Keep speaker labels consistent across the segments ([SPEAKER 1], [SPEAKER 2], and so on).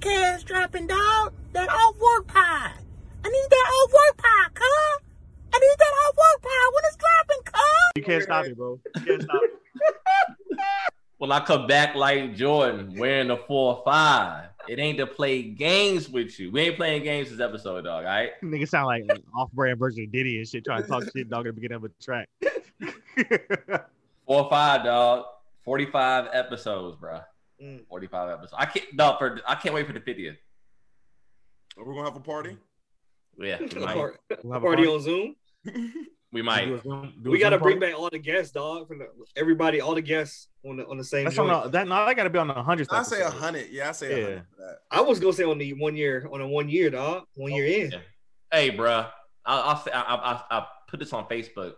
[SPEAKER 1] cash dropping, dog. That off work pie. I need that off work pie, cuz. I need that off work pie when it's dropping, cuz.
[SPEAKER 2] You can't stop it, bro. You can't stop it.
[SPEAKER 3] Well, I come back like Jordan wearing the four five. It ain't to play games with you. We ain't playing games this episode, dog. All right.
[SPEAKER 2] Nigga sound like an off-brand version of Diddy and shit, trying to talk shit, dog, at the beginning of a track.
[SPEAKER 3] Four five, dog. Forty five episodes, bro.
[SPEAKER 2] Mm.
[SPEAKER 3] Forty five episodes. I can't. No, for I can't wait for the fiftieth.
[SPEAKER 4] We're gonna have a party.
[SPEAKER 3] Yeah, we might.
[SPEAKER 5] Or-
[SPEAKER 2] We'll have a
[SPEAKER 5] Party on Zoom.
[SPEAKER 3] We
[SPEAKER 2] party. Do
[SPEAKER 3] might.
[SPEAKER 2] a Zoom- do a
[SPEAKER 5] We gotta
[SPEAKER 2] Zoom
[SPEAKER 5] bring
[SPEAKER 2] party.
[SPEAKER 5] back all the guests, dog. From the, everybody, all the guests on the on the same.
[SPEAKER 2] That's on
[SPEAKER 5] joint.
[SPEAKER 2] the, that. No, that gotta be on the hundredth.
[SPEAKER 4] I say a
[SPEAKER 2] episode.
[SPEAKER 4] hundred. Yeah, I say a
[SPEAKER 2] Yeah.
[SPEAKER 4] hundred for that.
[SPEAKER 5] I was gonna say on the one year, on a one year, dog. One year in.
[SPEAKER 3] yeah. Hey, bro. I'll, I'll say. I, I, I- I put this on Facebook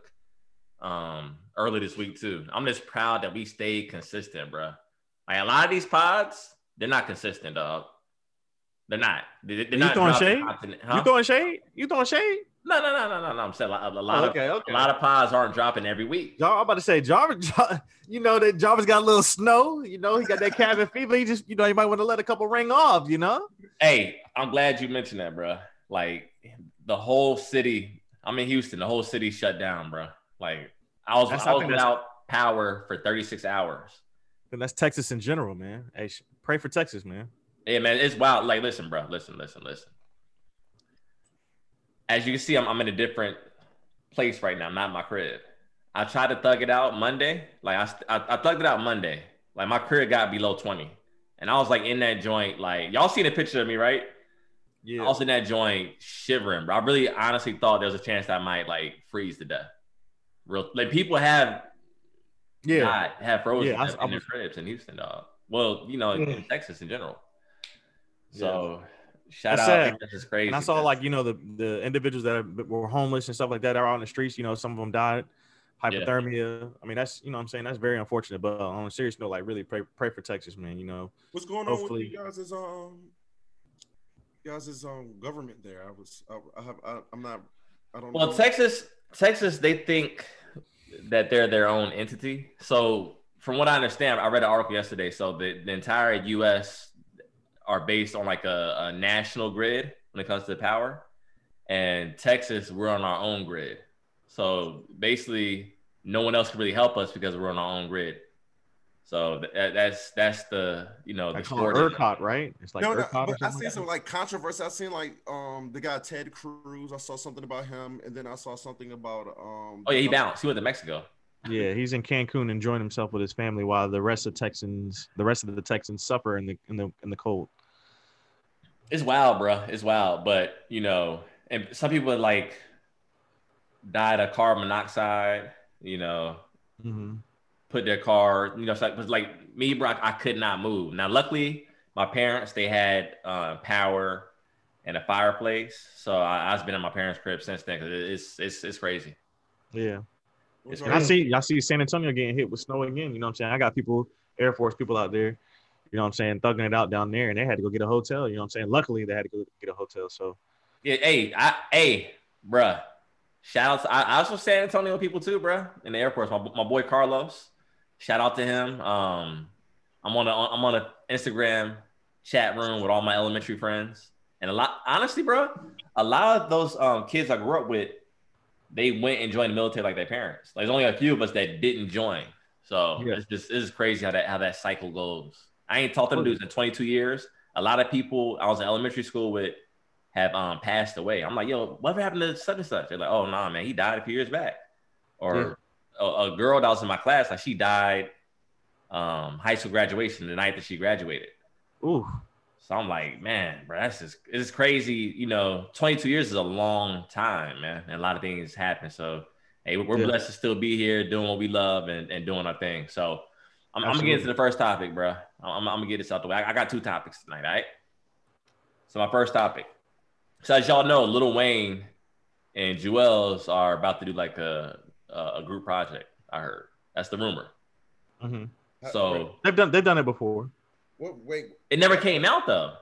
[SPEAKER 3] um early this week too. I'm just proud that we stayed consistent, bro. Like a lot of these pods, they're not consistent, dog. They're not. They- They're
[SPEAKER 2] You
[SPEAKER 3] not
[SPEAKER 2] throwing
[SPEAKER 3] dropping
[SPEAKER 2] shade?
[SPEAKER 3] content, huh?
[SPEAKER 2] You throwing shade? You throwing shade?
[SPEAKER 3] No, no, no, no, no, no. I'm saying a lot, a lot
[SPEAKER 2] Oh,
[SPEAKER 3] of
[SPEAKER 2] okay, okay.
[SPEAKER 3] a lot of pods aren't dropping every week.
[SPEAKER 2] Jar- I'm about to say Jarvis. Jar- you know that Jarvis got a little snow. You know he got that cabin fever. He just, you know, he might want to let a couple ring off. You know,
[SPEAKER 3] Hey, I'm glad you mentioned that, bro. Like the whole city. I'm in Houston. The whole city shut down, bro. Like I was,
[SPEAKER 2] That's-
[SPEAKER 3] I
[SPEAKER 2] I
[SPEAKER 3] was
[SPEAKER 2] think that's-
[SPEAKER 3] without power for 36 hours.
[SPEAKER 2] and that's Texas in general, man. Hey, sh- pray for Texas, man.
[SPEAKER 3] Yeah, man, it's wild. Like, listen, bro, listen, listen, listen. As you can see, I'm, I'm in a different place right now. I'm not in my crib. I tried to thug it out Monday. Like, I, st- I, I thugged it out Monday. Like, my crib got below 20. And I was like in that joint, like, y'all seen a picture of me, right?
[SPEAKER 2] Yeah,
[SPEAKER 3] I was in that joint shivering, bro. I really honestly thought there was a chance that I might like freeze to death. Real, like, people have
[SPEAKER 2] yeah.
[SPEAKER 3] died, have frozen
[SPEAKER 2] Yeah, I-
[SPEAKER 3] to death
[SPEAKER 2] I
[SPEAKER 3] in their
[SPEAKER 2] was- Mm.
[SPEAKER 3] cribs in Houston, dog. Well, you know, in Texas in general. So shout
[SPEAKER 2] That's
[SPEAKER 3] out.
[SPEAKER 2] sad.
[SPEAKER 3] This is crazy.
[SPEAKER 2] And I saw
[SPEAKER 3] man.
[SPEAKER 2] like you know the the individuals that are- were homeless and stuff like that that are out on the streets. You know, some of them died, hypothermia. I mean, that's you know what I'm saying that's very unfortunate. But on a serious note, like really pray pray for Texas, man. You know,
[SPEAKER 4] What's going
[SPEAKER 2] Hopefully.
[SPEAKER 4] on with you guys? Is um, you guys is um government there? I was I, I have I, I'm not I don't
[SPEAKER 3] well,
[SPEAKER 4] know.
[SPEAKER 3] Texas, Texas, they think that they're their own entity. So from what I understand, I read an article yesterday. So the, the entire U.S. are based on like a, a national grid when it comes to power, and Texas, we're on our own grid. So basically, no one else can really help us because we're on our own grid. So that, that's that's the you know the
[SPEAKER 2] like call it
[SPEAKER 3] short-
[SPEAKER 2] ERCOT, right? It's like
[SPEAKER 4] no, no,
[SPEAKER 2] ERCOT or
[SPEAKER 4] but I
[SPEAKER 2] something
[SPEAKER 4] seen
[SPEAKER 2] like
[SPEAKER 4] some
[SPEAKER 2] that.
[SPEAKER 4] like controversy. I seen like um the guy Ted Cruz. I saw something about him, and then I saw something about um.
[SPEAKER 3] Oh yeah, he bounced. He went to Mexico.
[SPEAKER 2] Yeah, he's in Cancun enjoying himself with his family while the rest of Texans, the rest of the Texans suffer in the in the in the cold.
[SPEAKER 3] It's wild, bro. It's wild, but you know, and some people like died of carbon monoxide. You know,
[SPEAKER 2] Mhm.
[SPEAKER 3] put their car. You know, it's like, was like me, bro. I I could not move. Now, luckily, my parents they had uh, power and a fireplace, so I, I've been in my parents' crib since then. 'cause it- it's it's it's crazy.
[SPEAKER 2] Yeah,
[SPEAKER 4] What's
[SPEAKER 2] and I see y'all see San Antonio getting hit with snow again. You know what I'm saying? I got people, Air Force people out there. You know what I'm saying, thugging it out down there, and they had to go get a hotel. You know what I'm saying? Luckily, they had to go get a hotel. So
[SPEAKER 3] Yeah, hey, I, hey, bruh. Shout out to I, I also San Antonio people too, bruh. In the airports, my, my boy Carlos. Shout out to him. Um, I'm on a I'm on a Instagram chat room with all my elementary friends, and a lot honestly, bro, a lot of those um kids I grew up with, they went and joined the military like their parents. Like, there's only a few of us that didn't join. So
[SPEAKER 2] Yeah.
[SPEAKER 3] it's just it's crazy how that how that cycle goes. I ain't talked to them
[SPEAKER 2] Oh,
[SPEAKER 3] dudes in 22 years. A lot of people I was in elementary school with have um passed away. I'm like, yo, whatever happened to such and such? They're like, oh nah, man, he died a few years back. Or a, a girl that was in my class, like she died um high school graduation the night that she graduated.
[SPEAKER 2] ooh,
[SPEAKER 3] So I'm like, man, bro, that's just it's crazy. You know, 22 years is a long time, man, and a lot of things happen. So, hey, we're
[SPEAKER 2] Yeah.
[SPEAKER 3] blessed to still be here doing what we love and, and doing our thing. So, I'm, I'm gonna get into
[SPEAKER 2] Absolutely.
[SPEAKER 3] the first topic, bro. I'm, I'm gonna get this out the way. I, I got two topics tonight, all right? So, my first topic. So, as y'all know, Lil Wayne and Jewels are about to do like a a, a group project. I heard that's the rumor.
[SPEAKER 2] Mhm.
[SPEAKER 4] Uh,
[SPEAKER 3] So
[SPEAKER 2] they've done they've done it before.
[SPEAKER 4] What, wait,
[SPEAKER 3] it never came out though.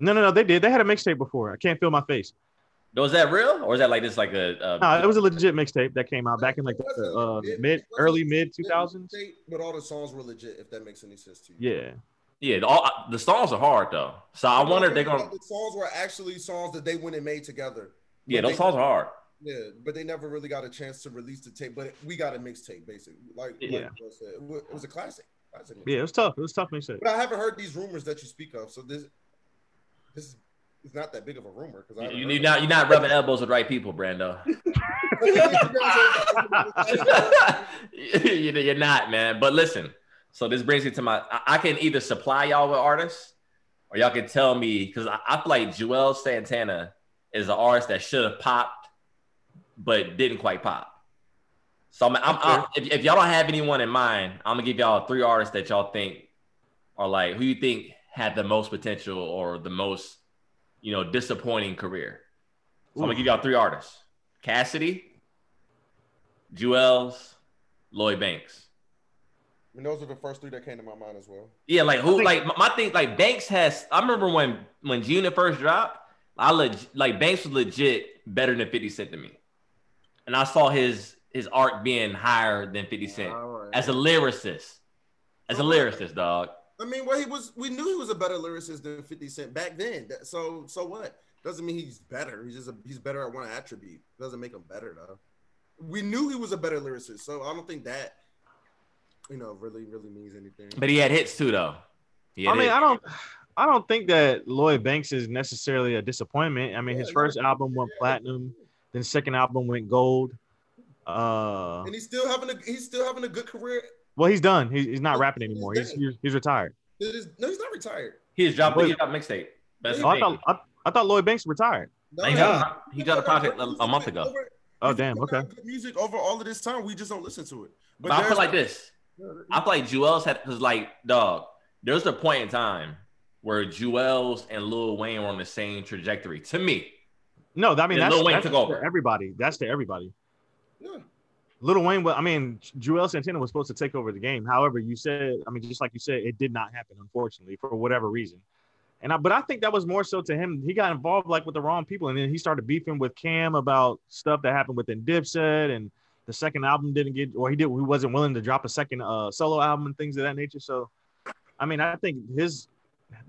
[SPEAKER 2] No, no, no, they did. They had a mixtape before. I can't feel my face.
[SPEAKER 3] Was that real, or is that like this like a, a
[SPEAKER 2] No, it was a legit mixtape that came out back in like the uh, mid, early mid 2000s.
[SPEAKER 4] But all the songs were legit, if that makes any sense to you.
[SPEAKER 2] Yeah,
[SPEAKER 3] Yeah, the, all, the songs are hard though. So I wonder if they're gonna.
[SPEAKER 4] The songs were actually songs that they went and made together.
[SPEAKER 3] Yeah, those songs are hard.
[SPEAKER 4] Yeah, but they never really got a chance to release the tape. But we got a mixtape, basically. Like, like
[SPEAKER 2] Yeah.
[SPEAKER 4] Joe said, it wa- it was a classic. classic
[SPEAKER 2] Yeah, it was tough. It was tough mixtape.
[SPEAKER 4] But I haven't heard these rumors that you speak of. So this, this is it's not that big of a rumor because
[SPEAKER 3] You, you not you're not rubbing elbows with right people, Brando. You- you're not, man. But listen, so this brings me to my. I- I can either supply y'all with artists, or y'all can tell me because I, I feel like Joel Santana is an artist that should have popped, but didn't quite pop. So I'm, I'm, I'm if, if y'all don't have anyone in mind, I'm gonna give y'all three artists that y'all think are like who you think had the most potential or the most, you know, disappointing career. So I'm gonna give y'all three artists: Cassidy, Jewels, Lloyd Banks.
[SPEAKER 4] And those are the first three that came to my mind as well.
[SPEAKER 3] Yeah, like who? Like my- my thing, like Banks has. I remember when when Junior first dropped. I leg, like Banks was legit better than Fifty Cent to me, and I saw his his art being higher than Fifty Cent
[SPEAKER 4] All right.
[SPEAKER 3] as a lyricist, as a lyricist, dog.
[SPEAKER 4] I mean, well, he was. We knew he was a better lyricist than Fifty Cent back then. That, so, so what? Doesn't mean he's better. He's just a, he's better at one attribute. Doesn't make him better though. We knew he was a better lyricist, so I don't think that, you know, really really means anything.
[SPEAKER 3] But he had hits too, though. He had
[SPEAKER 2] I mean,
[SPEAKER 3] hits.
[SPEAKER 2] I don't, I don't think that Lloyd Banks is necessarily a disappointment. I mean, his
[SPEAKER 4] Yeah,
[SPEAKER 2] first
[SPEAKER 4] no.
[SPEAKER 2] album went platinum, then second album went gold. Uh,
[SPEAKER 4] and he's still having a he's still having a good career.
[SPEAKER 2] well, he's done. He's, he's not
[SPEAKER 4] He's-
[SPEAKER 2] rapping
[SPEAKER 4] he's
[SPEAKER 2] anymore. He's,
[SPEAKER 4] dead.
[SPEAKER 2] he's he's retired.
[SPEAKER 4] It is- no, he's not retired.
[SPEAKER 3] He just dropped.
[SPEAKER 2] But-
[SPEAKER 3] he dropped mixtape. That's the
[SPEAKER 2] Oh, I
[SPEAKER 3] thing.
[SPEAKER 2] thought I, I thought Lloyd Banks retired.
[SPEAKER 4] No,
[SPEAKER 3] He
[SPEAKER 5] Thank
[SPEAKER 4] no.
[SPEAKER 5] God.
[SPEAKER 3] dropped, he dropped a project a, a month ago.
[SPEAKER 4] Over-
[SPEAKER 2] Oh
[SPEAKER 4] he's
[SPEAKER 2] damn.
[SPEAKER 4] put out
[SPEAKER 2] Okay.
[SPEAKER 4] good Music over all of this time, we just don't listen to it.
[SPEAKER 3] But I
[SPEAKER 4] there's- uh,
[SPEAKER 3] feel like this. I feel like Jewels had because like dog. There's a point in time where Jewels and Lil Wayne were on the same trajectory. To me,
[SPEAKER 2] No, I mean
[SPEAKER 3] Yeah,
[SPEAKER 2] that's,
[SPEAKER 3] Lil Wayne
[SPEAKER 2] that's
[SPEAKER 3] took over.
[SPEAKER 2] to everybody. That's to everybody.
[SPEAKER 4] Yeah.
[SPEAKER 2] Little Wayne, well, I mean, Joel Santana was supposed to take over the game. However, you said, I mean, just like you said, it did not happen, unfortunately, for whatever reason. And I, but I think that was more so to him. He got involved like with the wrong people, and then he started beefing with Cam about stuff that happened within Dipset, and the second album didn't get, or he did, he wasn't willing to drop a second uh, solo album and things of that nature. So, I mean, I think his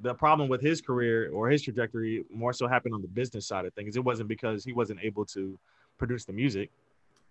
[SPEAKER 2] the problem with his career or his trajectory more so happened on the business side of things. It wasn't because he wasn't able to produce the music.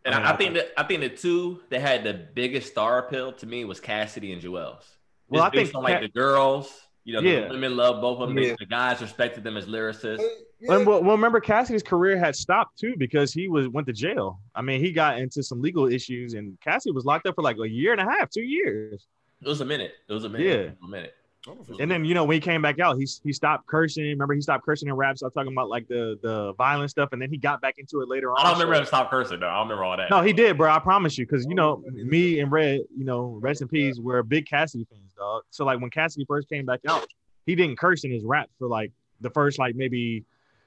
[SPEAKER 3] and
[SPEAKER 2] I mean,
[SPEAKER 3] I, I
[SPEAKER 2] I-
[SPEAKER 3] think that I think the two that had the biggest star apil to me was Cassidy and Jewels.
[SPEAKER 2] Well,
[SPEAKER 3] Just
[SPEAKER 2] I think
[SPEAKER 3] based on like
[SPEAKER 2] Ca-
[SPEAKER 3] the girls, you know,
[SPEAKER 2] Yeah.
[SPEAKER 3] the women love both of them.
[SPEAKER 5] Yeah.
[SPEAKER 3] The guys respected them as lyricists.
[SPEAKER 4] Yeah.
[SPEAKER 2] And well, well, remember Cassidy's career had stopped too because he was went to jail. I mean, he got into some legal issues, and Cassidy was locked up for like a year and a half, two years.
[SPEAKER 3] It was a minute. It was a minute.
[SPEAKER 2] Yeah.
[SPEAKER 3] It was a minute.
[SPEAKER 4] I don't feel-
[SPEAKER 2] And then you know when he came back out, he he stopped cursing. Remember he stopped cursing in rap. Stopped talking about like the the violent stuff, and then he got back into it later on.
[SPEAKER 3] I don't remember him stop cursing though. I don't remember all that.
[SPEAKER 2] No, he did, bro. I promise you, because you know me and Red, you know, rest in peace, we're big Cassidy fans, dog. So like when Cassidy first came back out, he didn't curse in his rap for like the first like maybe,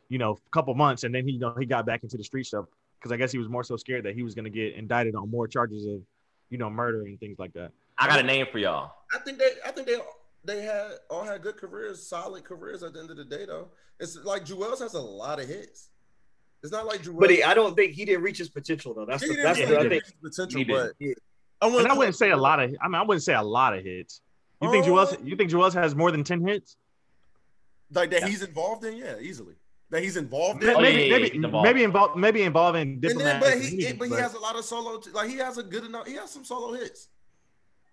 [SPEAKER 2] you know, couple months, and then he you know he got back into the street stuff because I guess he was more so scared that he was gonna get indicted on more charges of, you know, murder and things like that.
[SPEAKER 3] I got a name for y'all.
[SPEAKER 4] I think they I think they they had all had good careers, solid careers at the end of the day though. It's like Jewels has a lot of hits. It's not like Jewels
[SPEAKER 5] But he, I don't think he didn't reach his potential though. That's the, that's
[SPEAKER 2] reach
[SPEAKER 5] the, I
[SPEAKER 2] his
[SPEAKER 5] think.
[SPEAKER 4] potential,
[SPEAKER 3] He
[SPEAKER 4] but
[SPEAKER 3] did.
[SPEAKER 4] I
[SPEAKER 2] And I wouldn't say a lot of. I mean, I wouldn't say a lot of hits. You think Joel's, You think Joel's has more than ten hits?
[SPEAKER 4] like that he's involved in, yeah, easily. That he's involved in.
[SPEAKER 2] Maybe,
[SPEAKER 3] Oh, yeah, yeah,
[SPEAKER 2] maybe,
[SPEAKER 3] he's involved.
[SPEAKER 2] maybe involved, maybe involving
[SPEAKER 4] and then, but he
[SPEAKER 2] diplomats.
[SPEAKER 4] but he has a lot of solo like he has a good enough he has some solo hits.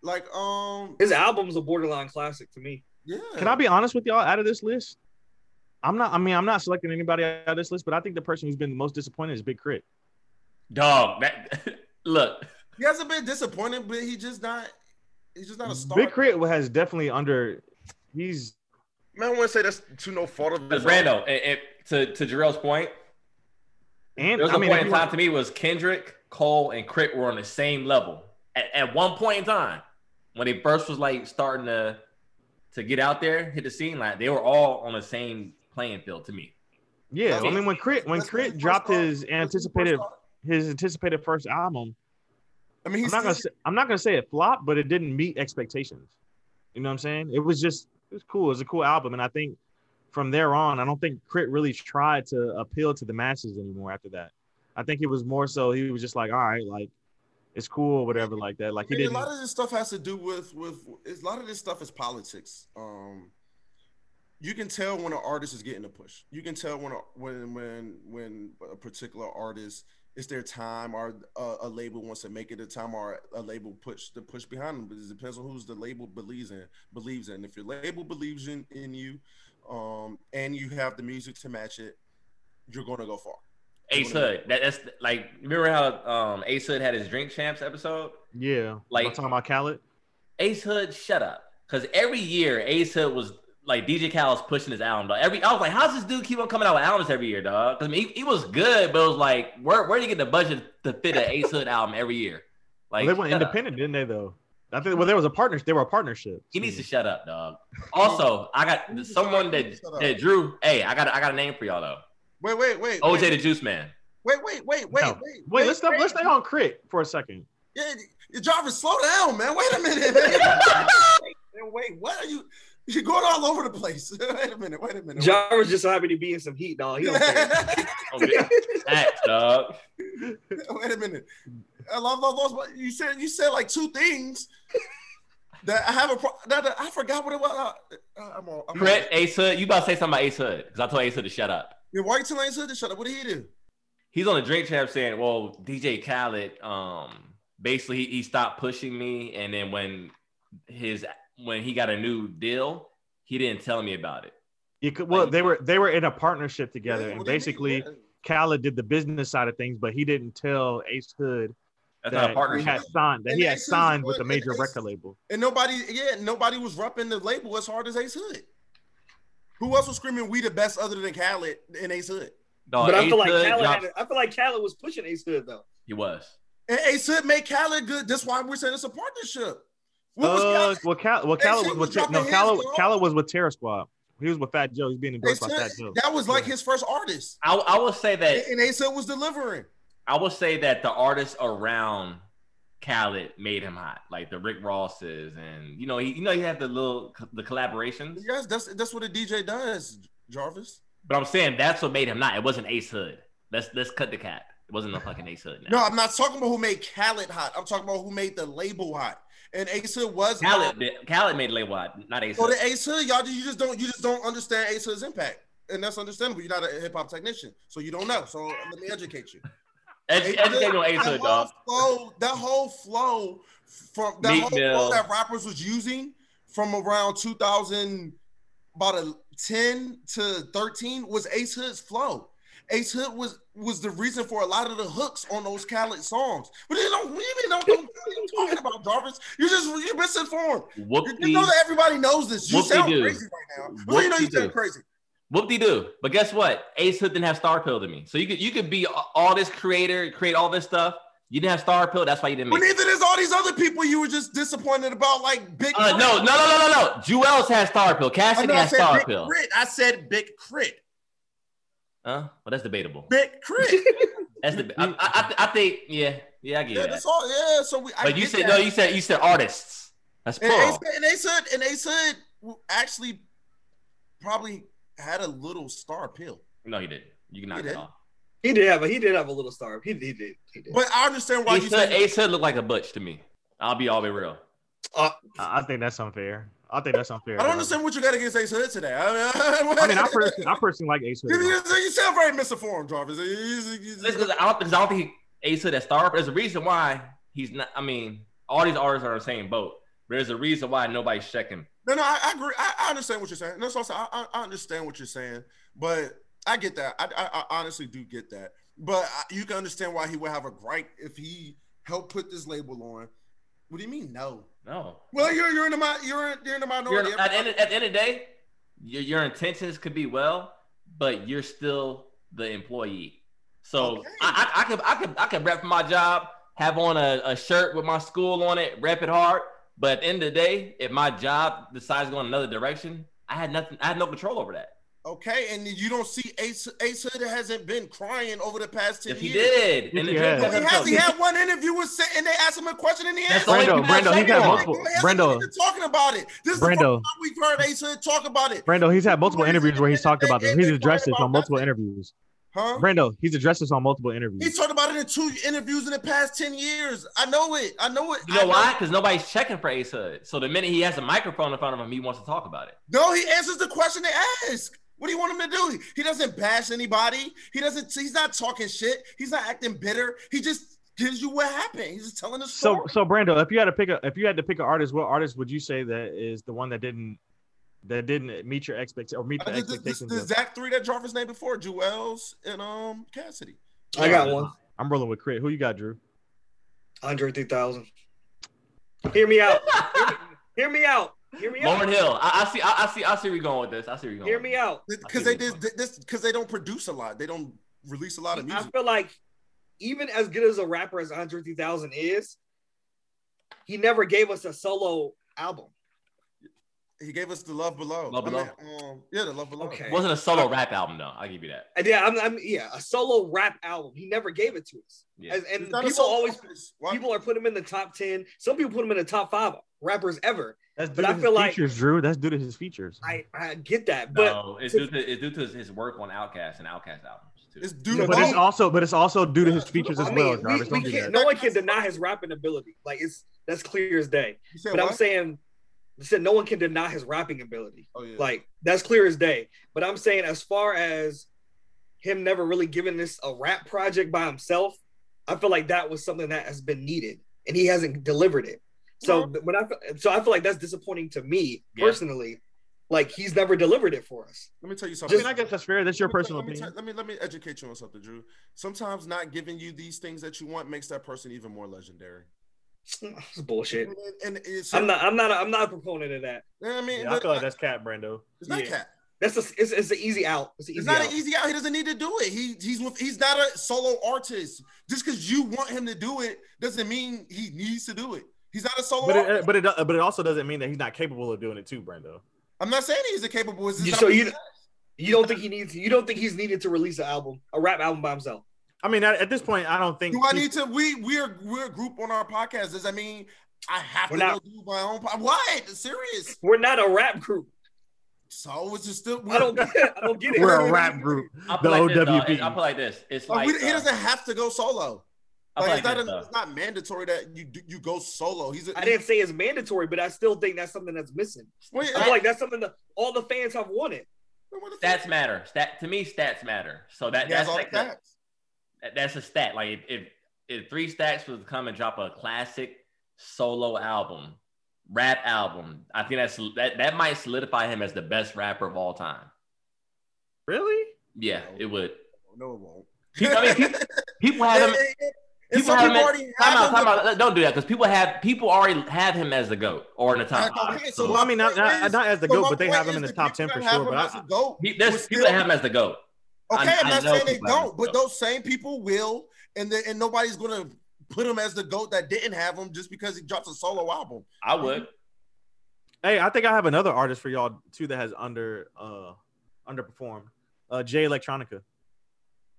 [SPEAKER 4] Like um
[SPEAKER 5] His album's a borderline classic to me.
[SPEAKER 4] yeah.
[SPEAKER 2] Can I be honest with y'all? Out of this list, I'm not. I mean, I'm not selecting anybody out of this list, but I think the person who's been the most disappointed is Big Crit.
[SPEAKER 3] Dog, that look.
[SPEAKER 4] He hasn't been disappointed, but he just not he's just not a star.
[SPEAKER 2] Big Crit has definitely under. He's
[SPEAKER 4] Man, I wouldn't say that's to no fault of
[SPEAKER 3] Because Brando, and, and to to Jarrell's point,
[SPEAKER 2] and
[SPEAKER 3] there was
[SPEAKER 2] I
[SPEAKER 3] a
[SPEAKER 2] mean,
[SPEAKER 3] point
[SPEAKER 2] if
[SPEAKER 3] in
[SPEAKER 2] you
[SPEAKER 3] time
[SPEAKER 2] want-
[SPEAKER 3] to me was Kendrick, Cole, and Crit were on the same level at, at one point in time when they first was like starting to to get out there, hit the scene. Like they were all on the same playing field to me.
[SPEAKER 2] yeah.
[SPEAKER 4] Okay.
[SPEAKER 2] I mean, when Crit when
[SPEAKER 4] That's when he
[SPEAKER 2] Crit
[SPEAKER 4] first
[SPEAKER 2] dropped
[SPEAKER 4] started.
[SPEAKER 2] his anticipated his anticipated first album,
[SPEAKER 4] I mean,
[SPEAKER 2] I'm
[SPEAKER 4] he's
[SPEAKER 2] not gonna
[SPEAKER 4] still,
[SPEAKER 2] say, I'm not gonna say it flopped, but it didn't meet expectations. You know what I'm saying? It was just it was cool. It was a cool album, and I think from there on, I don't think Crit really tried to appeal to the masses anymore after that. I think it was more so he was just like, all right, like it's cool or whatever like that. Like he
[SPEAKER 4] And a
[SPEAKER 2] didn't.
[SPEAKER 4] lot of this stuff has to do with with it's- a lot of this stuff is politics. Um, you can tell when an artist is getting a push. You can tell when a, when when when a particular artist it's their time or a, a label wants to make it a time or a label push the push behind them. But it depends on who's the label believes in believes in. If your label believes in in you, um, and you have the music to match it, you're gonna go far.
[SPEAKER 3] Ace Hood. That, that's like remember how um Ace Hood had his drink champs episode?
[SPEAKER 2] yeah, like
[SPEAKER 3] Like-
[SPEAKER 2] I'm talking about Khaled.
[SPEAKER 3] Ace Hood, shut up. Because every year Ace Hood was like DJ Cal was pushing his album. Dog. Every I was like, how's this dude keep on coming out with albums every year, dog? Because I mean, he, he was good, but it was like, where where do you get the budget to fit an Ace Hood album every year? Like
[SPEAKER 2] they went
[SPEAKER 3] shut up.
[SPEAKER 2] independent, didn't they? Though I think well, there was a partnership. They were a partnership.
[SPEAKER 3] He needs to shut up, dog. Also, I got someone that
[SPEAKER 4] Shut up.
[SPEAKER 3] that Drew. Hey, I got I got a name for y'all though.
[SPEAKER 4] Wait, wait, wait.
[SPEAKER 3] OJ
[SPEAKER 4] wait,
[SPEAKER 3] the Juice Man.
[SPEAKER 4] wait, wait, wait, wait,
[SPEAKER 2] No.
[SPEAKER 4] wait.
[SPEAKER 2] Wait, let's stop, let's stay on crit for a second.
[SPEAKER 4] Yeah, y- Jarvis, slow down, man. Wait a minute. man. wait, wait, what are you? You're going all over the place. wait a minute. Wait a minute.
[SPEAKER 5] Jarvis just so happy to be in some heat, dog. He don't care.
[SPEAKER 3] Okay. Facts, dog.
[SPEAKER 4] wait a minute. I love all those. But you said you said like two things that I have a pro- that, that I forgot what it was. Uh, I'm on. I'm
[SPEAKER 3] Crit, Ace Hood. You about to say something about Ace Hood? Because I told Ace Hood to shut up.
[SPEAKER 4] On. Why you telling us to shut up? What did he do?
[SPEAKER 3] he's on the drink champ saying, "Well, DJ Khaled, um, basically he, he stopped pushing me, and then when his when he got a new deal, he didn't tell me about it."
[SPEAKER 2] You could, well,
[SPEAKER 3] Like-
[SPEAKER 2] they were they were in a partnership together,
[SPEAKER 4] Yeah,
[SPEAKER 2] and
[SPEAKER 4] what do you mean?
[SPEAKER 2] basically
[SPEAKER 4] Yeah.
[SPEAKER 2] Khaled did the business side of things, but he didn't tell Ace Hood
[SPEAKER 3] That's not
[SPEAKER 2] that
[SPEAKER 3] a
[SPEAKER 2] he
[SPEAKER 3] partnership.
[SPEAKER 2] had signed that
[SPEAKER 4] And
[SPEAKER 2] he had
[SPEAKER 4] Ace Hood's
[SPEAKER 2] signed with a
[SPEAKER 4] good,
[SPEAKER 2] major
[SPEAKER 4] and Ace-
[SPEAKER 2] record label.
[SPEAKER 4] And nobody, yeah, nobody was repping the label as hard as Ace Hood. Who else was screaming "We the best" other than Khaled and Ace Hood?
[SPEAKER 2] Oh,
[SPEAKER 3] Dog,
[SPEAKER 5] but I
[SPEAKER 3] Ace
[SPEAKER 5] feel like
[SPEAKER 3] Hood
[SPEAKER 5] Khaled
[SPEAKER 3] dropped-
[SPEAKER 5] had, I feel like Khaled was pushing Ace Hood though.
[SPEAKER 3] he was.
[SPEAKER 4] And Ace Hood made Khaled good. That's why we're saying it's a partnership. What was
[SPEAKER 2] Uh,
[SPEAKER 4] Khaled?
[SPEAKER 2] well, Cal, well,
[SPEAKER 4] Ace
[SPEAKER 2] Khaled
[SPEAKER 4] Hood
[SPEAKER 2] was with
[SPEAKER 4] was
[SPEAKER 2] no
[SPEAKER 4] dropping
[SPEAKER 2] Khaled,
[SPEAKER 4] hits, bro.
[SPEAKER 2] Khaled was with Terror Squad. He was with Fat Joe. He's being
[SPEAKER 4] Ace
[SPEAKER 2] endorsed by
[SPEAKER 4] Hood,
[SPEAKER 2] Fat Joe.
[SPEAKER 4] that was like his first artist,
[SPEAKER 3] I, I will say that
[SPEAKER 4] and Ace Hood was delivering.
[SPEAKER 3] I will say that the artists around Khaled made him hot, like the Rick Rosses, and you know he you know he had the little the collaborations.
[SPEAKER 4] Yes, that's that's what a DJ does, Jarvis.
[SPEAKER 3] But I'm saying that's what made him not. It wasn't Ace Hood. Let's let's cut the cat. It wasn't no fucking Ace Hood. Now.
[SPEAKER 4] No, I'm not talking about who made Khaled hot. I'm talking about who made the label hot. And Ace Hood was
[SPEAKER 3] Khaled, did- Khaled made Lay Wide, not Ace.
[SPEAKER 4] So
[SPEAKER 3] Hood.
[SPEAKER 4] the Ace Hood, y'all, you just don't you just don't understand Ace Hood's impact, and that's understandable. You're not a hip hop technician, so you don't know. So let me educate you.
[SPEAKER 3] Edu- Educate me on Ace
[SPEAKER 4] that
[SPEAKER 3] Hood,
[SPEAKER 4] whole
[SPEAKER 3] dog.
[SPEAKER 4] Flow, that whole flow from that
[SPEAKER 3] Meek
[SPEAKER 4] whole flow
[SPEAKER 3] Mill.
[SPEAKER 4] that rappers was using from around 2000, about a 10 to 13 was Ace Hood's flow. Ace Hood was was the reason for a lot of the hooks on those Khaled songs. But you don't you even don't know what you're talking about, Jarvis. You just you're misinformed. You
[SPEAKER 3] Whoop
[SPEAKER 4] you know that everybody knows this. You sound
[SPEAKER 3] Whoopty-doo.
[SPEAKER 4] crazy right now. Well, you know you sound
[SPEAKER 3] Whoopty-doo. de
[SPEAKER 4] crazy.
[SPEAKER 3] doo. But guess what? Ace Hood didn't have Star Pill to me. So you could you could be a- all this creator, create all this stuff. You didn't have Star Pill. That's why you didn't
[SPEAKER 4] But
[SPEAKER 3] make. It.
[SPEAKER 4] neither does all these other people you were just disappointed about, like Big.
[SPEAKER 3] Uh, no, no, no, no, no, no. Jewels has Star Pill.
[SPEAKER 4] I,
[SPEAKER 3] Cassidy
[SPEAKER 4] know I
[SPEAKER 3] has
[SPEAKER 4] said
[SPEAKER 3] Star
[SPEAKER 4] Big
[SPEAKER 3] Pill.
[SPEAKER 4] Crit. I said Big Crit.
[SPEAKER 3] Huh? Well, that's debatable.
[SPEAKER 4] Big Crit.
[SPEAKER 3] That's the. I, I, I, th- I think. Yeah, yeah, I get
[SPEAKER 4] yeah,
[SPEAKER 3] that.
[SPEAKER 4] that's all. Yeah, so we. I
[SPEAKER 3] But you
[SPEAKER 4] get
[SPEAKER 3] said
[SPEAKER 4] that.
[SPEAKER 3] no. You said you said artists. That's
[SPEAKER 4] And they,
[SPEAKER 3] plural.
[SPEAKER 4] said, and they said, and they said, well, actually, probably had a little star pill.
[SPEAKER 3] No, you didn't. You can knock it
[SPEAKER 4] didn't.
[SPEAKER 3] off.
[SPEAKER 5] He did have a he did have a little star. He, he did. He did.
[SPEAKER 4] But I understand why you
[SPEAKER 3] Ace Hood,
[SPEAKER 4] said.
[SPEAKER 3] Ace Hood looked like a butch to me. I'll be all the way real.
[SPEAKER 2] I I think that's unfair. I think that's unfair.
[SPEAKER 4] I don't
[SPEAKER 2] dog.
[SPEAKER 4] understand what you got against Ace Hood today. I mean,
[SPEAKER 2] I mean, I personally, I personally like Ace
[SPEAKER 4] You,
[SPEAKER 2] Hood.
[SPEAKER 4] you, you sound very misinformed, Jarvis. You- you- you-
[SPEAKER 3] Listen, 'cause I don't, 'cause I don't think he, Ace Hood has star, but there's a reason why he's not. I mean, all these artists are in the same boat. There's a reason why nobody's checking.
[SPEAKER 4] No, no, I, I agree. I, I understand what you're saying. That's also I, I I understand what you're saying, but I get that. I, I, I honestly do get that. But I, you can understand why he would have a gripe if he helped put this label on. What do you mean no?
[SPEAKER 3] No.
[SPEAKER 4] Well, you're you're in the mi- you're in, you're in the
[SPEAKER 3] You're,
[SPEAKER 4] minority.
[SPEAKER 3] at, the end, at the end of the day, your, your intentions could be well, but you're still the employee. So
[SPEAKER 4] Okay.
[SPEAKER 3] I, I, I could I could I could rep for my job, have on a, a shirt with my school on it, rep it hard. But at the end of the day, if my job decides to go in another direction, I had nothing. I had no control over that.
[SPEAKER 4] okay, and you don't see Ace Ace Hood hasn't been crying over the past ten
[SPEAKER 3] If he
[SPEAKER 4] years.
[SPEAKER 3] did, in the
[SPEAKER 2] he
[SPEAKER 3] drink
[SPEAKER 2] had.
[SPEAKER 4] But
[SPEAKER 3] champ
[SPEAKER 4] He, has,
[SPEAKER 3] episode,
[SPEAKER 4] he had one interview with Sa- and they asked him a question and he
[SPEAKER 3] That's
[SPEAKER 4] answered.
[SPEAKER 3] all
[SPEAKER 4] it.
[SPEAKER 2] Brando,
[SPEAKER 3] you had
[SPEAKER 2] Brando, he's had
[SPEAKER 3] second one.
[SPEAKER 2] multiple.
[SPEAKER 4] He hasn't
[SPEAKER 2] Brando,
[SPEAKER 4] been talking about it. This is the
[SPEAKER 2] Brando.
[SPEAKER 4] first time we've heard Ace Hood talk about it.
[SPEAKER 2] Brando, he's had multiple
[SPEAKER 4] What is it?
[SPEAKER 2] interviews where he's talked about this. He's
[SPEAKER 4] They- they
[SPEAKER 2] addressed this
[SPEAKER 4] talking
[SPEAKER 2] on
[SPEAKER 4] about
[SPEAKER 2] multiple interviews.
[SPEAKER 4] Huh?
[SPEAKER 2] Brando, he's addressed this on multiple interviews.
[SPEAKER 4] He's talked about it in two interviews in the past 10 years. I know it. I know it.
[SPEAKER 3] You
[SPEAKER 4] I
[SPEAKER 3] know why? Because nobody's checking for Ace Hood. So the minute he has a microphone in front of him, he wants to talk about it.
[SPEAKER 4] No, he answers the question they ask. What do you want him to do? He doesn't bash anybody. He doesn't. He's not talking shit. He's not acting bitter. He just gives you what happened. He's just telling the
[SPEAKER 2] So,
[SPEAKER 4] story.
[SPEAKER 2] so Brando, if you had to pick a, if you had to pick an artist, what artist would you say that is the one that didn't, that didn't meet your expectations or meet the
[SPEAKER 4] Uh, the, the, the,
[SPEAKER 2] expectations?
[SPEAKER 4] the
[SPEAKER 2] of-
[SPEAKER 4] Zach three that Jarvis named before, Jewels and um Cassidy.
[SPEAKER 5] I got one.
[SPEAKER 2] I'm rolling with Crit. Who you got, Drew?
[SPEAKER 5] Andre 3000. Hear me out. Hear me out. Hear me
[SPEAKER 3] Lauren
[SPEAKER 5] out.
[SPEAKER 3] Hill. I, I see. I, I see. I see where you're going with this. I see where you're going.
[SPEAKER 5] Hear
[SPEAKER 3] with
[SPEAKER 5] me
[SPEAKER 3] this.
[SPEAKER 5] out.
[SPEAKER 4] Because they did this because they don't produce a lot. They don't release a lot of
[SPEAKER 5] I
[SPEAKER 4] music.
[SPEAKER 5] feel like even as good as a rapper as Andre 3000 is, he never gave us a solo album.
[SPEAKER 4] He gave us the Love Below.
[SPEAKER 3] Love
[SPEAKER 4] I mean, um, yeah, the Love Below.
[SPEAKER 5] Okay.
[SPEAKER 3] It wasn't a solo rap album though. I'll give you that.
[SPEAKER 5] And yeah, I'm, I'm yeah, a solo rap album. He never gave it to us.
[SPEAKER 3] Yeah.
[SPEAKER 5] As- and
[SPEAKER 4] It's not a
[SPEAKER 5] people
[SPEAKER 4] song.
[SPEAKER 5] always
[SPEAKER 4] Why-
[SPEAKER 5] people are putting him in the top 10. Some people put him in the top five rappers ever.
[SPEAKER 2] That's due
[SPEAKER 5] But I
[SPEAKER 2] to his
[SPEAKER 5] feel like-
[SPEAKER 2] features, Drew. That's due to his features.
[SPEAKER 5] I, I get that, but
[SPEAKER 3] No, it's due to it's due to his, his work on Outcast and Outcast albums too.
[SPEAKER 4] it's
[SPEAKER 2] Yeah,
[SPEAKER 4] due.
[SPEAKER 2] but it's
[SPEAKER 4] to-
[SPEAKER 2] also, but it's also due to his features as
[SPEAKER 5] I
[SPEAKER 2] well,
[SPEAKER 5] mean,
[SPEAKER 2] Jarvis.
[SPEAKER 5] we,
[SPEAKER 2] Don't
[SPEAKER 5] we
[SPEAKER 2] do
[SPEAKER 5] can't,
[SPEAKER 2] that.
[SPEAKER 5] no one can deny his rapping ability. Like it's that's clear as day.
[SPEAKER 4] You said
[SPEAKER 5] But I'm
[SPEAKER 4] what?
[SPEAKER 5] saying, I said no one can deny his rapping ability.
[SPEAKER 4] Oh, yeah.
[SPEAKER 5] Like that's clear as day. But I'm saying as far as him never really giving this a rap project by himself, I feel like that was something that has been needed, and he hasn't delivered it. So when I feel- so I feel like that's disappointing to me
[SPEAKER 3] Yeah.
[SPEAKER 5] personally. Like he's never delivered it for us.
[SPEAKER 4] let me tell you
[SPEAKER 2] I
[SPEAKER 4] something.
[SPEAKER 2] mean, I guess that's fair. That's your personal
[SPEAKER 4] let me, tell-
[SPEAKER 2] opinion.
[SPEAKER 4] Let me, let me educate you on something, Drew. Sometimes not giving you these things that you want makes that person even more legendary.
[SPEAKER 5] It's bullshit.
[SPEAKER 4] And, and it's
[SPEAKER 5] I'm not. I'm not. A, I'm not a proponent of that.
[SPEAKER 4] you know what I mean,
[SPEAKER 2] Yeah, I feel like that's cat, Brando.
[SPEAKER 4] it's not
[SPEAKER 5] yeah.
[SPEAKER 4] cat.
[SPEAKER 5] That's a, it's, it's an easy out. It's, an
[SPEAKER 4] It's
[SPEAKER 5] easy
[SPEAKER 4] not
[SPEAKER 5] out.
[SPEAKER 4] an easy out. He doesn't need to do it. He he's with, he's not a solo artist. Just because you want him to do it doesn't mean he needs to do it. He's not a solo.
[SPEAKER 2] But it,
[SPEAKER 4] artist.
[SPEAKER 2] uh, but it, but it also doesn't mean that he's not capable of doing it too, Brando.
[SPEAKER 4] I'm not saying he's incapable. It's just
[SPEAKER 5] You-
[SPEAKER 4] not
[SPEAKER 5] so
[SPEAKER 4] what
[SPEAKER 5] you-
[SPEAKER 4] he does.
[SPEAKER 5] You don't think he needs? You don't think he's needed to release an album, a rap album by himself?
[SPEAKER 2] I mean, at, at this point, I don't think.
[SPEAKER 4] do I
[SPEAKER 2] he-
[SPEAKER 4] need to? We we're we're a group on our podcast. Does that mean I have
[SPEAKER 5] We're
[SPEAKER 4] to
[SPEAKER 5] not-
[SPEAKER 4] go do my own? po- What serious?
[SPEAKER 5] We're not a rap group.
[SPEAKER 4] So it's just still.
[SPEAKER 5] I don't. Get it. I don't get it.
[SPEAKER 2] We're a rap group.
[SPEAKER 3] I
[SPEAKER 2] The
[SPEAKER 3] put like this, though.
[SPEAKER 2] OWP.
[SPEAKER 3] It- I put like this. It's
[SPEAKER 4] Like,
[SPEAKER 3] like
[SPEAKER 4] we, Oh, he
[SPEAKER 3] uh,
[SPEAKER 4] doesn't have to go solo.
[SPEAKER 3] I put like
[SPEAKER 4] Like, it's, not
[SPEAKER 3] this,
[SPEAKER 4] a,
[SPEAKER 3] though.
[SPEAKER 4] it's not mandatory that you do, you go solo. He's a,
[SPEAKER 5] I didn't say it's mandatory, but I still think that's something that's missing.
[SPEAKER 4] Wait,
[SPEAKER 5] I feel like that's something that all the fans have wanted.
[SPEAKER 4] what the fuck?
[SPEAKER 3] stats matter. Stat to me, stats matter. So that
[SPEAKER 4] He has
[SPEAKER 3] that's
[SPEAKER 4] all the
[SPEAKER 3] like the,
[SPEAKER 4] facts.
[SPEAKER 3] that- that's a stat. Like if, if if three stacks was to come and drop a classic solo album, rap album, I think that's that that might solidify him as the best rapper of all time.
[SPEAKER 2] Really?
[SPEAKER 3] Yeah, it would.
[SPEAKER 4] Oh, No, it won't.
[SPEAKER 3] People, I mean, people, people have him.
[SPEAKER 4] And- and- and
[SPEAKER 3] People have
[SPEAKER 4] some
[SPEAKER 3] him.
[SPEAKER 4] people
[SPEAKER 3] at-
[SPEAKER 4] already
[SPEAKER 3] Time out,
[SPEAKER 4] have
[SPEAKER 3] time
[SPEAKER 4] him.
[SPEAKER 3] out. Don't do that because people have people already have him as the goat or in the top
[SPEAKER 4] Okay,
[SPEAKER 3] five.
[SPEAKER 4] so
[SPEAKER 3] So
[SPEAKER 2] Well, I mean, not, not, not as the
[SPEAKER 4] So
[SPEAKER 2] goat,
[SPEAKER 4] my
[SPEAKER 2] but they
[SPEAKER 4] point
[SPEAKER 2] have him
[SPEAKER 4] is
[SPEAKER 2] in the
[SPEAKER 4] that
[SPEAKER 2] top ten
[SPEAKER 4] people
[SPEAKER 2] for
[SPEAKER 4] that have
[SPEAKER 2] sure.
[SPEAKER 4] him
[SPEAKER 2] But
[SPEAKER 4] as a
[SPEAKER 2] I,
[SPEAKER 4] GOAT
[SPEAKER 3] he, there's
[SPEAKER 4] will
[SPEAKER 3] people
[SPEAKER 4] still-
[SPEAKER 3] that have him as the goat. I-
[SPEAKER 4] Okay, I'm
[SPEAKER 3] I
[SPEAKER 4] not
[SPEAKER 3] know
[SPEAKER 4] saying they
[SPEAKER 3] people have him
[SPEAKER 4] don't,
[SPEAKER 3] as
[SPEAKER 4] but
[SPEAKER 3] GOAT.
[SPEAKER 4] those same people will, and then and nobody's gonna put him as the goat that didn't have him just because he drops a solo album.
[SPEAKER 3] I would.
[SPEAKER 2] hey, I think I have another artist for y'all too that has under uh underperformed. Uh, Jay Electronica. I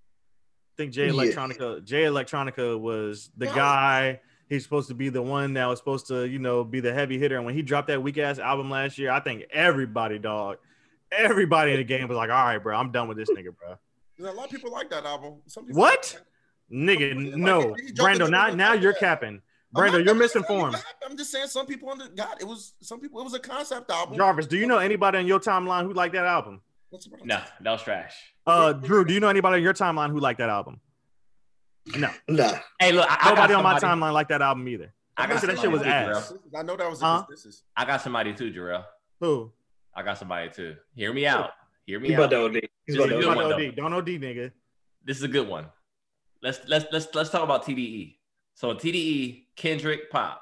[SPEAKER 2] think Jay
[SPEAKER 5] Yeah.
[SPEAKER 2] Electronica. Jay Electronica was the
[SPEAKER 4] No.
[SPEAKER 2] guy. He's supposed to be the one that was supposed to, you know, be the heavy hitter. And when he dropped that weak ass album last year, I think everybody, dog, everybody in the game was like, "All right, bro, I'm done with this nigga, bro."
[SPEAKER 4] There's a lot of people like that album. Some people
[SPEAKER 2] What? Nigga,
[SPEAKER 4] Like,
[SPEAKER 2] no,
[SPEAKER 4] he dropped
[SPEAKER 2] Brando.
[SPEAKER 4] the
[SPEAKER 2] Now,
[SPEAKER 4] nigga
[SPEAKER 2] now
[SPEAKER 4] like
[SPEAKER 2] you're
[SPEAKER 4] that.
[SPEAKER 2] capping,
[SPEAKER 4] I'm not-
[SPEAKER 2] Brando. You're
[SPEAKER 4] I'm not saying you
[SPEAKER 2] misinformed.
[SPEAKER 4] laughed. I'm just saying some people under God. It was some people. It was a concept album.
[SPEAKER 2] Jarvis, do you know anybody on your timeline who liked that album?
[SPEAKER 4] That's what I'm
[SPEAKER 3] No,
[SPEAKER 4] saying.
[SPEAKER 3] that was trash.
[SPEAKER 2] Uh, Drew, do you know anybody on your timeline who liked that album? No,
[SPEAKER 5] Nah.
[SPEAKER 3] Hey, look, I, I got
[SPEAKER 2] nobody on my
[SPEAKER 3] somebody-
[SPEAKER 2] timeline liked that album either.
[SPEAKER 3] I got
[SPEAKER 2] said that
[SPEAKER 3] somebody
[SPEAKER 2] shit was
[SPEAKER 3] too,
[SPEAKER 2] ass.
[SPEAKER 3] Jarrell.
[SPEAKER 4] I know that was
[SPEAKER 2] Huh?
[SPEAKER 4] a this is
[SPEAKER 3] I got somebody too, Jarrell.
[SPEAKER 2] Who?
[SPEAKER 3] I got somebody too. Hear me out. Hear me
[SPEAKER 5] He's
[SPEAKER 3] out.
[SPEAKER 5] about to OD. He's about
[SPEAKER 3] Good
[SPEAKER 5] to
[SPEAKER 2] Don't
[SPEAKER 5] OD.
[SPEAKER 3] one,
[SPEAKER 2] OD. Don't OD, nigga.
[SPEAKER 3] This is a good one. Let's let's let's let's talk about TDE. So TDE, Kendrick popped.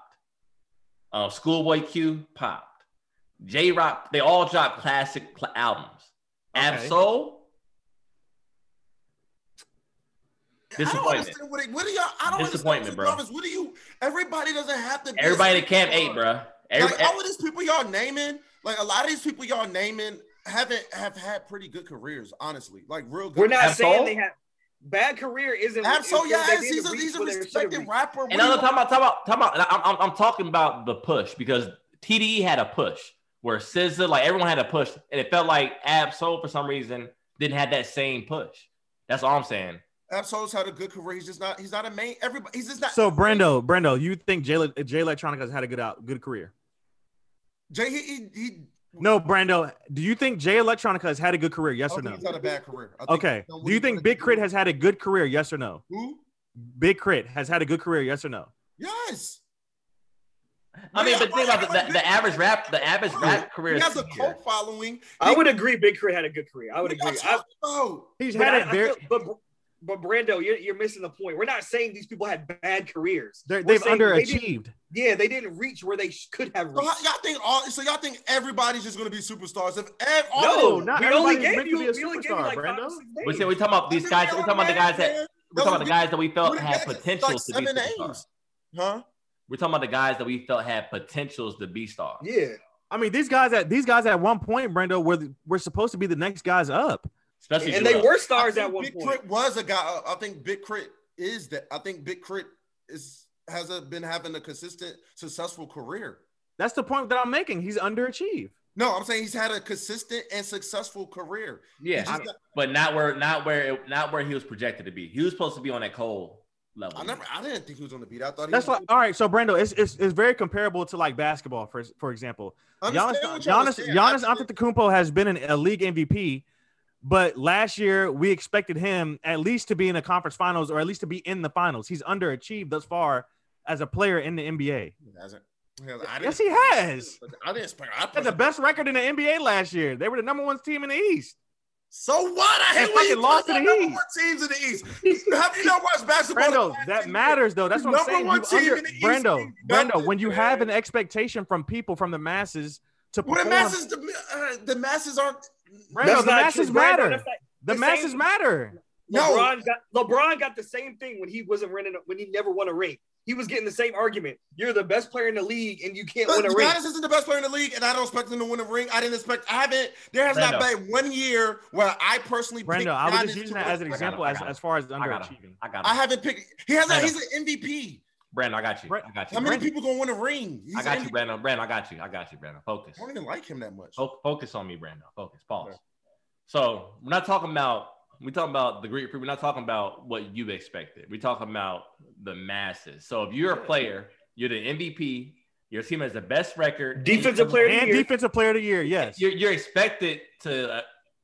[SPEAKER 3] Uh, Schoolboy Q popped. J Rock, they all dropped classic cl- albums.
[SPEAKER 2] Okay.
[SPEAKER 3] Absol,
[SPEAKER 4] I don't
[SPEAKER 3] Disappointment.
[SPEAKER 4] understand what, it, what are y'all. I don't
[SPEAKER 3] Disappointment,
[SPEAKER 4] understand,
[SPEAKER 3] bro.
[SPEAKER 4] Jarvis, What do you? Everybody doesn't have to. Be
[SPEAKER 3] everybody that Cam eight, bro. Every,
[SPEAKER 4] like oh, all of these people y'all naming, like a lot of these people y'all naming, haven't have had pretty good careers. Honestly, like real good.
[SPEAKER 5] We're not
[SPEAKER 3] Absol?
[SPEAKER 5] saying they have bad career. Isn't
[SPEAKER 4] Absol,
[SPEAKER 5] isn't-
[SPEAKER 4] yes,
[SPEAKER 5] they
[SPEAKER 4] he's
[SPEAKER 5] didn't
[SPEAKER 4] a, he's
[SPEAKER 5] reach
[SPEAKER 4] a
[SPEAKER 5] where they
[SPEAKER 4] respected
[SPEAKER 5] should've reached.
[SPEAKER 4] rapper. What
[SPEAKER 3] And
[SPEAKER 4] do
[SPEAKER 3] I'm
[SPEAKER 4] you-
[SPEAKER 3] talking about, talking about, talking about. and I'm, I'm, I'm talking about the push because TDE had a push where SZA, like everyone had a push, and it felt like Absol for some reason didn't have that same push. That's all I'm saying.
[SPEAKER 4] Absol's had a good career. He's just not. He's not a main. Everybody. He's just not.
[SPEAKER 2] So Brando, Brando, you think Jay Le- Jay Electronica has had a good out, good career?
[SPEAKER 4] Jay, he, he, he
[SPEAKER 2] No, Brando, do you think Jay Electronica has had a good career?
[SPEAKER 4] I
[SPEAKER 2] Yes
[SPEAKER 4] don't
[SPEAKER 2] or
[SPEAKER 4] think
[SPEAKER 2] no?
[SPEAKER 4] He's had a bad career. I think-
[SPEAKER 2] Okay.
[SPEAKER 4] I know
[SPEAKER 2] Do you
[SPEAKER 4] what
[SPEAKER 2] think
[SPEAKER 4] he-
[SPEAKER 2] Big Crit has had a good career? Yes or no?
[SPEAKER 4] Who?
[SPEAKER 2] Big Crit has had a good career? Yes or no?
[SPEAKER 4] Yes.
[SPEAKER 3] I mean,
[SPEAKER 4] Yeah,
[SPEAKER 3] but think about the, the, the average rap, the average rap
[SPEAKER 4] He
[SPEAKER 3] career. is
[SPEAKER 4] has a
[SPEAKER 3] here.
[SPEAKER 4] cult following.
[SPEAKER 5] I would agree. Big Crit had a good career. I would
[SPEAKER 4] What y'all
[SPEAKER 5] agree. I,
[SPEAKER 4] talking about?
[SPEAKER 2] He's
[SPEAKER 5] but, I,
[SPEAKER 2] had a
[SPEAKER 5] I
[SPEAKER 2] very.
[SPEAKER 5] feel- but but Brando, you're, you're missing the point. We're not saying these people had bad careers.
[SPEAKER 2] they're-
[SPEAKER 5] We're
[SPEAKER 2] They've
[SPEAKER 5] saying they didn't-
[SPEAKER 2] underachieved.
[SPEAKER 5] yeah, they didn't reach where they sh- could have
[SPEAKER 4] So how-
[SPEAKER 5] reached.
[SPEAKER 4] y'all think all? So y'all think everybody's just gonna be superstars? If ev- all
[SPEAKER 5] No,
[SPEAKER 4] of them-
[SPEAKER 2] not
[SPEAKER 5] we only
[SPEAKER 2] everybody's
[SPEAKER 5] gave
[SPEAKER 2] meant to
[SPEAKER 5] you,
[SPEAKER 2] be a
[SPEAKER 5] we only gave you
[SPEAKER 2] superstar,
[SPEAKER 5] like five
[SPEAKER 2] Brando.
[SPEAKER 5] or six names.
[SPEAKER 3] We said we talking about these guys. We talking about the guys that we're talking about the guys that we felt
[SPEAKER 4] Those
[SPEAKER 3] had
[SPEAKER 4] are
[SPEAKER 3] potential to be
[SPEAKER 4] seven
[SPEAKER 3] superstars.
[SPEAKER 4] names. Huh?
[SPEAKER 3] We're talking about the guys that we felt had potentials to be stars.
[SPEAKER 5] yeah,
[SPEAKER 2] I mean, these guys at these guys at one point, Brando, were were supposed to be the next guys up.
[SPEAKER 3] Especially
[SPEAKER 5] and they
[SPEAKER 3] Joel.
[SPEAKER 5] were stars
[SPEAKER 4] I think
[SPEAKER 5] at one
[SPEAKER 4] Big
[SPEAKER 5] point.
[SPEAKER 4] Crit was a guy. I think Big Crit is that. I think Big Crit is hasn't been having a consistent, successful career.
[SPEAKER 2] That's the point that I'm making. He's underachieved.
[SPEAKER 4] No, I'm saying he's had a consistent and successful career.
[SPEAKER 3] Yeah,
[SPEAKER 4] He's just not-
[SPEAKER 3] but not where not where it, not where he was projected to be. He was supposed to be on that cold level.
[SPEAKER 4] I never. I didn't think he was on the beat. I thought he
[SPEAKER 2] That's
[SPEAKER 4] was,
[SPEAKER 2] like all right. So Brando, it's, it's it's very comparable to like basketball for for example. Giannis
[SPEAKER 4] Understand what y'all
[SPEAKER 2] Giannis
[SPEAKER 4] saying.
[SPEAKER 2] Giannis
[SPEAKER 4] I just-
[SPEAKER 2] Antetokounmpo has been an, a league MVP, but last year we expected him at least to be in the conference finals or at least to be in the finals. He's underachieved thus far as a player in the NBA.
[SPEAKER 4] He hasn't. He hasn't. I
[SPEAKER 2] Yes,
[SPEAKER 4] didn't-
[SPEAKER 2] he has.
[SPEAKER 4] I didn't expect. I
[SPEAKER 2] Had the best record in the NBA last year. They were the number one team in the East.
[SPEAKER 4] So what? I
[SPEAKER 2] They
[SPEAKER 4] hate when you
[SPEAKER 2] fucking lost
[SPEAKER 4] talk
[SPEAKER 2] to the
[SPEAKER 4] about
[SPEAKER 2] Heat.
[SPEAKER 4] number one teams in the East. Have you not watched basketball?
[SPEAKER 2] Brando,
[SPEAKER 4] the past
[SPEAKER 2] that
[SPEAKER 4] 10
[SPEAKER 2] matters though. That's what I'm
[SPEAKER 4] Number
[SPEAKER 2] saying.
[SPEAKER 4] one
[SPEAKER 2] You
[SPEAKER 4] team
[SPEAKER 2] under-
[SPEAKER 4] in the East
[SPEAKER 2] Brando,
[SPEAKER 4] league.
[SPEAKER 2] Brando,
[SPEAKER 4] Nothing,
[SPEAKER 2] when you have an
[SPEAKER 4] man.
[SPEAKER 2] expectation from people, from the masses to
[SPEAKER 4] Well,
[SPEAKER 2] perform,
[SPEAKER 4] the masses, the, uh, the masses aren't.
[SPEAKER 2] Brando,
[SPEAKER 5] That's
[SPEAKER 2] the
[SPEAKER 5] not
[SPEAKER 2] masses
[SPEAKER 5] true. Brando,
[SPEAKER 2] matter.
[SPEAKER 5] that's not-
[SPEAKER 2] the
[SPEAKER 5] the
[SPEAKER 2] masses
[SPEAKER 5] same-
[SPEAKER 2] matter.
[SPEAKER 4] No.
[SPEAKER 5] LeBron got LeBron got the same thing when he wasn't winning when he never won a ring. He was getting the same argument. You're the best player in the league and you can't win a ring.
[SPEAKER 4] Giannis isn't the best player in the league, and I don't expect him to win a ring. I didn't expect. I haven't. There has not
[SPEAKER 3] Brando.
[SPEAKER 4] been one year where I personally. picked
[SPEAKER 2] Brando, I was
[SPEAKER 4] Giannis
[SPEAKER 2] just using
[SPEAKER 4] to
[SPEAKER 2] that
[SPEAKER 4] win
[SPEAKER 2] as
[SPEAKER 4] a
[SPEAKER 2] an
[SPEAKER 4] ring.
[SPEAKER 2] example
[SPEAKER 3] I
[SPEAKER 2] as,
[SPEAKER 3] got it.
[SPEAKER 2] as far as
[SPEAKER 3] I got
[SPEAKER 2] underachieving.
[SPEAKER 3] him. I got
[SPEAKER 4] I
[SPEAKER 3] him.
[SPEAKER 4] haven't picked. He hasn't.
[SPEAKER 3] Brando.
[SPEAKER 4] He's an MVP.
[SPEAKER 3] Brando, I got you.
[SPEAKER 2] Brand-
[SPEAKER 3] I got you.
[SPEAKER 4] How many
[SPEAKER 3] Brando,
[SPEAKER 4] people gonna win a ring? He's
[SPEAKER 3] I got
[SPEAKER 4] an
[SPEAKER 3] you,
[SPEAKER 4] MVP.
[SPEAKER 3] Brando. Brando, I got you. I got you, Brando. Focus.
[SPEAKER 4] I don't even like him that much.
[SPEAKER 3] Fo- Focus on me, Brando. Focus. Pause.
[SPEAKER 4] Okay.
[SPEAKER 3] So we're not talking about we're talking about the Greek freak. We're not talking about what you expected. We're talking about the masses. So if you're a player, you're the MVP. Your team has the best record.
[SPEAKER 5] Defensive player of the
[SPEAKER 2] And
[SPEAKER 5] year.
[SPEAKER 2] defensive player of the year, yes.
[SPEAKER 3] You're, you're expected to. Uh,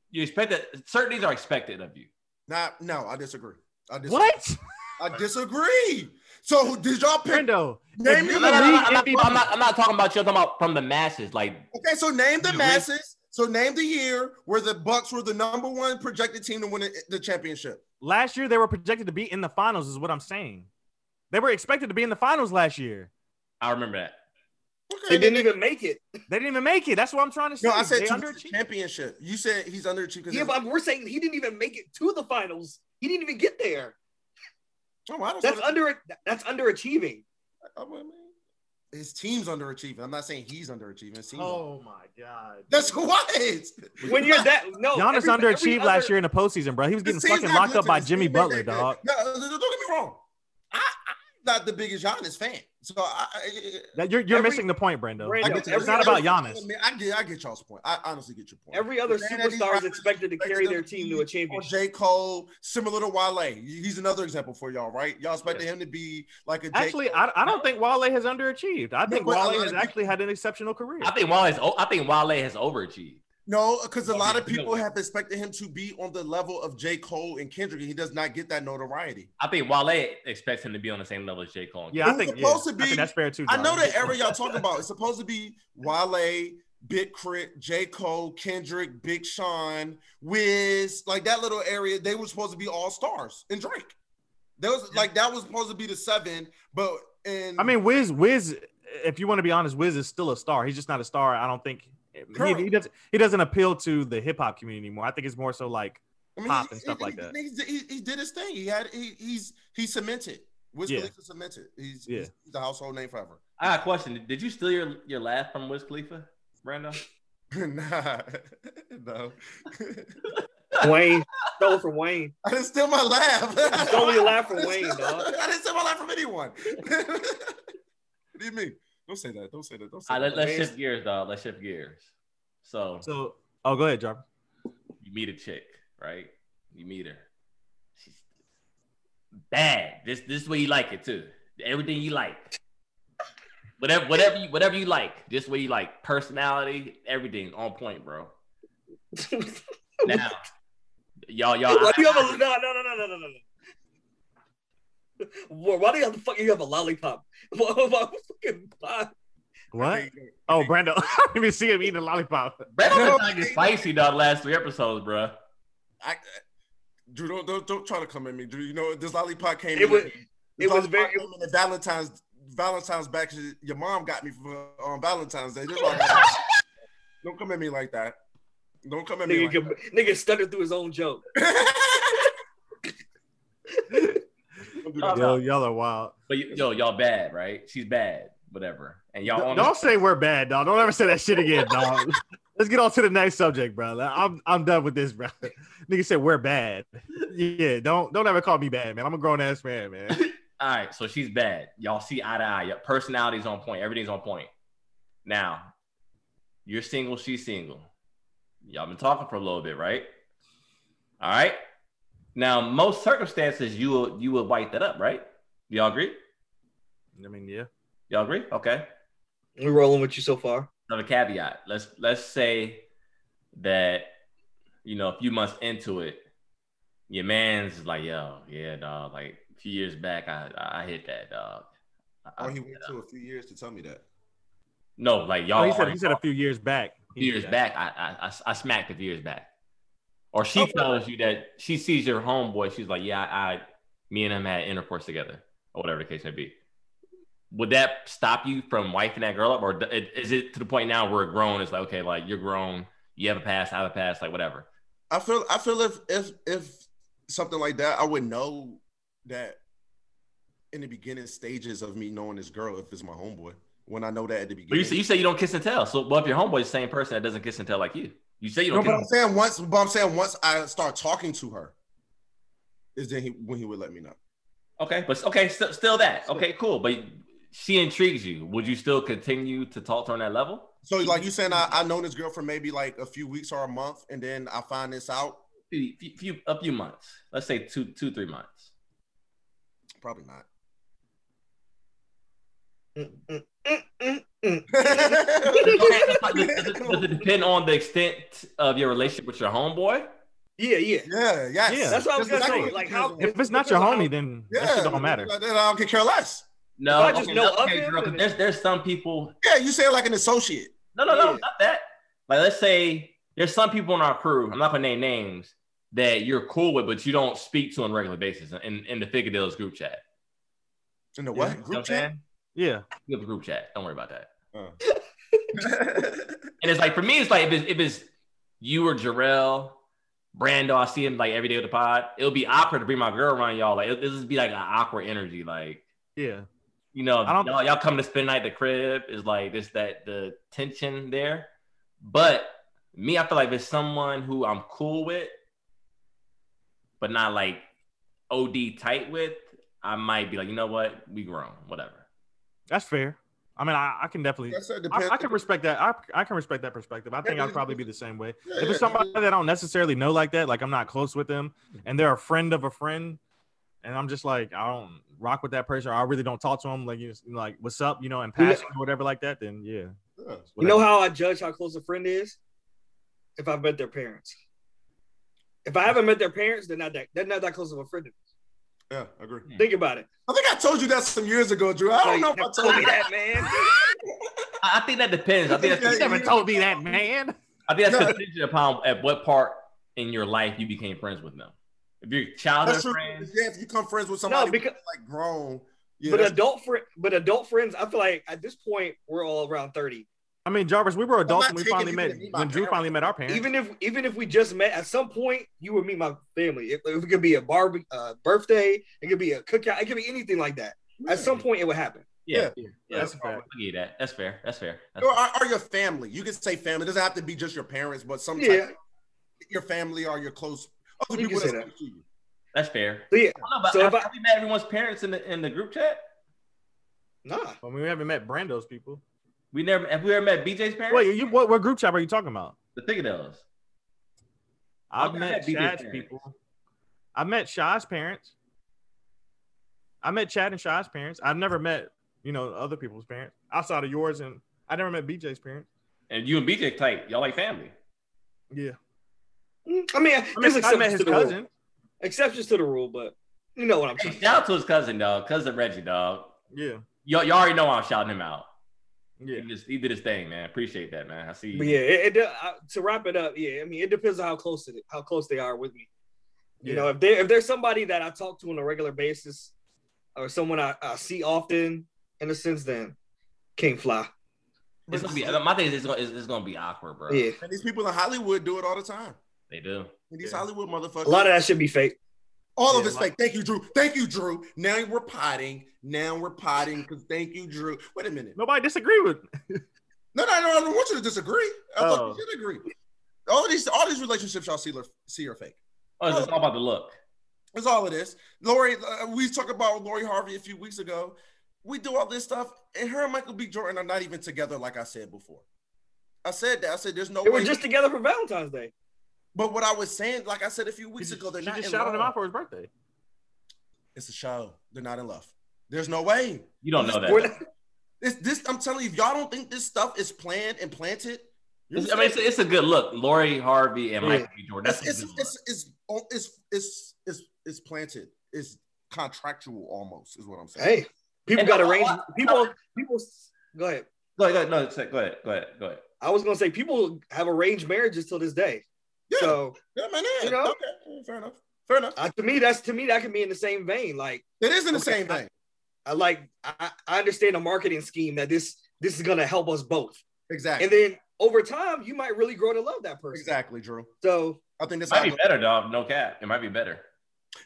[SPEAKER 3] you expect that certain things are expected of you.
[SPEAKER 4] Not. No, I disagree. I disagree.
[SPEAKER 2] What,
[SPEAKER 4] I disagree. So did y'all pick?
[SPEAKER 2] Brando?
[SPEAKER 4] Name
[SPEAKER 2] if
[SPEAKER 4] me
[SPEAKER 2] you're
[SPEAKER 3] No, no, no,
[SPEAKER 4] the
[SPEAKER 2] the
[SPEAKER 3] no, no,
[SPEAKER 2] league
[SPEAKER 3] I'm, not,
[SPEAKER 2] MVP
[SPEAKER 3] I'm not. I'm not talking about you. I'm talking about from the masses. Like
[SPEAKER 4] Okay, so name the
[SPEAKER 3] The Wizards.
[SPEAKER 4] masses. So name the year where the Bucks were the number one projected team to win the- the championship.
[SPEAKER 2] last year, they were projected to be in the finals. Is what I'm saying. They were expected to be in the finals last year.
[SPEAKER 3] I remember that.
[SPEAKER 5] They
[SPEAKER 4] Okay,
[SPEAKER 5] didn't even make it.
[SPEAKER 2] They didn't even make it. That's what I'm trying to say.
[SPEAKER 4] No, I said
[SPEAKER 2] they
[SPEAKER 4] to win the
[SPEAKER 2] underachieved.
[SPEAKER 4] championship. You said he's underachieved. 'cause
[SPEAKER 5] Yeah,
[SPEAKER 4] of-
[SPEAKER 5] but we're saying he didn't even make it to the finals. He didn't even get there.
[SPEAKER 4] Oh, I don't
[SPEAKER 5] That's
[SPEAKER 4] I
[SPEAKER 5] under that's underachieving.
[SPEAKER 4] mean, his team's underachieving. I'm not saying he's underachieving. His team's
[SPEAKER 5] Oh.
[SPEAKER 4] under-
[SPEAKER 2] Oh my god.
[SPEAKER 4] that's what. His
[SPEAKER 5] When you're that no
[SPEAKER 2] Giannis
[SPEAKER 5] every- every
[SPEAKER 2] underachieved
[SPEAKER 5] other-
[SPEAKER 2] last year in the postseason, bro. He was getting
[SPEAKER 4] team's
[SPEAKER 2] fucking
[SPEAKER 4] not
[SPEAKER 2] locked
[SPEAKER 4] good
[SPEAKER 2] up by
[SPEAKER 4] to-
[SPEAKER 2] Jimmy
[SPEAKER 4] they-
[SPEAKER 2] Butler,
[SPEAKER 4] they-
[SPEAKER 2] dog.
[SPEAKER 4] No, don't get me wrong. I, I'm not the biggest Giannis fan, so I, I,
[SPEAKER 2] That- you're you're
[SPEAKER 5] Every-
[SPEAKER 2] missing the point, Brando.
[SPEAKER 5] Brando, know,
[SPEAKER 4] I get
[SPEAKER 2] it's
[SPEAKER 4] you.
[SPEAKER 5] every-
[SPEAKER 2] not about
[SPEAKER 4] every-
[SPEAKER 2] Giannis.
[SPEAKER 4] I get, I get y'all's point. I honestly get your point.
[SPEAKER 5] every other
[SPEAKER 4] The man that these
[SPEAKER 5] superstar is
[SPEAKER 4] rappers
[SPEAKER 5] expected to carry their team to a
[SPEAKER 4] Or
[SPEAKER 5] championship.
[SPEAKER 4] J. Cole, similar to Wale. He's another example for y'all, right? Y'all expected him to be like a J.
[SPEAKER 2] Actually,
[SPEAKER 4] Cole.
[SPEAKER 2] I, I don't think Wale has underachieved. I think
[SPEAKER 4] but a
[SPEAKER 2] Wale
[SPEAKER 4] lot
[SPEAKER 2] has
[SPEAKER 4] of
[SPEAKER 2] actually had an exceptional career.
[SPEAKER 3] I think Wale. Is, o- I think Wale has overachieved.
[SPEAKER 4] no, because a lot of
[SPEAKER 3] No.
[SPEAKER 4] people have expected him to be on the level of J. Cole and Kendrick, and he does not get that notoriety.
[SPEAKER 3] I think Wale expects him to be on the same level as J. Cole.
[SPEAKER 2] yeah, I
[SPEAKER 4] Who's
[SPEAKER 2] think, yeah,
[SPEAKER 4] supposed to
[SPEAKER 2] I think
[SPEAKER 4] be-
[SPEAKER 2] that's fair too.
[SPEAKER 4] I know
[SPEAKER 2] dog.
[SPEAKER 4] that era y'all talking about is supposed to be Wale, Big Crit, J. Cole, Kendrick, Big Sean, Wiz, like that little area. They were supposed to be all stars and Drake. That was like that was supposed to be the seven, but and
[SPEAKER 2] I mean, Wiz, Wiz, if you want to be honest, Wiz is still a star. He's just not a star. I don't think he, he
[SPEAKER 4] Correct.
[SPEAKER 2] doesn't he doesn't appeal to the hip hop community anymore. I think it's more so like
[SPEAKER 4] I mean,
[SPEAKER 2] pop and stuff like
[SPEAKER 4] he,
[SPEAKER 2] that.
[SPEAKER 4] He, he- he did his thing. He had he, he's he cemented. Wiz
[SPEAKER 2] Yeah.
[SPEAKER 4] Khalifa cemented. He's,
[SPEAKER 2] Yeah.
[SPEAKER 4] he's the household name forever.
[SPEAKER 3] I got a question. Did you steal your, your laugh from Wiz Khalifa, Brando?
[SPEAKER 4] nah, no.
[SPEAKER 5] Wayne stole it from Wayne.
[SPEAKER 4] I didn't steal my laugh.
[SPEAKER 5] You stole your laugh from
[SPEAKER 4] I didn't
[SPEAKER 5] Wayne,
[SPEAKER 4] steal-
[SPEAKER 5] dog.
[SPEAKER 4] I didn't steal my laugh from anyone. what do you mean? Don't say that. Don't say that. Don't say
[SPEAKER 3] All right,
[SPEAKER 4] that.
[SPEAKER 3] let, us shift gears, dog. Let's shift gears. So
[SPEAKER 2] so. Oh, go ahead, Jarvis.
[SPEAKER 3] you meet a chick, right? You meet her. bad. This this way you like it too. Everything you like. Whatever whatever you whatever you like. This way you like personality, everything on point, bro. Now y'all y'all
[SPEAKER 5] Why do you have a no no no no no no no? no. Why why do you have the fuck you have a lollipop? Why, why fucking pie?
[SPEAKER 2] What? Oh, Brando. I didn't even see him eating a lollipop.
[SPEAKER 3] Brandon been talking spicy dog the last three episodes, bro.
[SPEAKER 4] I, I- Drew, don't, don't don't try to come at me, Drew. You know what? this lollipop came.
[SPEAKER 5] It
[SPEAKER 4] in-
[SPEAKER 5] was-
[SPEAKER 4] this
[SPEAKER 5] it was
[SPEAKER 4] lollipop
[SPEAKER 5] very-
[SPEAKER 4] came in the Valentine's Valentine's back. Your mom got me for on Valentine's Day. This lollipop- don't come at me like that. Don't come at me.
[SPEAKER 5] Nigga,
[SPEAKER 4] Like
[SPEAKER 5] com- nigga stuttered through his own joke.
[SPEAKER 4] that. Don't do that.
[SPEAKER 2] Yo, y'all are wild.
[SPEAKER 3] But y- yo, y'all bad, right? She's bad, whatever. And y'all on
[SPEAKER 2] Don't say we're bad, dog. Don't ever say that shit again, dog. Let's get on to the next subject, bro. Like, I'm I'm done with this, bro. Nigga said we're bad. Yeah, don't don't ever call me bad, man. I'm a grown ass man, man.
[SPEAKER 3] All right, so she's bad. Y'all see eye to eye. Your personality's on point. Everything's on point. Now, you're single. She's single. Y'all been talking for a little bit, right? All right. Now, most circumstances, you will you will wipe that up, right? Y'all agree?
[SPEAKER 2] I mean, yeah.
[SPEAKER 3] Y'all agree? Okay.
[SPEAKER 5] We rolling with you so far.
[SPEAKER 3] Another caveat. Let's let's say that you know a few months into it, your man's like, yo, yeah, dog. Like a few years back, I I hit that dog. I-
[SPEAKER 4] Oh, he went to a few years to tell me that.
[SPEAKER 3] No, like y'all.
[SPEAKER 2] Oh, he said
[SPEAKER 3] already
[SPEAKER 2] he said a few years back.
[SPEAKER 3] few years back. I, I I I smacked a few years back. Or she tells you that she sees your homeboy. She's like, yeah, I, I me and him had intercourse together, or whatever the case may be. Would that stop you from wiping that girl up, or d- it- is it to the point now where grown? It's like, okay, like you're grown, you have a past, I have a past, like whatever.
[SPEAKER 4] I feel I feel if if if something like that, I would know that in the beginning stages of me knowing this girl, if it's my homeboy, when I know that at the
[SPEAKER 3] But
[SPEAKER 4] beginning.
[SPEAKER 3] you say you say you don't kiss and tell. So, well, if your homeboy's the same person that doesn't kiss and tell like you, you say you
[SPEAKER 4] no,
[SPEAKER 3] don't.
[SPEAKER 4] but I'm
[SPEAKER 3] kiss
[SPEAKER 4] saying once, but I'm saying once I start talking to her, is then he when he would let me know.
[SPEAKER 3] okay, but okay, st- still that. Okay, cool. But she intrigues you. Would you still continue to talk to her on that level?
[SPEAKER 4] So like you saying, I I known this girl for maybe like a few weeks or a month, and then I find this out.
[SPEAKER 3] few, few- few a few months. Let's say two two three months.
[SPEAKER 4] Probably not.
[SPEAKER 5] Mm, mm, mm, mm, mm.
[SPEAKER 3] Does it, does it depend on the extent of your relationship with your homeboy?
[SPEAKER 5] Yeah, yeah.
[SPEAKER 4] yeah, yes.
[SPEAKER 2] Yeah.
[SPEAKER 5] That's what I was
[SPEAKER 4] That's
[SPEAKER 5] gonna
[SPEAKER 4] exactly
[SPEAKER 5] say.
[SPEAKER 4] what
[SPEAKER 5] Like
[SPEAKER 4] it
[SPEAKER 5] how
[SPEAKER 4] is.
[SPEAKER 2] If it's not your homie, then
[SPEAKER 4] Yeah,
[SPEAKER 2] that shit don't matter.
[SPEAKER 4] Like that, I don't care less.
[SPEAKER 3] No,
[SPEAKER 5] If I just know of him,
[SPEAKER 3] girl, 'cause
[SPEAKER 5] then-
[SPEAKER 3] there's there's some people.
[SPEAKER 4] Yeah, you say like an associate.
[SPEAKER 3] No, no, no,
[SPEAKER 5] Yeah.
[SPEAKER 3] not that. Like let's say there's some people in our crew. I'm not gonna name names that you're cool with, but you don't speak to on a regular basis in in the Figadillos group chat.
[SPEAKER 4] In the what?
[SPEAKER 2] Yeah.
[SPEAKER 3] You know what
[SPEAKER 4] Group
[SPEAKER 3] I'm
[SPEAKER 4] chat?
[SPEAKER 3] saying?
[SPEAKER 2] Yeah.
[SPEAKER 3] You have a group chat. Don't worry about that.
[SPEAKER 4] Uh.
[SPEAKER 3] And it's like for me, it's like if it's, if it's you or Jarrell, Brando, I see him like every day with the pod. It'll be awkward to bring my girl around y'all. Like it, will just be like an awkward energy. Like
[SPEAKER 2] Yeah.
[SPEAKER 3] you know,
[SPEAKER 2] I don't-
[SPEAKER 3] y'all, y'all come to spend the night at the crib is like this that the tension there. But me, I feel like if it's someone who I'm cool with, but not like OD tight with, I might be like, you know what, we grown, whatever.
[SPEAKER 2] That's fair. I mean, I, I can definitely
[SPEAKER 4] That's a
[SPEAKER 2] I,
[SPEAKER 4] depend-
[SPEAKER 2] I can respect that. I, I can respect that perspective. I think I'd probably be the same way.
[SPEAKER 4] Yeah,
[SPEAKER 2] If
[SPEAKER 4] yeah.
[SPEAKER 2] it's somebody that I don't necessarily know like that, like I'm not close with them, and they're a friend of a friend, and I'm just like I don't rock with that person, or I really don't talk to them, like you, just, like what's up, you know, and
[SPEAKER 5] You know-
[SPEAKER 2] pass or whatever like that, then yeah.
[SPEAKER 4] Yeah.
[SPEAKER 5] you know how I judge how close a friend is? If I've met their parents. If I haven't met their parents, they're not that they're not that close of a friend. to me.
[SPEAKER 4] Yeah, I agree.
[SPEAKER 5] Think about it.
[SPEAKER 4] I think I told you that some years ago, Drew. Hmm. I don't know
[SPEAKER 5] Like,
[SPEAKER 4] if I
[SPEAKER 5] tell
[SPEAKER 4] told
[SPEAKER 5] me
[SPEAKER 4] you that.
[SPEAKER 5] that, man.
[SPEAKER 3] I, I think that depends. I think that's
[SPEAKER 2] You never told me that, man.
[SPEAKER 3] I think that's
[SPEAKER 4] No.
[SPEAKER 3] contingent upon at what part in your life you became friends with them. If you're childhood
[SPEAKER 4] That's true.
[SPEAKER 3] friends,
[SPEAKER 4] Yeah, if you come friends with somebody
[SPEAKER 5] No, because-
[SPEAKER 4] who's, like grown, yeah,
[SPEAKER 5] but
[SPEAKER 4] that's-
[SPEAKER 5] adult friend, but adult friends, I feel like at this point we're all around thirty.
[SPEAKER 2] I mean, Jarvis, we were adults
[SPEAKER 4] not
[SPEAKER 2] when we
[SPEAKER 4] taking
[SPEAKER 2] finally
[SPEAKER 4] you
[SPEAKER 2] met
[SPEAKER 4] to meet my
[SPEAKER 2] when Drew
[SPEAKER 4] parents.
[SPEAKER 2] finally met our parents.
[SPEAKER 5] Even if even if we just met at some point, you would meet my family. It, it could be a barbe, uh, birthday, it could be a cookout, it could be anything like that. At some point, it would happen.
[SPEAKER 3] yeah,
[SPEAKER 2] yeah,
[SPEAKER 3] yeah,
[SPEAKER 2] that's
[SPEAKER 3] that's
[SPEAKER 2] a fact.
[SPEAKER 3] I get that. That's fair. That's fair. That's
[SPEAKER 4] or are, are your family. You can say family. It doesn't have to be just your parents, but sometimes
[SPEAKER 5] Yeah.
[SPEAKER 4] your family or your close other
[SPEAKER 5] You can
[SPEAKER 4] people
[SPEAKER 5] say
[SPEAKER 4] that's
[SPEAKER 5] that.
[SPEAKER 4] close to you.
[SPEAKER 3] that's fair.
[SPEAKER 5] So yeah,
[SPEAKER 3] I don't know, but
[SPEAKER 5] So
[SPEAKER 3] have,
[SPEAKER 5] if I-
[SPEAKER 3] have you met everyone's parents in the in the group chat?
[SPEAKER 5] nah.
[SPEAKER 2] I mean, we haven't met Brando's people.
[SPEAKER 3] We never have we ever met BJ's parents?
[SPEAKER 2] Wait, you what, what group chat are you talking about?
[SPEAKER 3] the Thigadellas.
[SPEAKER 2] I've
[SPEAKER 3] Okay, I
[SPEAKER 2] met
[SPEAKER 3] met BJ's
[SPEAKER 2] Shad's
[SPEAKER 3] parents.
[SPEAKER 2] people. I met Shad's parents. I met Chad and Shy's parents. I've never met you know other people's parents outside of yours, and I never met BJ's parents.
[SPEAKER 3] And you and BJ tight. Y'all like family.
[SPEAKER 2] Yeah,
[SPEAKER 5] I mean,
[SPEAKER 2] I,
[SPEAKER 5] there's
[SPEAKER 2] mean, I met
[SPEAKER 5] exceptions
[SPEAKER 2] his
[SPEAKER 5] to the rule.
[SPEAKER 2] cousin.
[SPEAKER 5] Exceptions to the rule, but you know what I'm
[SPEAKER 3] Hey,
[SPEAKER 5] saying.
[SPEAKER 3] shout out to his cousin, dog. Cousin Reggie, dog.
[SPEAKER 2] Yeah,
[SPEAKER 3] Y'all, y'all already know I'm shouting him out.
[SPEAKER 2] yeah.
[SPEAKER 3] He, just, he did his thing, man. Appreciate that, man. I see you.
[SPEAKER 5] But yeah, it, it, uh, to wrap it up, yeah, I mean, it depends on how close it, how close they are with me. You
[SPEAKER 2] Yeah.
[SPEAKER 5] know, if they if there's somebody that I talk to on a regular basis, or someone I, I see often, in a sense, then King Fly,
[SPEAKER 3] It's gonna be, my thing is, it's gonna, it's, it's gonna be awkward, bro.
[SPEAKER 5] yeah,
[SPEAKER 4] And these people in Hollywood do it all the time.
[SPEAKER 3] They do.
[SPEAKER 4] And these
[SPEAKER 2] Yeah.
[SPEAKER 4] Hollywood motherfuckers.
[SPEAKER 5] a lot of that should be fake.
[SPEAKER 4] All of
[SPEAKER 2] Yeah,
[SPEAKER 4] it's
[SPEAKER 2] like-
[SPEAKER 4] fake. Thank you, Drew. Thank you, Drew. Now we're potting. Now we're potting because thank you, Drew. Wait a minute. No,
[SPEAKER 2] Nobody disagree with.
[SPEAKER 4] no, no. I don't want you to disagree. I
[SPEAKER 2] Oh.
[SPEAKER 4] thought you did agree. All these, all these relationships y'all see, are- see are fake.
[SPEAKER 3] Oh, it's just all about the look.
[SPEAKER 4] That's all it is. Lori, uh, we talked about Lori Harvey a few weeks ago. We do all this stuff, and her and Michael B. Jordan are not even together, like I said before. I said that. I said there's no
[SPEAKER 5] They
[SPEAKER 4] way.
[SPEAKER 5] were just together for Valentine's Day.
[SPEAKER 4] but what I was saying, like I said a few weeks
[SPEAKER 2] She
[SPEAKER 4] ago, they're
[SPEAKER 2] just-
[SPEAKER 4] not
[SPEAKER 2] she just
[SPEAKER 4] in
[SPEAKER 2] shouted
[SPEAKER 4] love.
[SPEAKER 2] him out for his birthday.
[SPEAKER 4] It's a show. They're not in love. There's no way.
[SPEAKER 3] You don't know
[SPEAKER 5] We're
[SPEAKER 3] that.
[SPEAKER 5] not-
[SPEAKER 4] This, this, I'm telling you, if y'all don't think this stuff is planned and planted, you're
[SPEAKER 3] It's- I mean, it's, it's a good look. Lori Harvey and
[SPEAKER 5] Yeah.
[SPEAKER 3] Michael B. Jordan. That's
[SPEAKER 4] it's,
[SPEAKER 3] a
[SPEAKER 4] it's,
[SPEAKER 3] good
[SPEAKER 4] it's, it's, it's, it's, it's, it's, it's planted. It's contractual almost, is what I'm saying.
[SPEAKER 5] hey, people
[SPEAKER 3] And
[SPEAKER 5] got
[SPEAKER 3] I- I-
[SPEAKER 5] arranged.
[SPEAKER 3] I-
[SPEAKER 5] People, people. Go ahead.
[SPEAKER 3] look. Go ahead, go ahead, no, say- go ahead, go ahead, go ahead.
[SPEAKER 5] I was gonna say people have arranged marriages till this day.
[SPEAKER 4] Yeah.
[SPEAKER 5] So
[SPEAKER 4] Yeah, man. Yeah.
[SPEAKER 5] You know?
[SPEAKER 4] Okay. Yeah, Fair enough. Fair enough.
[SPEAKER 5] uh, to me, that's to me that can be in the same vein. Like
[SPEAKER 4] It isn't the
[SPEAKER 5] Okay,
[SPEAKER 4] same
[SPEAKER 5] I-
[SPEAKER 4] thing.
[SPEAKER 5] I like I, I understand the marketing scheme that this this is gonna help us both.
[SPEAKER 4] Exactly.
[SPEAKER 5] And then over time, you might really grow to love that person.
[SPEAKER 4] exactly, Drew.
[SPEAKER 5] So
[SPEAKER 4] I think that's
[SPEAKER 3] It
[SPEAKER 4] how
[SPEAKER 3] might be better, dog. No cap. It might be better.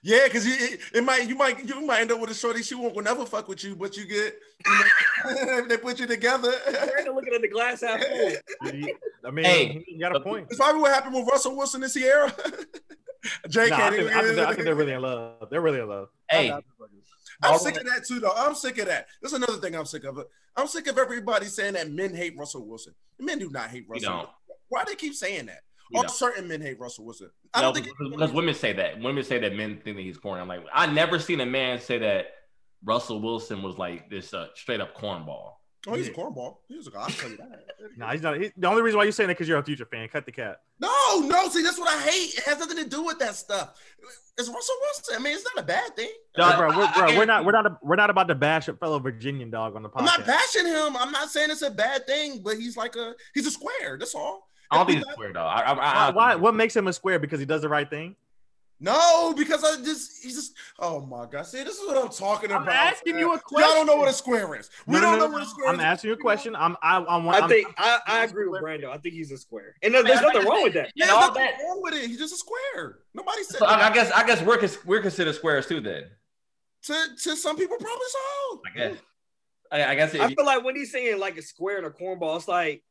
[SPEAKER 4] Yeah, because you it, it might you might you might end up with a shorty she won't will never fuck with you, but you get you know, they put you together.
[SPEAKER 5] we're not looking at the glass half full.
[SPEAKER 2] I mean,
[SPEAKER 3] Hey,
[SPEAKER 2] he got a
[SPEAKER 3] but-
[SPEAKER 2] point.
[SPEAKER 4] It's probably what happened with Russell Wilson and Sierra. JK,
[SPEAKER 2] Nah, I,
[SPEAKER 4] they-
[SPEAKER 2] think, I, think they're, I think they're really in love. They're really in love.
[SPEAKER 3] Hey,
[SPEAKER 4] I'm sick of that too, though. I'm sick of that. That's another thing I'm sick of. I'm sick of everybody saying that men hate Russell Wilson. Men do not hate
[SPEAKER 3] you
[SPEAKER 4] Russell.
[SPEAKER 3] don't.
[SPEAKER 4] Wilson. Why they keep saying that?
[SPEAKER 3] You
[SPEAKER 4] All
[SPEAKER 3] don't.
[SPEAKER 4] certain men hate Russell Wilson. I
[SPEAKER 3] No,
[SPEAKER 4] don't
[SPEAKER 3] because,
[SPEAKER 4] think
[SPEAKER 3] because women say that. Women say that men think that he's corny. I'm like, I never seen a man say that Russell Wilson was like this uh, straight up cornball.
[SPEAKER 4] Oh, he's a
[SPEAKER 2] Yeah.
[SPEAKER 4] cornball. He's a guy. I'll tell you that.
[SPEAKER 2] Nah, he's not. He, the only reason why you're saying that because you're a future fan. Cut the cap.
[SPEAKER 4] No, no. See, that's what I hate. It has nothing to do with that stuff. It's Russell Wilson. I mean, it's not a bad thing.
[SPEAKER 3] No,
[SPEAKER 2] Hey, bro, we're,
[SPEAKER 3] I-
[SPEAKER 2] bro,
[SPEAKER 3] I-
[SPEAKER 2] we're not. We're not. we're not about to bash a fellow Virginian dog on the
[SPEAKER 4] I'm not
[SPEAKER 2] podcast.
[SPEAKER 4] bashing him. I'm not saying it's a bad thing, but he's like a he's a square. That's all.
[SPEAKER 3] I don't think it's square, dog. I, I, I,
[SPEAKER 2] Why,
[SPEAKER 3] I
[SPEAKER 2] why? What makes him a square? Because he does the right thing.
[SPEAKER 4] No, because I just he's just oh my god. See, this is what I'm talking about.
[SPEAKER 2] I'm asking
[SPEAKER 4] man.
[SPEAKER 2] you a
[SPEAKER 4] Y'all
[SPEAKER 2] question.
[SPEAKER 4] don't know what a square is. We
[SPEAKER 2] No, no,
[SPEAKER 4] don't
[SPEAKER 2] no,
[SPEAKER 4] know what a square
[SPEAKER 2] I'm
[SPEAKER 4] is.
[SPEAKER 2] asking you a question. I'm. I, I want.
[SPEAKER 5] I think I, I agree with Brando. I think he's a square. And there- there's
[SPEAKER 3] Man, I
[SPEAKER 5] nothing wrong with that.
[SPEAKER 4] Yeah,
[SPEAKER 3] and all
[SPEAKER 4] nothing
[SPEAKER 3] that.
[SPEAKER 4] wrong with it. He's just a square. Nobody said
[SPEAKER 3] So I, I
[SPEAKER 4] that.
[SPEAKER 3] guess I guess we're cons- we're considered squares too. Then
[SPEAKER 4] to to some people probably so.
[SPEAKER 3] I guess I, I guess if
[SPEAKER 5] I
[SPEAKER 3] you,
[SPEAKER 5] feel like when he's saying like a square and a cornball, it's like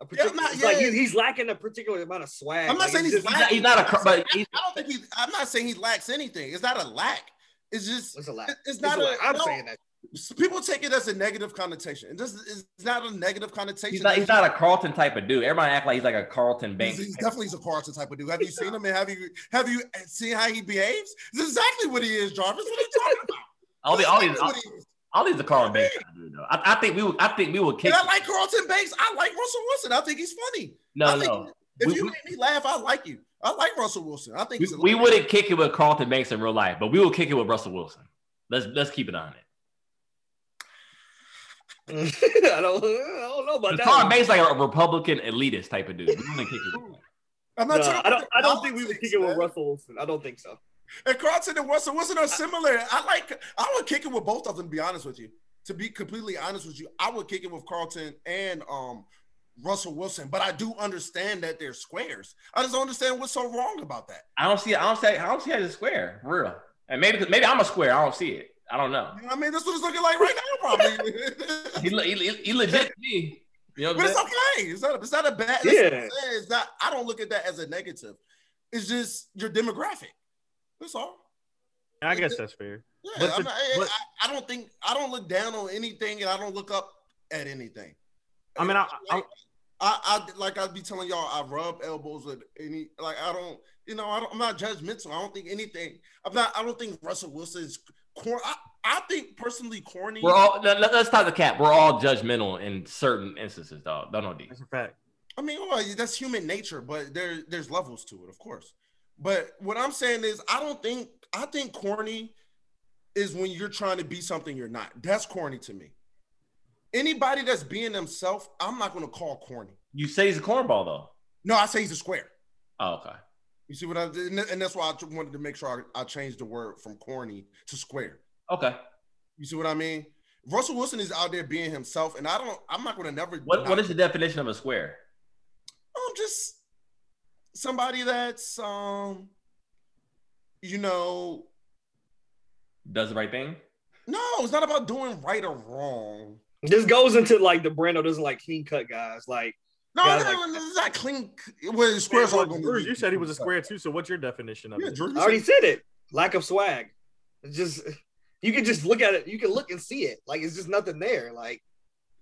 [SPEAKER 5] a particular,
[SPEAKER 4] not-
[SPEAKER 5] it's like
[SPEAKER 4] yeah.
[SPEAKER 5] he- he's lacking a particular amount of swag.
[SPEAKER 4] I'm not
[SPEAKER 5] Like,
[SPEAKER 4] saying
[SPEAKER 5] it's
[SPEAKER 4] he's
[SPEAKER 5] just-
[SPEAKER 4] lacking.
[SPEAKER 3] he's not a cor- but he's-
[SPEAKER 4] I don't think he. I'm not saying he lacks anything. It's not a lack. It's just
[SPEAKER 5] It's a lack.
[SPEAKER 4] it- it's
[SPEAKER 5] It's
[SPEAKER 4] not
[SPEAKER 5] a lack.
[SPEAKER 4] a.
[SPEAKER 5] I'm
[SPEAKER 4] no,
[SPEAKER 5] saying that.
[SPEAKER 4] people take it as a negative connotation. It just it's not a negative connotation.
[SPEAKER 3] he's not he's not a Carlton type of dude. Everybody act like he's like a Carlton Banks.
[SPEAKER 4] He's- he's definitely a Carlton type of dude. Have you seen him? And have you have you seen how he behaves? It's exactly what he is, Jarvis. What are you talking about?
[SPEAKER 3] all, the, all these
[SPEAKER 4] That's
[SPEAKER 3] all,
[SPEAKER 4] exactly what he is.
[SPEAKER 3] all these are Carlton Banks type of dude though. I, I think we would I think we would kick.
[SPEAKER 4] And I like Carlton Banks. I like Russell Wilson. I think he's funny.
[SPEAKER 3] no
[SPEAKER 4] I think
[SPEAKER 3] no.
[SPEAKER 4] If
[SPEAKER 3] We-
[SPEAKER 4] you
[SPEAKER 3] we-
[SPEAKER 4] make me laugh, I like you. I like Russell Wilson. I think
[SPEAKER 3] We,
[SPEAKER 4] he's a
[SPEAKER 3] we wouldn't kick it with Carlton Banks in real life, but we will kick it with Russell Wilson. Let's let's keep it on it.
[SPEAKER 5] I don't, I don't know about
[SPEAKER 3] But
[SPEAKER 5] that.
[SPEAKER 3] Carlton
[SPEAKER 5] one.
[SPEAKER 3] Banks like a Republican elitist type of dude. We wouldn't kick it. With him.
[SPEAKER 4] I'm not
[SPEAKER 5] No,
[SPEAKER 4] talking
[SPEAKER 5] I don't.
[SPEAKER 4] about
[SPEAKER 5] I don't think we would
[SPEAKER 4] politics,
[SPEAKER 5] kick it with
[SPEAKER 4] man.
[SPEAKER 5] Russell Wilson. I don't think so.
[SPEAKER 4] And Carlton and Russell Wilson are similar. I like. I would kick it with both of them. To be honest with you, to be completely honest with you, I would kick it with Carlton and um Russell Wilson. But I do understand that they're squares. I just don't understand what's so wrong about that.
[SPEAKER 3] I don't see. I don't see. I don't see how it's square. For real. And maybe maybe I'm a square. I don't see it. I don't know.
[SPEAKER 4] You know what I mean, that's what it's looking like right now, probably.
[SPEAKER 3] He, le- he, le- he legit to me. You know what
[SPEAKER 4] but
[SPEAKER 3] I'm
[SPEAKER 4] it's
[SPEAKER 3] saying?
[SPEAKER 4] okay. It's not. It's not a bad. that's what I'm saying. It's not. I don't look at that as a negative. It's just your demographic. That's all.
[SPEAKER 2] I guess that's fair.
[SPEAKER 4] Yeah,
[SPEAKER 2] But
[SPEAKER 4] I'm
[SPEAKER 2] the-
[SPEAKER 4] not, I-
[SPEAKER 2] but-
[SPEAKER 4] I, I don't think I don't look down on anything, and I don't look up at anything.
[SPEAKER 2] I mean, I- I-
[SPEAKER 4] I, I, like I'd be telling y'all, I rub elbows with any. Like I don't, you know, I don't, I'm not judgmental. I don't think anything. I'm not. I don't think Russell Wilson's corn. I, I think personally, corny.
[SPEAKER 3] We're all let, let- let's tie the cap. We're all judgmental in certain instances, dog. Don't know D.
[SPEAKER 2] That's a fact.
[SPEAKER 4] I mean, well, that's human nature, but there there's levels to it, of course. But what I'm saying is, I don't think I think corny is when you're trying to be something you're not. That's corny to me. Anybody that's being themselves, I'm not going to call corny.
[SPEAKER 3] You say he's a cornball though.
[SPEAKER 4] No, I say he's a square.
[SPEAKER 3] Oh, okay.
[SPEAKER 4] You see what I did, and and that's why I tr- wanted to make sure I, I changed the word from corny to square.
[SPEAKER 3] Okay.
[SPEAKER 4] You see what I mean? Russell Wilson is out there being himself, and I don't. I'm not going to never.
[SPEAKER 3] What
[SPEAKER 4] not-
[SPEAKER 3] what is the definition of a square?
[SPEAKER 4] I'm just somebody that's um, you know,
[SPEAKER 3] Does the right thing?
[SPEAKER 4] no, it's not about doing right or wrong.
[SPEAKER 5] This goes into like the Brando doesn't like clean cut guys. Like
[SPEAKER 4] No,
[SPEAKER 5] Yeah,
[SPEAKER 4] no,
[SPEAKER 5] like-
[SPEAKER 4] no, it's not clean. It was squares
[SPEAKER 2] Well,
[SPEAKER 4] are going
[SPEAKER 2] Drew, you said he was a square too. So what's your definition of
[SPEAKER 4] Yeah,
[SPEAKER 2] it?
[SPEAKER 4] Drew, you
[SPEAKER 5] I already said it. Lack of swag. It's just you can just look at it. You can look and see it. Like it's just nothing there. Like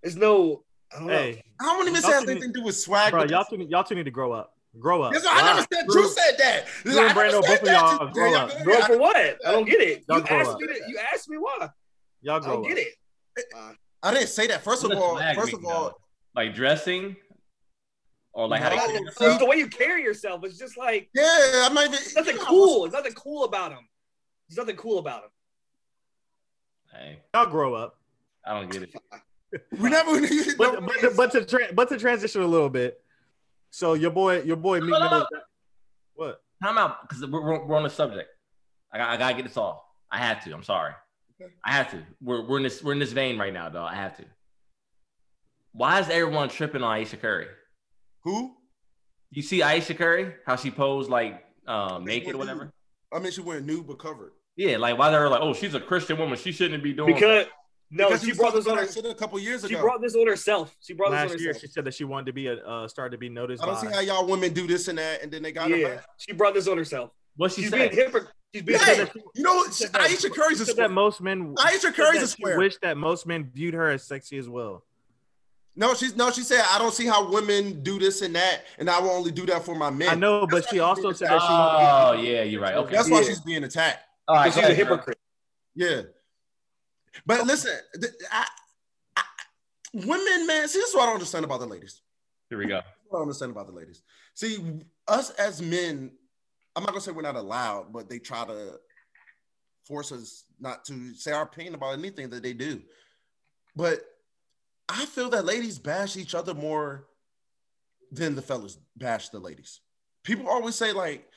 [SPEAKER 5] there's no. I don't know.
[SPEAKER 2] Hey,
[SPEAKER 4] said- I don't even say it
[SPEAKER 2] Y'all
[SPEAKER 4] has
[SPEAKER 2] two need-
[SPEAKER 4] anything to do with swag.
[SPEAKER 2] bro,
[SPEAKER 4] but
[SPEAKER 2] y'all two, y'all two need to grow up. Grow up.
[SPEAKER 4] that's- that's what I never
[SPEAKER 2] Wow.
[SPEAKER 4] said.
[SPEAKER 2] Drew-
[SPEAKER 4] Drew said that.
[SPEAKER 2] Drew and
[SPEAKER 4] I never
[SPEAKER 2] Brando,
[SPEAKER 4] said
[SPEAKER 2] both of
[SPEAKER 4] that.
[SPEAKER 2] y'all
[SPEAKER 4] Yeah,
[SPEAKER 2] grow
[SPEAKER 4] y'all
[SPEAKER 2] up.
[SPEAKER 4] good.
[SPEAKER 5] Bro,
[SPEAKER 4] I-
[SPEAKER 5] for what? I don't get it. You
[SPEAKER 2] Y'all grow
[SPEAKER 5] asked
[SPEAKER 2] up.
[SPEAKER 5] me. To, you asked me why.
[SPEAKER 2] Y'all
[SPEAKER 5] I
[SPEAKER 2] grow
[SPEAKER 5] don't
[SPEAKER 2] up.
[SPEAKER 5] get it.
[SPEAKER 4] I didn't say that. First of
[SPEAKER 3] What does
[SPEAKER 4] all,
[SPEAKER 3] swag
[SPEAKER 4] first
[SPEAKER 3] mean,
[SPEAKER 4] of all,
[SPEAKER 3] dog? like dressing, or like how
[SPEAKER 4] No,
[SPEAKER 3] they
[SPEAKER 4] I
[SPEAKER 3] carry
[SPEAKER 4] don't
[SPEAKER 5] So it's
[SPEAKER 3] themselves?
[SPEAKER 5] the way you carry yourself. It's just like
[SPEAKER 4] yeah, I'm not even.
[SPEAKER 5] there's nothing
[SPEAKER 4] you know, I
[SPEAKER 5] cool. There's nothing cool about him. There's nothing cool about him.
[SPEAKER 3] Hey,
[SPEAKER 2] Y'all grow up.
[SPEAKER 3] I don't get it.
[SPEAKER 4] was- We never.
[SPEAKER 2] But but, but to tra- but to transition a little bit. So your boy your boy Meek
[SPEAKER 3] no, no.
[SPEAKER 2] Mill. What?
[SPEAKER 3] Time out because we're, we're, we're on the subject. I got I gotta get this off. I have to. I'm sorry. I have to. We're we're in this we're in this vein right now, though. I have to. Why is everyone tripping on Aisha Curry?
[SPEAKER 4] who?
[SPEAKER 3] You see Aisha Curry, how she posed like um, naked or whatever.
[SPEAKER 4] I mean, she went nude but covered.
[SPEAKER 3] Yeah, like why they're like, oh, she's a Christian woman, she shouldn't be doing.
[SPEAKER 5] Because no,
[SPEAKER 4] Because
[SPEAKER 5] she
[SPEAKER 4] was
[SPEAKER 5] brought this
[SPEAKER 4] talking
[SPEAKER 5] on.
[SPEAKER 4] about
[SPEAKER 5] Her,
[SPEAKER 4] that shit a couple years
[SPEAKER 5] she
[SPEAKER 4] ago.
[SPEAKER 5] brought this on herself. She brought this
[SPEAKER 2] Last
[SPEAKER 5] on
[SPEAKER 2] year
[SPEAKER 5] herself.
[SPEAKER 2] she said that she wanted to be a uh, started to be noticed
[SPEAKER 4] I don't
[SPEAKER 2] by
[SPEAKER 4] see how y'all women do this and that, and then they got it.
[SPEAKER 5] yeah, she brought this on herself.
[SPEAKER 3] what she
[SPEAKER 5] She's
[SPEAKER 3] said.
[SPEAKER 5] being hypocrite. She's being
[SPEAKER 4] Hey!
[SPEAKER 5] hypocrite.
[SPEAKER 4] You know, what? She- Aisha Curry's a
[SPEAKER 2] Said that
[SPEAKER 4] square.
[SPEAKER 2] most men
[SPEAKER 4] Aisha
[SPEAKER 2] said
[SPEAKER 4] Curry's
[SPEAKER 2] that
[SPEAKER 4] a
[SPEAKER 2] she
[SPEAKER 4] square.
[SPEAKER 2] wished that most men viewed her as sexy as well.
[SPEAKER 4] No, she's no. She said, "I don't see how women do this and that, and I will only do that for my men."
[SPEAKER 2] I know, but
[SPEAKER 4] That's
[SPEAKER 2] she
[SPEAKER 4] why
[SPEAKER 2] also
[SPEAKER 4] she's
[SPEAKER 2] said that she
[SPEAKER 3] oh
[SPEAKER 2] wanted to be-
[SPEAKER 3] yeah, you're right. Okay,
[SPEAKER 4] That's why
[SPEAKER 5] Yeah.
[SPEAKER 4] she's being attacked.
[SPEAKER 3] all right.
[SPEAKER 5] She's
[SPEAKER 3] go
[SPEAKER 5] a
[SPEAKER 3] ahead, Drew.
[SPEAKER 5] hypocrite.
[SPEAKER 4] Yeah, but listen, th- I, I, women, man. See, this is what I don't understand about the ladies.
[SPEAKER 3] Here we go.
[SPEAKER 4] what I don't understand about the ladies. See, us as men, I'm not gonna say we're not allowed, but they try to force us not to say our opinion about anything that they do. But I feel that ladies bash each other more than the fellas bash the ladies. People always say like,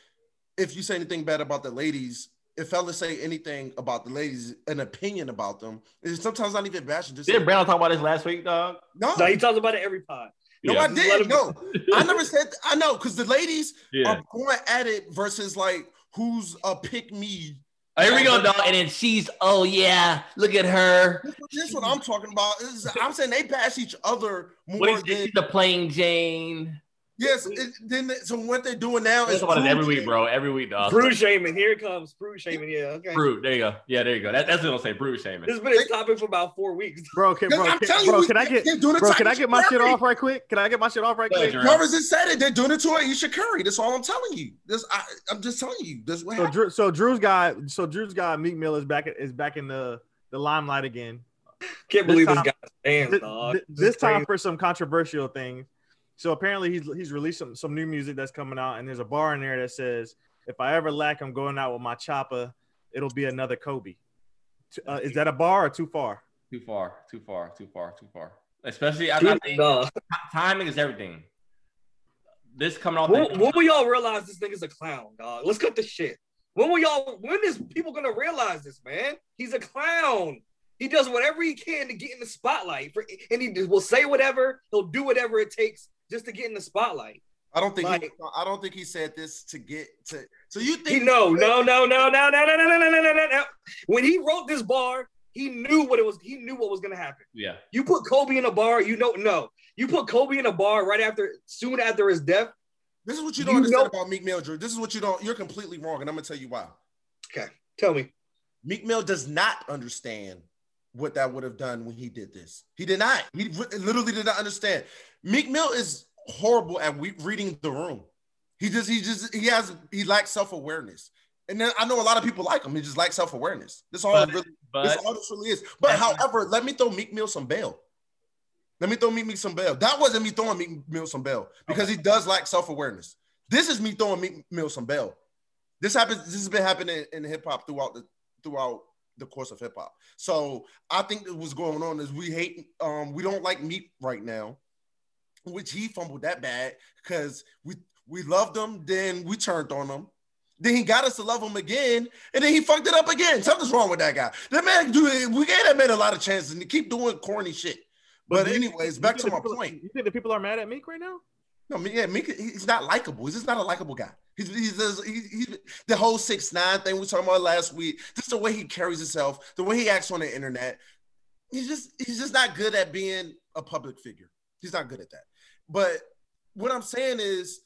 [SPEAKER 4] if you say anything bad about the ladies, if fellas say anything about the ladies, an opinion about them, it's sometimes not even bashing. Just
[SPEAKER 3] Did Brown talk about this last week, dog?
[SPEAKER 4] no,
[SPEAKER 5] No, he talks about it every pod.
[SPEAKER 4] no,
[SPEAKER 3] Yeah.
[SPEAKER 4] I
[SPEAKER 5] Just let
[SPEAKER 4] did.
[SPEAKER 5] 'em-
[SPEAKER 4] No, I never said. I know because the ladies
[SPEAKER 3] Yeah.
[SPEAKER 4] are going at it versus like who's a pick me.
[SPEAKER 3] Oh, here we go, dog. And then she's, oh yeah, look at her.
[SPEAKER 4] This is what I'm talking about. Is I'm saying they bash each other
[SPEAKER 3] What
[SPEAKER 4] more
[SPEAKER 3] is this?
[SPEAKER 4] than
[SPEAKER 3] She's a plain Jane.
[SPEAKER 4] yes. It, then they- so what they're doing now
[SPEAKER 3] That's
[SPEAKER 4] is
[SPEAKER 3] about it every week, bro. Every week, dog.
[SPEAKER 5] Brew shaming. Here it comes. Brew shaming. Yeah. Okay.
[SPEAKER 3] Brood. There you go. Yeah, there you go. That, that's what I'm saying. Brew shaming.
[SPEAKER 5] This has been his topic for about four weeks.
[SPEAKER 2] Bro, can,
[SPEAKER 4] That's-
[SPEAKER 2] bro,
[SPEAKER 4] I'm
[SPEAKER 2] can,
[SPEAKER 4] telling you,
[SPEAKER 2] bro,
[SPEAKER 4] we-
[SPEAKER 2] can I
[SPEAKER 4] they-
[SPEAKER 2] get
[SPEAKER 4] they're doing it
[SPEAKER 2] bro,
[SPEAKER 4] to
[SPEAKER 2] can I
[SPEAKER 4] Aisha
[SPEAKER 2] get my shit
[SPEAKER 4] Curry.
[SPEAKER 2] off right quick? Can I get my shit off right
[SPEAKER 3] Go ahead,
[SPEAKER 2] quick?
[SPEAKER 3] Drew.
[SPEAKER 4] Jarvis just said it. They're doing it to Aisha Curry. That's all I'm telling you. This I, I'm just telling you. This is what
[SPEAKER 2] So
[SPEAKER 4] happened.
[SPEAKER 2] Drew, so Drew's guy, so Drew's guy, Meek Mill is back is back in the the limelight again. This
[SPEAKER 5] Can't believe
[SPEAKER 2] time-
[SPEAKER 5] this guy's fans,
[SPEAKER 2] Th-
[SPEAKER 5] dog.
[SPEAKER 2] th-
[SPEAKER 5] This
[SPEAKER 2] this
[SPEAKER 5] is
[SPEAKER 2] time for some controversial things. So apparently he's he's released some some new music that's coming out, and there's a bar in there that says, "If I ever lack, I'm going out with my chopper. It'll be another Kobe." T- Uh, is that a bar or too far?
[SPEAKER 3] Too far. Too far. Too far. Too far. Especially, I, I
[SPEAKER 5] crazy.
[SPEAKER 3] think
[SPEAKER 5] Nah.
[SPEAKER 3] ti- timing is everything. This coming off.
[SPEAKER 5] When,
[SPEAKER 3] The,
[SPEAKER 5] when will y'all realize this nigga's a clown, dog? Let's cut the shit. When will y'all? When is people gonna realize this, man? He's a clown. He does whatever he can to get in the spotlight, for, and he will say whatever. He'll do whatever it takes just to get in the spotlight.
[SPEAKER 4] I don't think. he,
[SPEAKER 5] Like-
[SPEAKER 4] I don't think he said this to get to. So you
[SPEAKER 5] He
[SPEAKER 4] think?
[SPEAKER 5] no, no, no, no, no, no, no, no, no, no, no, no, no. When he wrote this bar, he knew what it was. He knew what was gonna happen.
[SPEAKER 3] yeah.
[SPEAKER 5] You put Kobe in a bar, you know, no. You put Kobe in a bar right after, soon after his death.
[SPEAKER 4] This is what you don't
[SPEAKER 5] You
[SPEAKER 4] understand
[SPEAKER 5] know-
[SPEAKER 4] about Meek Mill, Drew. This is what you don't. You're completely wrong, and I'm gonna tell you why.
[SPEAKER 5] Tell me,
[SPEAKER 4] Meek Mill does not understand what that would have done when he did this. He did not. He re- literally did not understand. Meek Mill is horrible at we- reading the room. He just, he just, he has, he lacks self awareness. And then I know a lot of people like him. He just lacks self awareness. This all
[SPEAKER 3] But-
[SPEAKER 4] really, this
[SPEAKER 3] But
[SPEAKER 4] all this really is. But however, let me throw Meek Mill some bail. Let me throw Meek Mill some bail. That wasn't me throwing Meek Mill some bail because he does lack self awareness. This is me throwing Meek Mill some bail. This happens. This has been happening in hip hop throughout the throughout the course of hip hop. So I think that what's going on is we hate, um, we don't like Meek right now, which he fumbled that bad because we we loved him, then we turned on him, then he got us to love him again, and then he fucked it up again. Something's wrong with that guy. That man, dude, we gave that man a lot of chances, and he keep doing corny shit. But,
[SPEAKER 2] do you-
[SPEAKER 4] anyways,
[SPEAKER 2] you
[SPEAKER 4] back
[SPEAKER 2] think
[SPEAKER 4] to
[SPEAKER 2] the
[SPEAKER 4] my
[SPEAKER 2] people-
[SPEAKER 4] point.
[SPEAKER 2] You think the people are mad at Meek right now?
[SPEAKER 4] No, Meek- yeah, Meek, he- he's not likable. He's just not a likable guy. He's, he's, just- he's, he's the whole six nine thing we were talking about last week. Just the way he carries himself, the way he acts on the internet. He's just he's just not good at being a public figure. He's not good at that. But what I'm saying is,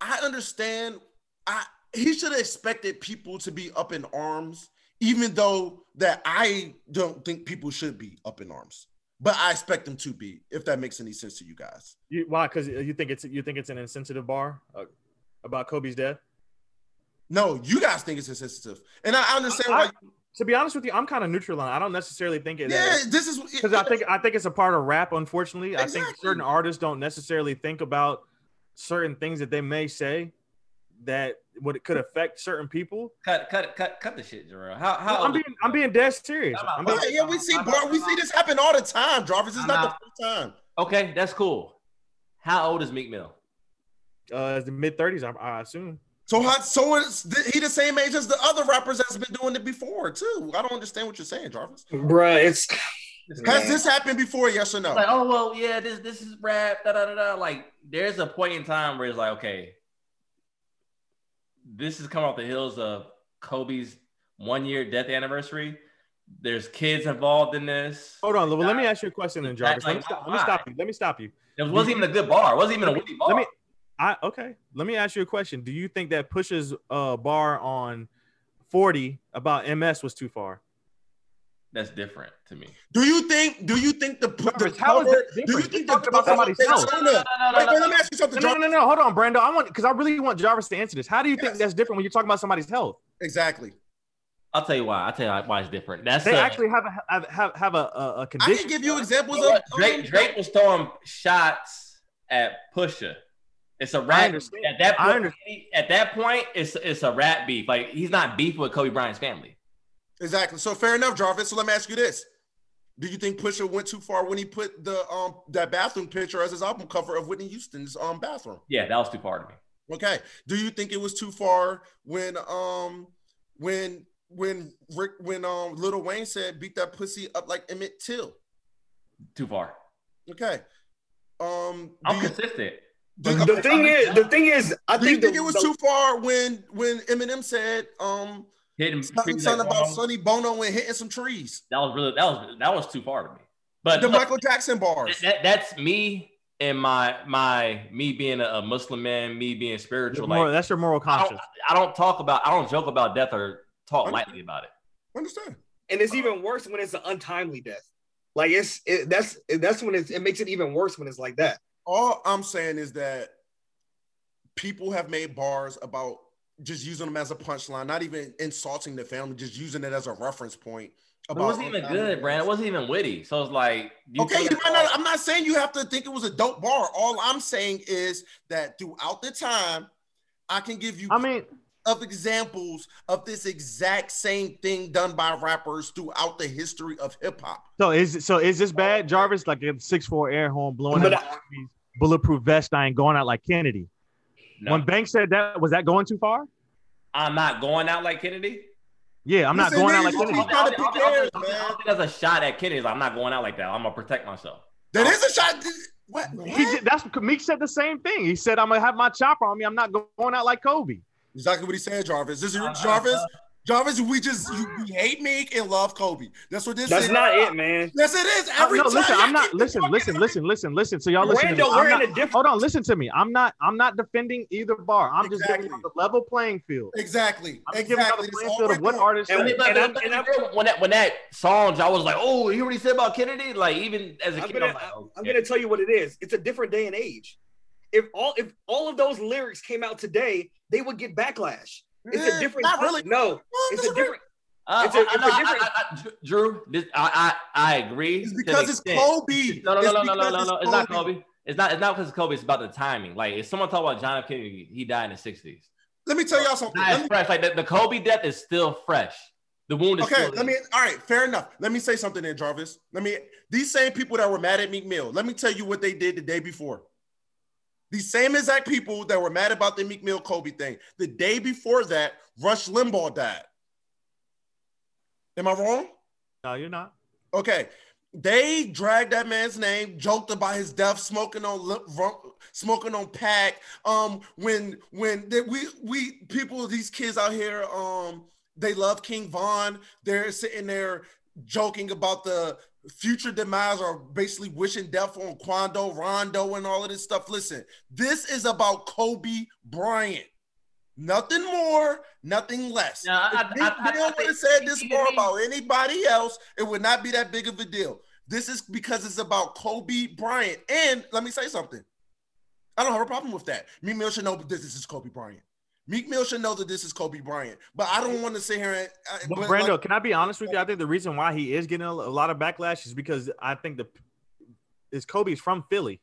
[SPEAKER 4] I understand. I he should have expected people to be up in arms, even though that I don't think people should be up in arms. But I expect them to be, if that makes any sense to you guys.
[SPEAKER 2] You, why? Because you think it's you think it's an insensitive bar uh, about Kobe's death.
[SPEAKER 4] No, you guys think it's insensitive, and I I understand
[SPEAKER 2] I-
[SPEAKER 4] why.
[SPEAKER 2] To be honest with you, I'm kind of neutral on. it. I don't necessarily think it.
[SPEAKER 4] yeah, this is
[SPEAKER 2] because I think I think it's a part of rap. Unfortunately, I think
[SPEAKER 4] Exactly.
[SPEAKER 2] certain artists don't necessarily think about certain things that they may say that would could affect certain people.
[SPEAKER 3] cut, cut, cut, cut the shit, Jarrell. How, how
[SPEAKER 2] I'm being I'm being dead serious.
[SPEAKER 3] I'm out.
[SPEAKER 2] I'm
[SPEAKER 4] Yeah,
[SPEAKER 2] being-
[SPEAKER 4] yeah, we see bar, we see this happen all the time, Jarvis. It's
[SPEAKER 3] I'm
[SPEAKER 4] not
[SPEAKER 3] out.
[SPEAKER 4] the first time.
[SPEAKER 3] okay. That's cool. How old is Meek Mill?
[SPEAKER 2] uh, it's the mid 30s, I, I assume.
[SPEAKER 4] So how, so it's, he the same age as the other rappers that's been doing it before too. I don't understand what you're saying, Jarvis.
[SPEAKER 5] Bruh, it's
[SPEAKER 4] Has this happened before? Yes or no?
[SPEAKER 3] Like, oh well, yeah, this this is rap. Da da da da. Like, there's a point in time where it's like, okay, this is coming off the heels of Kobe's one year death anniversary. There's kids involved in this.
[SPEAKER 2] Hold on, let me ask you a question, then Jarvis. Let me, stop, let me stop you. Let me stop you.
[SPEAKER 3] It wasn't even a good bar. It wasn't even a witty bar.
[SPEAKER 2] Let me, I okay. Let me ask you a question. Do you think that pushes uh, bar on 40 about MS was too far?
[SPEAKER 3] That's different to me.
[SPEAKER 4] Do you think? Do you think the, the
[SPEAKER 2] Jarvis, how is
[SPEAKER 4] cover-
[SPEAKER 2] that
[SPEAKER 4] Do you
[SPEAKER 2] different? You're
[SPEAKER 4] think the
[SPEAKER 2] talking about
[SPEAKER 4] cover of
[SPEAKER 2] somebody's house.
[SPEAKER 4] Daytona- Wait, wait, let me ask you something,
[SPEAKER 2] No, no,
[SPEAKER 4] Jarvis.
[SPEAKER 2] no, no. Hold on, Brando. I want because I really want Jarvis to answer this. How do you think
[SPEAKER 4] Yes.
[SPEAKER 2] that's different when you're talking about somebody's health?
[SPEAKER 4] Exactly.
[SPEAKER 3] I'll tell you why. I'll tell you why it's different. That's
[SPEAKER 2] They
[SPEAKER 3] a-
[SPEAKER 2] actually have a have have, have a, a, a
[SPEAKER 4] I
[SPEAKER 2] condition.
[SPEAKER 4] can give you examples
[SPEAKER 3] Well,
[SPEAKER 4] of
[SPEAKER 3] Drake, Drake was throwing shots at Pusha. It's a
[SPEAKER 2] I
[SPEAKER 3] rat.
[SPEAKER 2] understand.
[SPEAKER 3] At that
[SPEAKER 2] I
[SPEAKER 3] point, at that point, it's it's a rat beef. Like he's not beef with Kobe Bryant's family.
[SPEAKER 4] Exactly. So fair enough, Jarvis. So let me ask you this: Do you think Pusha went too far when he put the um that bathroom picture as his album cover of Whitney Houston's um bathroom?
[SPEAKER 3] Yeah, that was too far to me.
[SPEAKER 4] Okay. Do you think it was too far when um when when Rick when um Little Wayne said beat that pussy up like Emmett Till?
[SPEAKER 3] Too far.
[SPEAKER 4] Okay. Um. Do
[SPEAKER 3] I'm
[SPEAKER 4] you,
[SPEAKER 3] consistent.
[SPEAKER 4] do,
[SPEAKER 5] the thing is the thing is I
[SPEAKER 4] do you
[SPEAKER 5] think,
[SPEAKER 4] think
[SPEAKER 5] the-
[SPEAKER 4] it was
[SPEAKER 5] the-
[SPEAKER 4] too far when when Eminem said um
[SPEAKER 3] Hitting
[SPEAKER 4] something,
[SPEAKER 3] trees like
[SPEAKER 4] something about
[SPEAKER 3] Walmart,
[SPEAKER 4] Sonny Bono and hitting some trees?
[SPEAKER 3] that was really that was that was too far to me. But
[SPEAKER 4] The
[SPEAKER 3] look,
[SPEAKER 4] Michael Jackson bars.
[SPEAKER 3] that, that- that's me and my my me being a, a Muslim man, me being
[SPEAKER 2] Your
[SPEAKER 3] spiritual.
[SPEAKER 2] moral-
[SPEAKER 3] Like
[SPEAKER 2] that's your moral conscience.
[SPEAKER 3] I don't talk about, I don't joke about death or talk lightly about it.
[SPEAKER 4] Understand?
[SPEAKER 5] and it's even worse when it's an untimely death. Like it's it, that's that's when it's, it makes it even worse when it's like that.
[SPEAKER 4] all I'm saying is that people have made bars about just using them as a punchline, not even insulting the family, just using it as a reference point.
[SPEAKER 3] But it wasn't even good, Brand. It wasn't even witty. So it's like you
[SPEAKER 4] Okay, you
[SPEAKER 3] feel-
[SPEAKER 4] might not, I'm not saying you have to think it was a dope bar. All I'm saying is that throughout the time, I can give you
[SPEAKER 2] I mean,
[SPEAKER 4] of examples of this exact same thing done by rappers throughout the history of hip hop.
[SPEAKER 2] so is so is this bad, Jarvis? Like a six four air horn blowing
[SPEAKER 5] But
[SPEAKER 2] out
[SPEAKER 5] I-
[SPEAKER 2] bulletproof vest, I ain't going out like Kennedy.
[SPEAKER 3] No.
[SPEAKER 2] When Banks said that, was that going too far?
[SPEAKER 3] I'm not going out like Kennedy.
[SPEAKER 2] Yeah, I'm not
[SPEAKER 4] Listen,
[SPEAKER 2] going out
[SPEAKER 4] man,
[SPEAKER 2] like
[SPEAKER 4] you
[SPEAKER 2] Kennedy.
[SPEAKER 4] keep trying to pick hairs,
[SPEAKER 3] I
[SPEAKER 4] man.
[SPEAKER 3] think that's a shot at Kennedy. Like, I'm not going out like that. I'm gonna protect myself.
[SPEAKER 4] That is a shot. What?
[SPEAKER 2] He did, that's Meek said the same thing. He said, "I'm gonna have my chopper on me. I'm not going out like Kobe."
[SPEAKER 4] Exactly what he said, Jarvis. This is
[SPEAKER 3] Uh,
[SPEAKER 4] Jarvis.
[SPEAKER 3] uh,
[SPEAKER 4] Jarvis, we just you, you hate Meek and love Kobe. That's what this
[SPEAKER 5] That's
[SPEAKER 4] is.
[SPEAKER 5] not it, man.
[SPEAKER 4] Yes, it is. Every
[SPEAKER 2] no,
[SPEAKER 4] time.
[SPEAKER 2] listen,
[SPEAKER 4] Y'all
[SPEAKER 2] I'm not.
[SPEAKER 4] keep
[SPEAKER 2] Listen,
[SPEAKER 4] fucking-
[SPEAKER 2] listen, listen, listen, listen. So y'all listen. to me.
[SPEAKER 5] Randall,
[SPEAKER 2] I'm
[SPEAKER 5] we're
[SPEAKER 2] not-
[SPEAKER 5] in a different
[SPEAKER 2] Hold on, listen to me. I'm not. I'm not defending either bar. I'm just giving you
[SPEAKER 4] Exactly.
[SPEAKER 2] the level playing field.
[SPEAKER 4] Exactly.
[SPEAKER 2] I'm just giving
[SPEAKER 4] exactly.
[SPEAKER 2] you the
[SPEAKER 4] That's
[SPEAKER 2] playing
[SPEAKER 4] all
[SPEAKER 2] field of
[SPEAKER 4] we're
[SPEAKER 2] what
[SPEAKER 4] doing.
[SPEAKER 2] artist.
[SPEAKER 5] And
[SPEAKER 2] said.
[SPEAKER 5] we-
[SPEAKER 3] but-
[SPEAKER 5] I'm-
[SPEAKER 3] but-
[SPEAKER 5] and I'm-
[SPEAKER 3] but when that when that song, I was like, oh, you hear what he said about Kennedy? Like even as a
[SPEAKER 5] I'm
[SPEAKER 3] kid,
[SPEAKER 5] gonna,
[SPEAKER 3] I'm like, oh,
[SPEAKER 5] I'm
[SPEAKER 3] yeah.
[SPEAKER 5] gonna tell you what it is. It's a different day and age. If all if all of those lyrics came out today, they would get backlash. It's a different.
[SPEAKER 4] Not really.
[SPEAKER 5] No, it's a different.
[SPEAKER 3] Uh,
[SPEAKER 5] It's a-
[SPEAKER 3] I-
[SPEAKER 5] it's a
[SPEAKER 3] no, I-
[SPEAKER 5] different-
[SPEAKER 3] I- I- Dr- Drew, this, I, I I agree.
[SPEAKER 4] It's
[SPEAKER 3] to an
[SPEAKER 4] because it's
[SPEAKER 3] extent.
[SPEAKER 4] Kobe.
[SPEAKER 3] No, no,
[SPEAKER 4] It's
[SPEAKER 3] no, no, no, no,
[SPEAKER 4] because
[SPEAKER 3] no, no. It's not Kobe. It's not. It's not because Kobe. It's about the timing. Like if someone talk about John F. Kennedy, he died in the sixties.
[SPEAKER 4] Let me tell y'all something.
[SPEAKER 3] Not
[SPEAKER 4] Let
[SPEAKER 3] as
[SPEAKER 4] me-
[SPEAKER 3] fresh. Like the, the Kobe death is still fresh. The wound is
[SPEAKER 4] Okay,
[SPEAKER 3] still.
[SPEAKER 4] let me. All right, fair enough. Let me say something then, Jarvis. Let me. These same people that were mad at Meek Mill. Let me tell you what they did the day before. These same exact people that were mad about the Meek Mill Kobe thing. The day before that, Rush Limbaugh died. Am I wrong?
[SPEAKER 2] No, you're not.
[SPEAKER 4] Okay. They dragged that man's name, joked about his death, smoking on li- rum- smoking on pack. Um, when when they, we we people, these kids out here, um, they love King Von. They're sitting there joking about the future demise, or basically wishing death on Quando, Rondo, and all of this stuff. Listen, this is about Kobe Bryant. Nothing more, nothing less.
[SPEAKER 3] No, I-
[SPEAKER 4] If
[SPEAKER 3] I-
[SPEAKER 4] Meek
[SPEAKER 3] I- I- I
[SPEAKER 4] Mill would
[SPEAKER 3] think-
[SPEAKER 4] have said this
[SPEAKER 3] he-
[SPEAKER 4] more
[SPEAKER 3] he-
[SPEAKER 4] about anybody else, it would not be that big of a deal. This is because it's about Kobe Bryant. And let me say something. I don't have a problem with that. Meek Mill should know that this is Kobe Bryant. Meek Mill should know that this is Kobe Bryant. But I don't want to sit here and I-
[SPEAKER 2] But
[SPEAKER 4] but,
[SPEAKER 2] Brando,
[SPEAKER 4] like,
[SPEAKER 2] can I be honest with you? I think the reason why he is getting a, a lot of backlash is because I think the is Kobe's from Philly.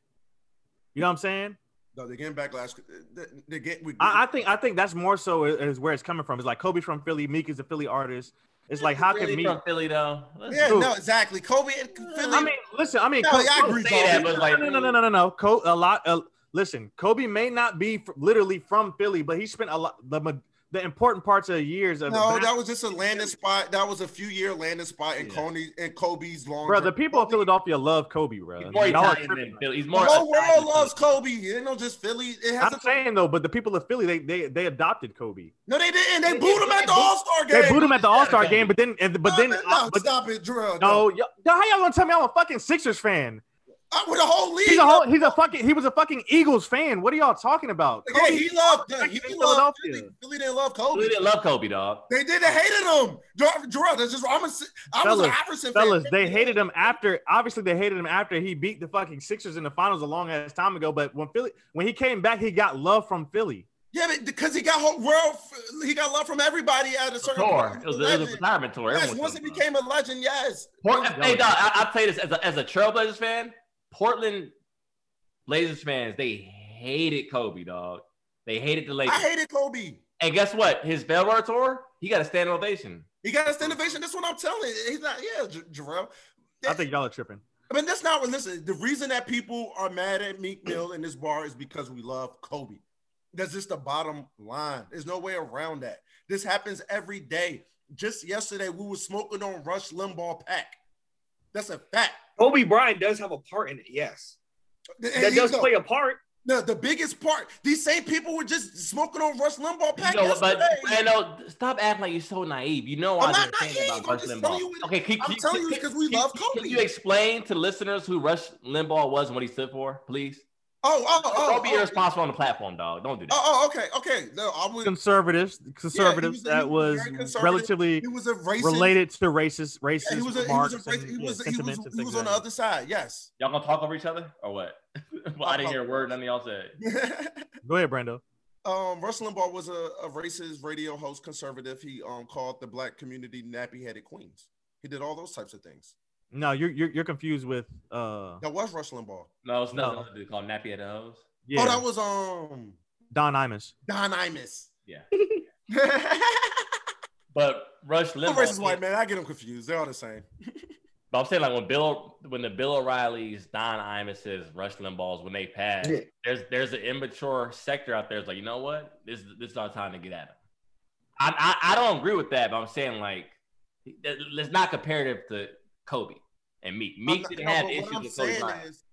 [SPEAKER 2] You know what I'm saying?
[SPEAKER 4] no, they're getting backlash. They- They get we,
[SPEAKER 2] I, I think I think that's more so is, is where it's coming from. It's like Kobe's from Philly. Meek is a Philly artist. It's like how can
[SPEAKER 3] Really
[SPEAKER 2] Meek?
[SPEAKER 3] from Philly though? Let's-
[SPEAKER 4] yeah,
[SPEAKER 2] Dude.
[SPEAKER 4] no, exactly. Kobe and Philly.
[SPEAKER 2] I mean, listen. I mean,
[SPEAKER 4] No,
[SPEAKER 2] Kobe-
[SPEAKER 4] yeah, I agree,
[SPEAKER 3] say that,
[SPEAKER 4] Jarvis.
[SPEAKER 3] but like,
[SPEAKER 2] no, no, no, no, no, no. Co- a lot. Uh, listen, Kobe may not be f- literally from Philly, but he spent a lot the ma- the important parts of years of
[SPEAKER 4] no,
[SPEAKER 2] back-
[SPEAKER 4] that was just a landing spot. That was a few year landing spot in
[SPEAKER 3] Yeah.
[SPEAKER 4] Coney and Kobe's long.
[SPEAKER 2] bro. The people of Philadelphia love Kobe, bro.
[SPEAKER 3] He's more
[SPEAKER 2] Y'all are
[SPEAKER 3] Italian
[SPEAKER 2] tripping.
[SPEAKER 3] than Philly. He's
[SPEAKER 4] the
[SPEAKER 3] more.
[SPEAKER 4] whole world
[SPEAKER 3] Italian.
[SPEAKER 4] loves Kobe. You know, just Philly. It has
[SPEAKER 2] I'm
[SPEAKER 4] a-
[SPEAKER 2] saying though, but the people of Philly, they they they adopted Kobe.
[SPEAKER 4] No, they didn't. They
[SPEAKER 3] They
[SPEAKER 4] booed him
[SPEAKER 3] did.
[SPEAKER 4] at
[SPEAKER 3] They
[SPEAKER 4] the
[SPEAKER 3] boo-
[SPEAKER 4] All Star game.
[SPEAKER 2] They booed him at the All Star
[SPEAKER 3] Kobe.
[SPEAKER 2] game, but then and- but
[SPEAKER 4] No,
[SPEAKER 2] then
[SPEAKER 4] no,
[SPEAKER 2] uh, but,
[SPEAKER 4] stop it, Drill.
[SPEAKER 2] no, y'all- how y'all gonna tell me I'm a fucking Sixers fan?
[SPEAKER 4] I, with a whole league.
[SPEAKER 2] He's a whole, he's a fucking he was a fucking Eagles fan. What are y'all talking about?
[SPEAKER 4] yeah, he loved.
[SPEAKER 2] back
[SPEAKER 4] He
[SPEAKER 2] in
[SPEAKER 4] loved
[SPEAKER 2] Philadelphia.
[SPEAKER 4] Philly. Philly didn't love Kobe.
[SPEAKER 3] Philly didn't love Kobe, dog.
[SPEAKER 4] They did. They hated him. Drill, that's just. I'm a. si- I was an
[SPEAKER 2] Fellas,
[SPEAKER 4] Iverson fan.
[SPEAKER 2] Fellas, they hated him after. Obviously, they hated him after he beat the fucking Sixers in the finals a long ass time ago. But when Philly, when he came back, he got love from Philly.
[SPEAKER 4] Yeah, but because he got whole world. He got love from everybody at a certain
[SPEAKER 3] Tour.
[SPEAKER 4] point.
[SPEAKER 3] It was,
[SPEAKER 4] He was a
[SPEAKER 3] it was a
[SPEAKER 4] legend.
[SPEAKER 3] retirement tour.
[SPEAKER 4] Yes,
[SPEAKER 3] Everyone knows
[SPEAKER 4] once he
[SPEAKER 3] about it.
[SPEAKER 4] became a legend, yes.
[SPEAKER 3] Port-
[SPEAKER 2] Yo.
[SPEAKER 3] hey, dog, I, I say this as a as a Trailblazers fan. Portland Blazers fans, they hated Kobe, dog. They hated the Lakers.
[SPEAKER 4] I hated Kobe.
[SPEAKER 3] and guess what? His Belmar tour, he got a standing ovation.
[SPEAKER 4] He got us innovation. That's what I'm telling. He's not. Yeah, J- Jarrell.
[SPEAKER 2] I think y'all are tripping.
[SPEAKER 4] I mean, that's not what. Listen, the reason that people are mad at Meek Mill in this bar is because we love Kobe. That's just the bottom line. There's no way around that. This happens every day. Just yesterday, we were smoking on Rush Limbaugh pack. That's a fact.
[SPEAKER 5] Kobe Bryant does have a part in it. Yes,
[SPEAKER 4] And
[SPEAKER 5] that
[SPEAKER 4] you
[SPEAKER 5] does
[SPEAKER 4] know,
[SPEAKER 5] play a part.
[SPEAKER 4] the, the biggest part. These same people were just smoking on Rush Limbaugh
[SPEAKER 3] You
[SPEAKER 4] pack
[SPEAKER 3] know, what, but
[SPEAKER 4] yesterday.
[SPEAKER 3] I know. Stop acting like you're so naive. You know I
[SPEAKER 4] I'm not
[SPEAKER 3] didn't think
[SPEAKER 4] naive.
[SPEAKER 3] about
[SPEAKER 4] I'm
[SPEAKER 3] Rush
[SPEAKER 4] just
[SPEAKER 3] Limbaugh.
[SPEAKER 4] telling you-
[SPEAKER 3] okay, can,
[SPEAKER 4] I'm telling you because we
[SPEAKER 3] can-
[SPEAKER 4] love
[SPEAKER 3] can-
[SPEAKER 4] Kobe.
[SPEAKER 3] Can you explain to listeners who Rush Limbaugh was and what he stood for, please?
[SPEAKER 4] oh, oh, oh,
[SPEAKER 3] Don't be
[SPEAKER 4] oh, oh,
[SPEAKER 3] irresponsible on the platform, dog. Don't do that.
[SPEAKER 4] oh, okay, okay. No, I was.
[SPEAKER 2] Conservatives, conservatives
[SPEAKER 4] was- he
[SPEAKER 2] that
[SPEAKER 4] was
[SPEAKER 2] was
[SPEAKER 4] very conservative.
[SPEAKER 2] relatively
[SPEAKER 4] He was a racist.
[SPEAKER 2] related to racist, racist
[SPEAKER 4] Yeah, he was. A, he was.
[SPEAKER 2] remarks
[SPEAKER 4] A,
[SPEAKER 2] and
[SPEAKER 4] racist-
[SPEAKER 2] yeah,
[SPEAKER 4] he was. He was.
[SPEAKER 2] sentiments and
[SPEAKER 4] He
[SPEAKER 2] things
[SPEAKER 4] was on the
[SPEAKER 2] like that.
[SPEAKER 4] other side. Yes.
[SPEAKER 3] Y'all gonna talk over each other or what? well, I
[SPEAKER 4] Oh.
[SPEAKER 3] didn't hear a word none of y'all said.
[SPEAKER 2] Go ahead, Brando.
[SPEAKER 4] um, Rush Limbaugh was a, a racist radio host, conservative. He um called the black community nappy-headed queens. He did all those types of things.
[SPEAKER 2] No, you're you're, you're confused with uh
[SPEAKER 4] That was Rush Limbaugh.
[SPEAKER 3] No, it's
[SPEAKER 2] No.
[SPEAKER 3] nothing to do called Nappy at the Hose.
[SPEAKER 2] yeah
[SPEAKER 4] Oh, that was um
[SPEAKER 2] Don Imus.
[SPEAKER 4] Don Imus.
[SPEAKER 3] Yeah.
[SPEAKER 4] I'm
[SPEAKER 3] But Rush
[SPEAKER 4] a
[SPEAKER 3] Limbaugh.
[SPEAKER 4] racist white man. I get them confused. They're all the same.
[SPEAKER 3] But I'm saying like when Bill, when the Bill O'Reillys, Don Imus's, Rush Limbaugh's, when they pass,
[SPEAKER 5] Yeah.
[SPEAKER 3] there's there's an immature sector out there. that's like, you know what? This this is our time to get at them. I I, I don't agree with that, but I'm saying like, that- let's not compare it to Kobe and Meek. Meek
[SPEAKER 4] I'm not-
[SPEAKER 3] didn't
[SPEAKER 4] no,
[SPEAKER 3] have
[SPEAKER 4] but what
[SPEAKER 3] issues
[SPEAKER 4] I'm
[SPEAKER 3] with Kobe
[SPEAKER 4] saying
[SPEAKER 3] Bryant.
[SPEAKER 4] is-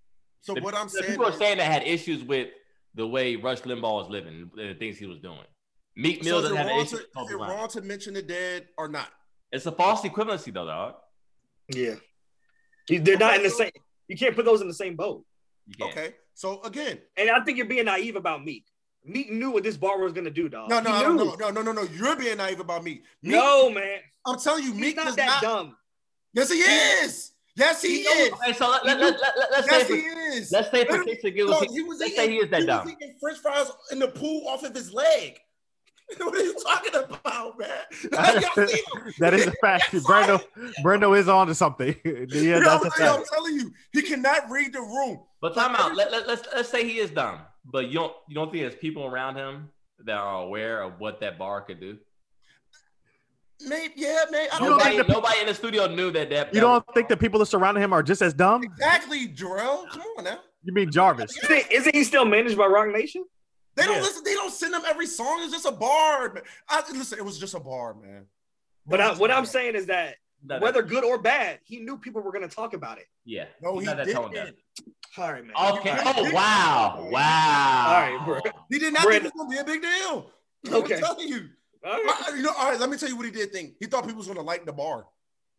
[SPEAKER 4] So
[SPEAKER 3] The-
[SPEAKER 4] what I'm
[SPEAKER 3] the
[SPEAKER 4] saying
[SPEAKER 3] people are
[SPEAKER 4] is,
[SPEAKER 3] saying they had issues with the way Rush Limbaugh was living and the things he was doing. Meek
[SPEAKER 4] so
[SPEAKER 3] Mill
[SPEAKER 4] is it
[SPEAKER 3] doesn't have an
[SPEAKER 4] wrong
[SPEAKER 3] issue
[SPEAKER 4] to-
[SPEAKER 3] with Kobe
[SPEAKER 4] is it
[SPEAKER 3] Bryant.
[SPEAKER 4] wrong to mention the dead or not?
[SPEAKER 3] It's a false equivalency though, dog.
[SPEAKER 5] Yeah, You- they're not in the same. You can't put those in the same boat.
[SPEAKER 3] You can't.
[SPEAKER 4] Okay. So again,
[SPEAKER 5] And I think you're being naive about Meek. Meek knew what this bar was gonna do, dog.
[SPEAKER 4] No, no,
[SPEAKER 5] Uh, He
[SPEAKER 4] I don't
[SPEAKER 5] knew.
[SPEAKER 4] know. no, no, no, no. You're being naive about me. Meek-
[SPEAKER 5] No, man,
[SPEAKER 4] I'm telling you,
[SPEAKER 5] he's
[SPEAKER 4] Meek
[SPEAKER 5] not
[SPEAKER 4] does
[SPEAKER 5] that
[SPEAKER 4] not.
[SPEAKER 5] dumb.
[SPEAKER 4] Yes, he is. Yes, he,
[SPEAKER 5] He knows-
[SPEAKER 4] is.
[SPEAKER 3] Okay, so let, let, let, let, us
[SPEAKER 4] Yes,
[SPEAKER 3] say
[SPEAKER 4] he
[SPEAKER 3] for,
[SPEAKER 4] is.
[SPEAKER 3] let's say for
[SPEAKER 4] Literally,
[SPEAKER 3] kicks and giggles,
[SPEAKER 4] No,
[SPEAKER 3] he-
[SPEAKER 4] he was
[SPEAKER 3] let's say he is that
[SPEAKER 4] he was
[SPEAKER 3] dumb.
[SPEAKER 4] eating French fries in the pool off of his leg. what are you talking about, man? Y'all see him?
[SPEAKER 2] That is a fact. Brendo, Brendo is on to something. yeah,
[SPEAKER 4] Yo,
[SPEAKER 2] that's a
[SPEAKER 4] yo, I'm
[SPEAKER 2] fact.
[SPEAKER 4] telling you, he cannot read the room.
[SPEAKER 3] But time out. Let, let, let's let's say he is dumb, but you don't you don't think there's people around him that are aware of what that bar could do.
[SPEAKER 4] Maybe, yeah, man.
[SPEAKER 2] You
[SPEAKER 4] I
[SPEAKER 2] don't
[SPEAKER 4] don't know.
[SPEAKER 3] Nobody,
[SPEAKER 2] think the-
[SPEAKER 3] nobody in the studio knew that. That
[SPEAKER 2] You don't think the people that surround him are just as dumb?
[SPEAKER 4] exactly, Jarrell. Come on now.
[SPEAKER 2] You mean Jarvis?
[SPEAKER 5] Isn't, isn't he still managed by Rock Nation?
[SPEAKER 4] They don't
[SPEAKER 2] Yeah.
[SPEAKER 4] listen. They don't send them every song. It's just a bar. Man. I, listen, it was just a bar, man.
[SPEAKER 5] But I, what I'm saying is that
[SPEAKER 3] No, no.
[SPEAKER 5] whether good or bad, he knew people were going to talk about it.
[SPEAKER 3] yeah.
[SPEAKER 4] No,
[SPEAKER 3] He's
[SPEAKER 4] he
[SPEAKER 3] not that tone
[SPEAKER 4] didn't.
[SPEAKER 5] All right, man.
[SPEAKER 3] deaf. Okay.
[SPEAKER 4] You-
[SPEAKER 3] Oh wow, wow.
[SPEAKER 5] All right, bro.
[SPEAKER 4] He did not
[SPEAKER 5] Brandon-
[SPEAKER 4] think it was gonna be a big deal.
[SPEAKER 5] Okay.
[SPEAKER 4] I'm telling you.
[SPEAKER 5] All right.
[SPEAKER 4] I- you know, all right, let me tell you what he did think. He thought people was gonna like the bar.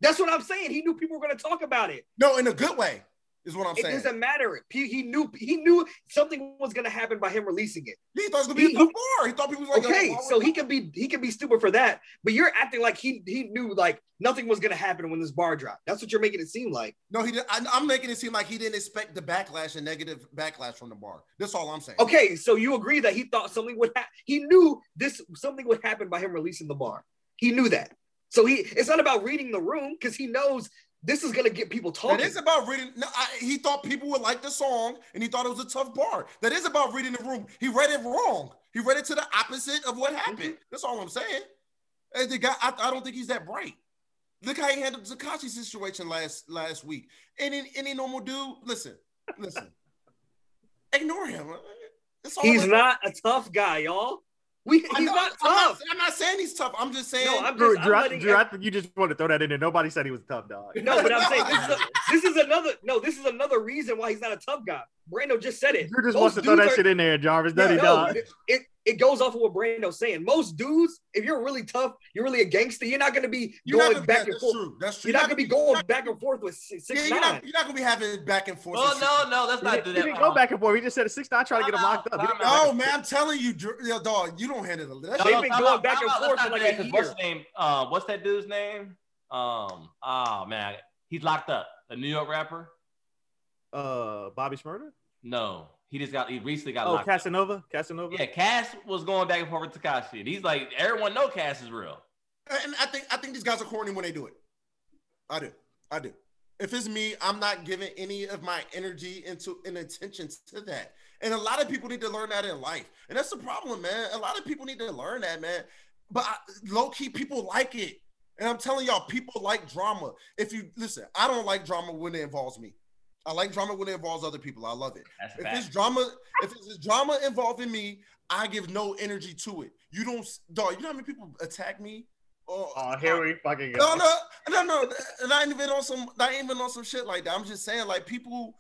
[SPEAKER 5] That's what I'm saying. He knew people were going to talk about it.
[SPEAKER 4] No, in a good way, is what I'm
[SPEAKER 5] it
[SPEAKER 4] saying.
[SPEAKER 5] doesn't matter. He, he knew he knew something was going to happen by him releasing it.
[SPEAKER 4] He thought it was gonna be
[SPEAKER 5] He-
[SPEAKER 4] a good bar. He thought people was like,
[SPEAKER 5] Okay,
[SPEAKER 4] oh,
[SPEAKER 5] so he can be he can be stupid for that, but you're acting like he he knew like nothing was going to happen when this bar dropped. That's what you're making it seem like.
[SPEAKER 4] no, he did. I, I'm making it seem like he didn't expect the backlash and negative backlash from the bar. That's all I'm saying.
[SPEAKER 5] Okay, so you agree that he thought something would happen. He knew this something would happen by him releasing the bar. He knew that. So he it's not about reading the room because he knows this is gonna get people
[SPEAKER 4] That
[SPEAKER 5] talking.
[SPEAKER 4] is about reading. No, I, he thought people would like the song, and he thought it was a tough bar. That is about reading the room. He read it wrong. He read it to the opposite of what happened.
[SPEAKER 5] Mm-hmm.
[SPEAKER 4] That's all I'm saying. And the guy, I, I don't think he's that bright. Look how he handled Zakashi's situation last last week. Any any normal dude, listen, listen, ignore him. That's all
[SPEAKER 5] he's
[SPEAKER 4] I'm-
[SPEAKER 5] not a tough guy, y'all. We he's
[SPEAKER 4] I know-
[SPEAKER 5] not
[SPEAKER 4] I'm
[SPEAKER 5] tough.
[SPEAKER 4] I'm not saying he's tough. I'm just saying.
[SPEAKER 5] no, I'm
[SPEAKER 2] Drew,
[SPEAKER 5] just
[SPEAKER 2] Drew,
[SPEAKER 5] I'm
[SPEAKER 2] I,
[SPEAKER 5] letting
[SPEAKER 2] Drew, I think you just want to throw that in there. Nobody said he was a tough dog.
[SPEAKER 5] No, but I'm saying this is, a- this is another no. This is another reason why he's not a tough guy. Brando just said it.
[SPEAKER 2] Drew just
[SPEAKER 5] Most
[SPEAKER 2] wants to throw that
[SPEAKER 5] dudes are-
[SPEAKER 2] shit in there, Jarvis. No, he
[SPEAKER 5] no,
[SPEAKER 2] don't.
[SPEAKER 5] it it goes off of what Brando's saying. Most dudes, if you're really tough, you're really a gangster. You're not gonna be
[SPEAKER 4] you're
[SPEAKER 5] going
[SPEAKER 4] not gonna be-
[SPEAKER 5] back and
[SPEAKER 4] that's
[SPEAKER 5] forth.
[SPEAKER 4] True. That's true.
[SPEAKER 5] You're not gonna be going
[SPEAKER 4] not-
[SPEAKER 5] back and forth with six,
[SPEAKER 4] Yeah,
[SPEAKER 5] six
[SPEAKER 4] you're
[SPEAKER 5] nine.
[SPEAKER 4] not, you're not gonna be having back and forth.
[SPEAKER 3] Well,
[SPEAKER 4] and shit.
[SPEAKER 3] no, no, let's
[SPEAKER 2] He
[SPEAKER 3] not do
[SPEAKER 2] didn't-
[SPEAKER 3] that. Um,
[SPEAKER 2] he didn't go back and forth. He just said a six nine trying to get him
[SPEAKER 3] Time
[SPEAKER 2] locked
[SPEAKER 3] out,
[SPEAKER 2] up. He didn't go
[SPEAKER 3] time
[SPEAKER 2] back
[SPEAKER 4] No,
[SPEAKER 2] and
[SPEAKER 4] man, I'm telling you, Dr- yo, dog, you don't handle it. That
[SPEAKER 5] No,
[SPEAKER 4] shit-
[SPEAKER 5] no, been going back and forth for like a
[SPEAKER 3] Because what's
[SPEAKER 5] year.
[SPEAKER 3] his name? Uh, what's that dude's name? Um, oh man, he's locked up. A New York rapper?
[SPEAKER 2] Uh, Bobby Smurda?
[SPEAKER 3] No, he just got. He recently got
[SPEAKER 2] Oh,
[SPEAKER 3] locked. up.
[SPEAKER 2] Casanova? Casanova?
[SPEAKER 3] Yeah, Cass was going back and forth with Takashi, and he's like, everyone know Cass is real.
[SPEAKER 4] and I think I think these guys are corny when they do it. I do, I do. If it's me, I'm not giving any of my energy into and attention to that. And a lot of people need to learn that in life, and that's the problem, man. A lot of people need to learn that, man. But I, low key, people like it, and I'm telling y'all, people like drama. If you listen, I don't like drama when it involves me. I like drama when it involves other people. I love it.
[SPEAKER 3] That's a
[SPEAKER 4] If it's
[SPEAKER 3] fact.
[SPEAKER 4] drama, if it's drama involving me, I give no energy to it. You don't, s- dog. You know how many people attack me? Oh,
[SPEAKER 2] Oh, here we fucking go.
[SPEAKER 4] no, no, no, no. Not even on some, not even on some shit like that. I'm just saying, like people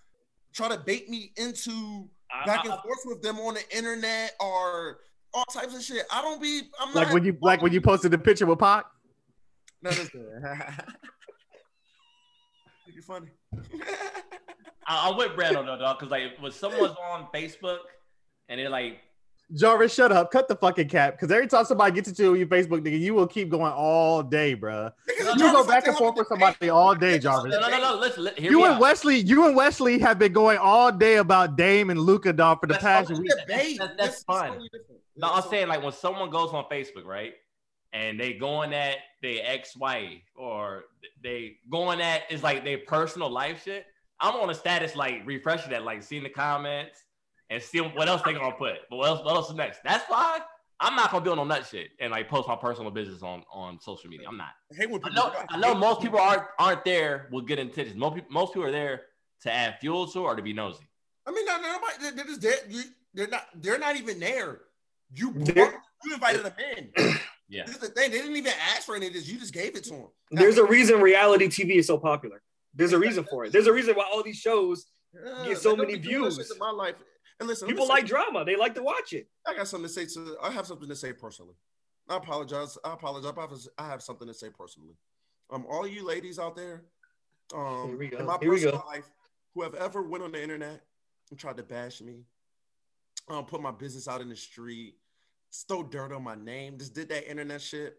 [SPEAKER 4] try to bait me into
[SPEAKER 2] Uh,
[SPEAKER 4] back and forth with them on the internet or all types of shit. I don't be. I'm
[SPEAKER 2] Like
[SPEAKER 4] not.
[SPEAKER 2] when you like when you posted the picture with Pac.
[SPEAKER 4] no, listen. you funny.
[SPEAKER 3] I, I went Brando though, dog, because like when someone's on Facebook and they're like,
[SPEAKER 2] Jarvis, shut up. Cut the fucking cap. Because every time somebody gets into you on your Facebook, nigga, you will keep going all day, bruh.
[SPEAKER 4] Niggas,
[SPEAKER 2] You
[SPEAKER 3] No, no,
[SPEAKER 2] go
[SPEAKER 4] Jarvis,
[SPEAKER 2] back
[SPEAKER 4] I
[SPEAKER 2] and
[SPEAKER 4] tell
[SPEAKER 2] forth
[SPEAKER 4] them
[SPEAKER 2] with somebody all day,
[SPEAKER 3] no,
[SPEAKER 2] Jarvis.
[SPEAKER 3] no, no, no, listen, li- hear
[SPEAKER 2] You
[SPEAKER 3] me
[SPEAKER 2] and
[SPEAKER 3] out.
[SPEAKER 2] Wesley, you and Wesley have been going all day about Dame and Luca Dog for the
[SPEAKER 3] That's
[SPEAKER 2] past
[SPEAKER 3] fine.
[SPEAKER 2] week.
[SPEAKER 4] to debate.
[SPEAKER 3] That's- that's fine.
[SPEAKER 4] totally different.
[SPEAKER 3] No, I'm
[SPEAKER 4] So-
[SPEAKER 3] saying like when someone goes on Facebook, right, and they going at their ex-wife or they going at is like their personal life shit. I'm on a status like refreshing that, like seeing the comments and seeing what else they gonna put. But what else? What else is next? That's why I'm not gonna be on no nut shit and like post my personal business on on social media. I'm not.
[SPEAKER 4] I hate when
[SPEAKER 3] I
[SPEAKER 4] people.
[SPEAKER 3] know, I know most people aren't aren't there with good intentions. Most people, most people are there to add fuel to or to be nosy.
[SPEAKER 4] I mean, no, no, nobody. They're, they're just dead. You- They're not. They're not even there. You brought-
[SPEAKER 5] There-
[SPEAKER 4] you invited them in.
[SPEAKER 3] Yeah.
[SPEAKER 4] This is the thing. They didn't even ask for any of this. You just gave it to them.
[SPEAKER 5] There's a reason reality TV is so popular. There's a reason for it. There's a reason why all these shows get so many views.
[SPEAKER 4] in my life. And listen, let me
[SPEAKER 5] people
[SPEAKER 4] say-
[SPEAKER 5] like drama. They like to watch it.
[SPEAKER 4] I got something to say to. I have something to say personally. I apologize. I apologize. I have, I have something to say personally. Um, all you ladies out there, um,
[SPEAKER 5] Here we go.
[SPEAKER 4] in my
[SPEAKER 5] Here we go.
[SPEAKER 4] personal life, who have ever went on the internet and tried to bash me, um, put my business out in the street, stole dirt on my name, just did that internet shit.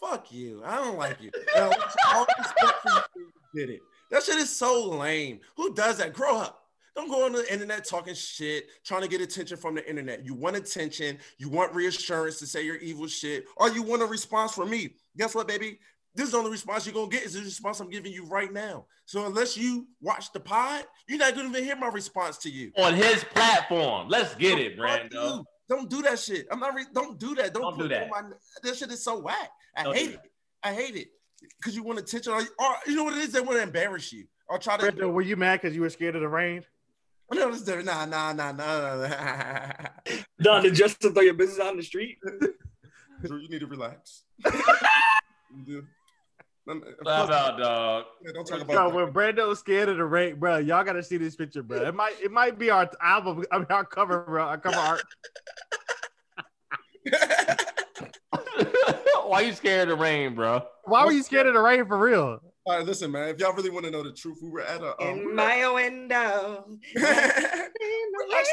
[SPEAKER 4] Fuck you. I don't like you. And I want you all respect for you. when you did it. That shit is so lame. Who does that? Grow up. Don't go on the internet talking shit, trying to get attention from the internet. You want attention, you want reassurance to say your evil shit, or you want a response from me. Guess what, baby? This is the only response you're gonna get is the response I'm giving you right now. So unless you watch the pod, you're not gonna even hear my response to you.
[SPEAKER 3] on his platform. Let's get it,
[SPEAKER 4] Fuck
[SPEAKER 3] Brando.
[SPEAKER 4] you. Don't do that shit. I'm not. Re- don't do that. Don't,
[SPEAKER 3] Don't do
[SPEAKER 4] put
[SPEAKER 3] that.
[SPEAKER 4] on My, that shit is so whack. I
[SPEAKER 3] Don't do
[SPEAKER 4] hate it.
[SPEAKER 3] that.
[SPEAKER 4] I hate it because you want attention, or, or you know what it is. They want to embarrass you or try to.
[SPEAKER 2] Brenda, were you mad because you were scared of the rain?
[SPEAKER 4] No, it's different. Nah, nah, nah, nah. nah.
[SPEAKER 5] Done to just to throw your business out in the street.
[SPEAKER 4] Drew, you need to relax. you do. Um, of
[SPEAKER 3] How
[SPEAKER 4] course-
[SPEAKER 3] about dog?
[SPEAKER 4] yeah, don't talk
[SPEAKER 2] Yo,
[SPEAKER 4] about that.
[SPEAKER 2] when Brando was scared of the rain, bro, y'all gotta see this picture, bro. It might it might be our album, I mean our cover, bro. Our cover art.
[SPEAKER 3] Why you scared of rain, bro?
[SPEAKER 2] Why were you scared of the rain for real?
[SPEAKER 4] All right, listen, man. If y'all really want to know the truth, we were at a. Um,
[SPEAKER 5] my window.
[SPEAKER 4] we actually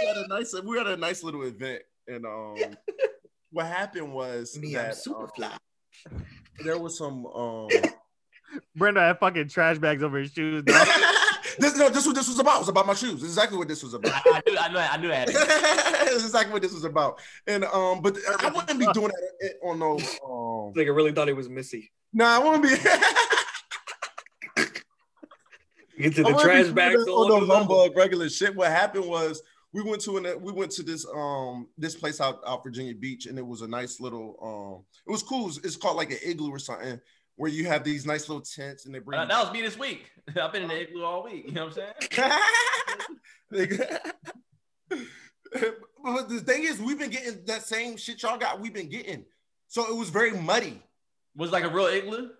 [SPEAKER 4] at a nice. We were at a nice little event, and um, what happened was
[SPEAKER 5] Me,
[SPEAKER 4] that
[SPEAKER 5] I'm super
[SPEAKER 4] um,
[SPEAKER 5] fly.
[SPEAKER 4] there was some um
[SPEAKER 2] Brenda had fucking trash bags over his shoes. dog.
[SPEAKER 4] this no this was this was about it was about my shoes This is exactly what this was about
[SPEAKER 3] I, I knew, I knew, I knew that.
[SPEAKER 4] this is exactly what this was about and um but i wouldn't be doing that on no um
[SPEAKER 5] This nigga really thought it was Missy.
[SPEAKER 4] nah i wouldn't be I
[SPEAKER 5] Get to the
[SPEAKER 4] wouldn't be
[SPEAKER 5] trash
[SPEAKER 4] doing
[SPEAKER 5] bags
[SPEAKER 4] that
[SPEAKER 5] all
[SPEAKER 4] on no
[SPEAKER 5] over.
[SPEAKER 4] humbug regular shit what happened was we went to an we went to this um this place out out virginia beach and it was a nice little um it was cool it's, it's called like an igloo or something where you have these nice little tents and they bring
[SPEAKER 3] Uh,
[SPEAKER 4] you-
[SPEAKER 3] that was me this week. I've been in the igloo all week. You know what I'm saying?
[SPEAKER 4] Nigga. but the thing is, we've been getting that same shit y'all got. We've been getting, so it was very muddy.
[SPEAKER 3] Was it like a real igloo.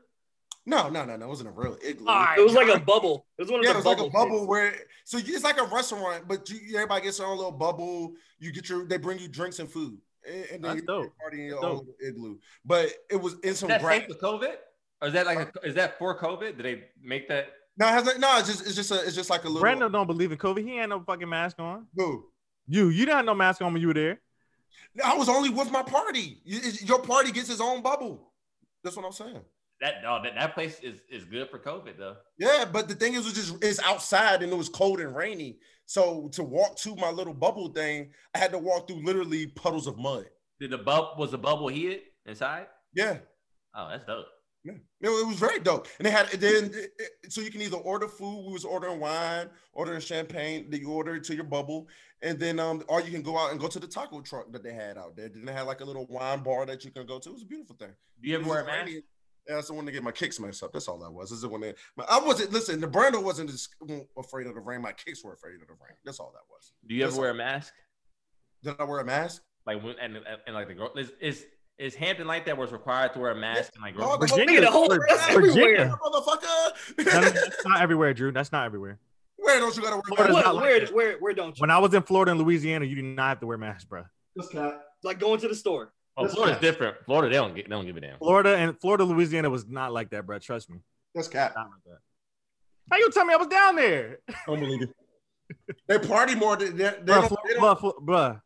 [SPEAKER 4] No, no, no, no. It wasn't a real igloo.
[SPEAKER 2] All right.
[SPEAKER 5] It was like a bubble. It was one of
[SPEAKER 4] Yeah, it
[SPEAKER 5] the
[SPEAKER 4] was like
[SPEAKER 5] bubble
[SPEAKER 4] a bubble where so you, it's like a restaurant, but you, everybody gets their own little bubble. You get your they bring you drinks and food, and, and then
[SPEAKER 2] That's
[SPEAKER 4] you can
[SPEAKER 2] dope.
[SPEAKER 4] party in your
[SPEAKER 2] That's
[SPEAKER 4] own little igloo. But it was in
[SPEAKER 3] Is
[SPEAKER 4] some
[SPEAKER 3] that
[SPEAKER 4] grass.
[SPEAKER 3] safe for COVID? Or is that like a, is that for COVID? Did they make that?
[SPEAKER 4] No, it has like, no. It's just it's just a it's just like a little.
[SPEAKER 2] Brando don't believe in COVID. He ain't no fucking mask on.
[SPEAKER 4] Dude,
[SPEAKER 2] You you didn't have no mask on when you were there.
[SPEAKER 4] I was only with my party. You- it's- Your party gets its own bubble. That's what I'm saying.
[SPEAKER 3] That dog, that, that place is, is good for COVID though.
[SPEAKER 4] Yeah, but the thing is, it was just it's outside and it was cold and rainy. So to walk to my little bubble thing, I had to walk through literally puddles of mud.
[SPEAKER 3] Did the bub was the bubble heated inside?
[SPEAKER 4] Yeah,
[SPEAKER 3] Oh, that's dope.
[SPEAKER 4] yeah. It, it was very dope. And they had then it- it- so you can either order food. We was ordering wine, ordering champagne. That you order to your bubble, and then um, or you can go out and go to the taco truck that they had out there. Then they had like a little wine bar that you can go to. It was a beautiful thing.
[SPEAKER 3] Do you ever wear a mask?
[SPEAKER 4] Rainy. Yeah, that's the one to get my kicks messed up. That's all that was. This is the one that but I wasn't. Listen, the Brando wasn't as afraid of the rain. My kicks were afraid of the rain. That's all that was.
[SPEAKER 3] Do you ever
[SPEAKER 4] Listen.
[SPEAKER 3] wear a mask?
[SPEAKER 4] Did I wear a mask?
[SPEAKER 3] Like when and, and like the girl is is is Hampton like that was required to wear a mask and like grocery
[SPEAKER 4] Dog,
[SPEAKER 2] Virginia,
[SPEAKER 5] the whole-
[SPEAKER 4] that's
[SPEAKER 2] Virginia.
[SPEAKER 4] everywhere,
[SPEAKER 2] No, no,
[SPEAKER 4] motherfucker.
[SPEAKER 2] that's not everywhere, Drew. That's not everywhere.
[SPEAKER 4] Where don't you gotta wear a
[SPEAKER 2] Florida's
[SPEAKER 5] What-
[SPEAKER 4] mask?
[SPEAKER 2] not like
[SPEAKER 5] where,
[SPEAKER 2] that.
[SPEAKER 5] where, where don't you?
[SPEAKER 2] When I was in Florida and Louisiana, you did not have to wear masks, bro.
[SPEAKER 5] like going to the store.
[SPEAKER 3] Oh,
[SPEAKER 4] That's
[SPEAKER 3] Florida's
[SPEAKER 4] facts.
[SPEAKER 3] different. Florida, they don't get, they don't give a damn.
[SPEAKER 2] Florida and Florida, Louisiana was not like that, bro. Trust me,
[SPEAKER 4] That's cap.
[SPEAKER 2] not like that. How you tell me I was down there,
[SPEAKER 4] Unbelievable. They party more than they, they,
[SPEAKER 2] Oh, bro,
[SPEAKER 4] don't, they don't-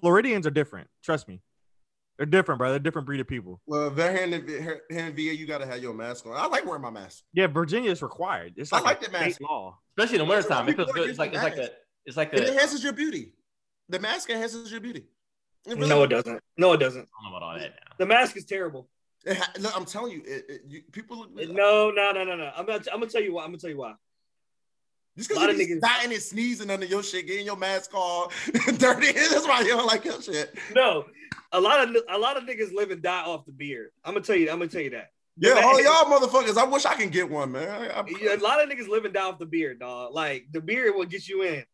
[SPEAKER 2] Floridians are different. Trust me, they're different, bro. They're a different breed of people.
[SPEAKER 4] Well, if they're here in, the- here in VA, you gotta have your mask on. I like wearing my mask.
[SPEAKER 2] Yeah, Virginia is required. It's
[SPEAKER 4] I
[SPEAKER 2] like,
[SPEAKER 4] like
[SPEAKER 2] a
[SPEAKER 4] the mask.
[SPEAKER 2] state law.
[SPEAKER 3] Especially in the wintertime. It
[SPEAKER 4] People
[SPEAKER 3] feels
[SPEAKER 4] are
[SPEAKER 3] good. It's like it's like a it's like a I
[SPEAKER 4] It
[SPEAKER 3] don't
[SPEAKER 4] enhances your beauty. The mask enhances your beauty. It really
[SPEAKER 5] No, it doesn't. No, it doesn't.
[SPEAKER 3] know about all that now.
[SPEAKER 5] The mask is terrible.
[SPEAKER 4] It ha- look, I'm telling you, it, it, you people.
[SPEAKER 5] No, no, no, no, no. I'm gonna, I'm gonna tell you why. I'm gonna tell you why.
[SPEAKER 4] Just
[SPEAKER 5] lot
[SPEAKER 4] because
[SPEAKER 5] of
[SPEAKER 4] you
[SPEAKER 5] niggas-
[SPEAKER 4] be dying and sneezing under your shit, getting your mask all dirty. That's why you don't like your shit.
[SPEAKER 5] No, a lot of a lot of niggas live and die off the beard. I'm gonna tell you. I'm gonna tell you that.
[SPEAKER 4] Yeah,
[SPEAKER 5] mask-
[SPEAKER 4] all y'all motherfuckers. I wish I can get one, man. I, I,
[SPEAKER 5] Yeah, A lot of niggas live and die off the beard, dog. Like the beard will get you in.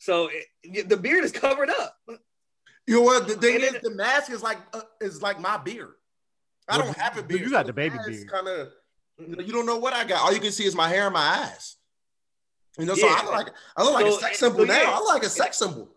[SPEAKER 5] So it, the beard is covered up.
[SPEAKER 4] you know what? The thing
[SPEAKER 5] And
[SPEAKER 4] is,
[SPEAKER 5] it-
[SPEAKER 4] the mask is like uh, is like my beard. I
[SPEAKER 2] Well,
[SPEAKER 4] don't have a
[SPEAKER 2] you- you
[SPEAKER 4] beard.
[SPEAKER 2] got the baby beard.
[SPEAKER 4] Kind of. You don't know what I got. All you can see is my hair and my eyes. You know,
[SPEAKER 5] Yeah.
[SPEAKER 4] so I look like I look like
[SPEAKER 5] So,
[SPEAKER 4] a sex
[SPEAKER 5] so
[SPEAKER 4] symbol now.
[SPEAKER 5] yeah.
[SPEAKER 4] I look like a sex symbol.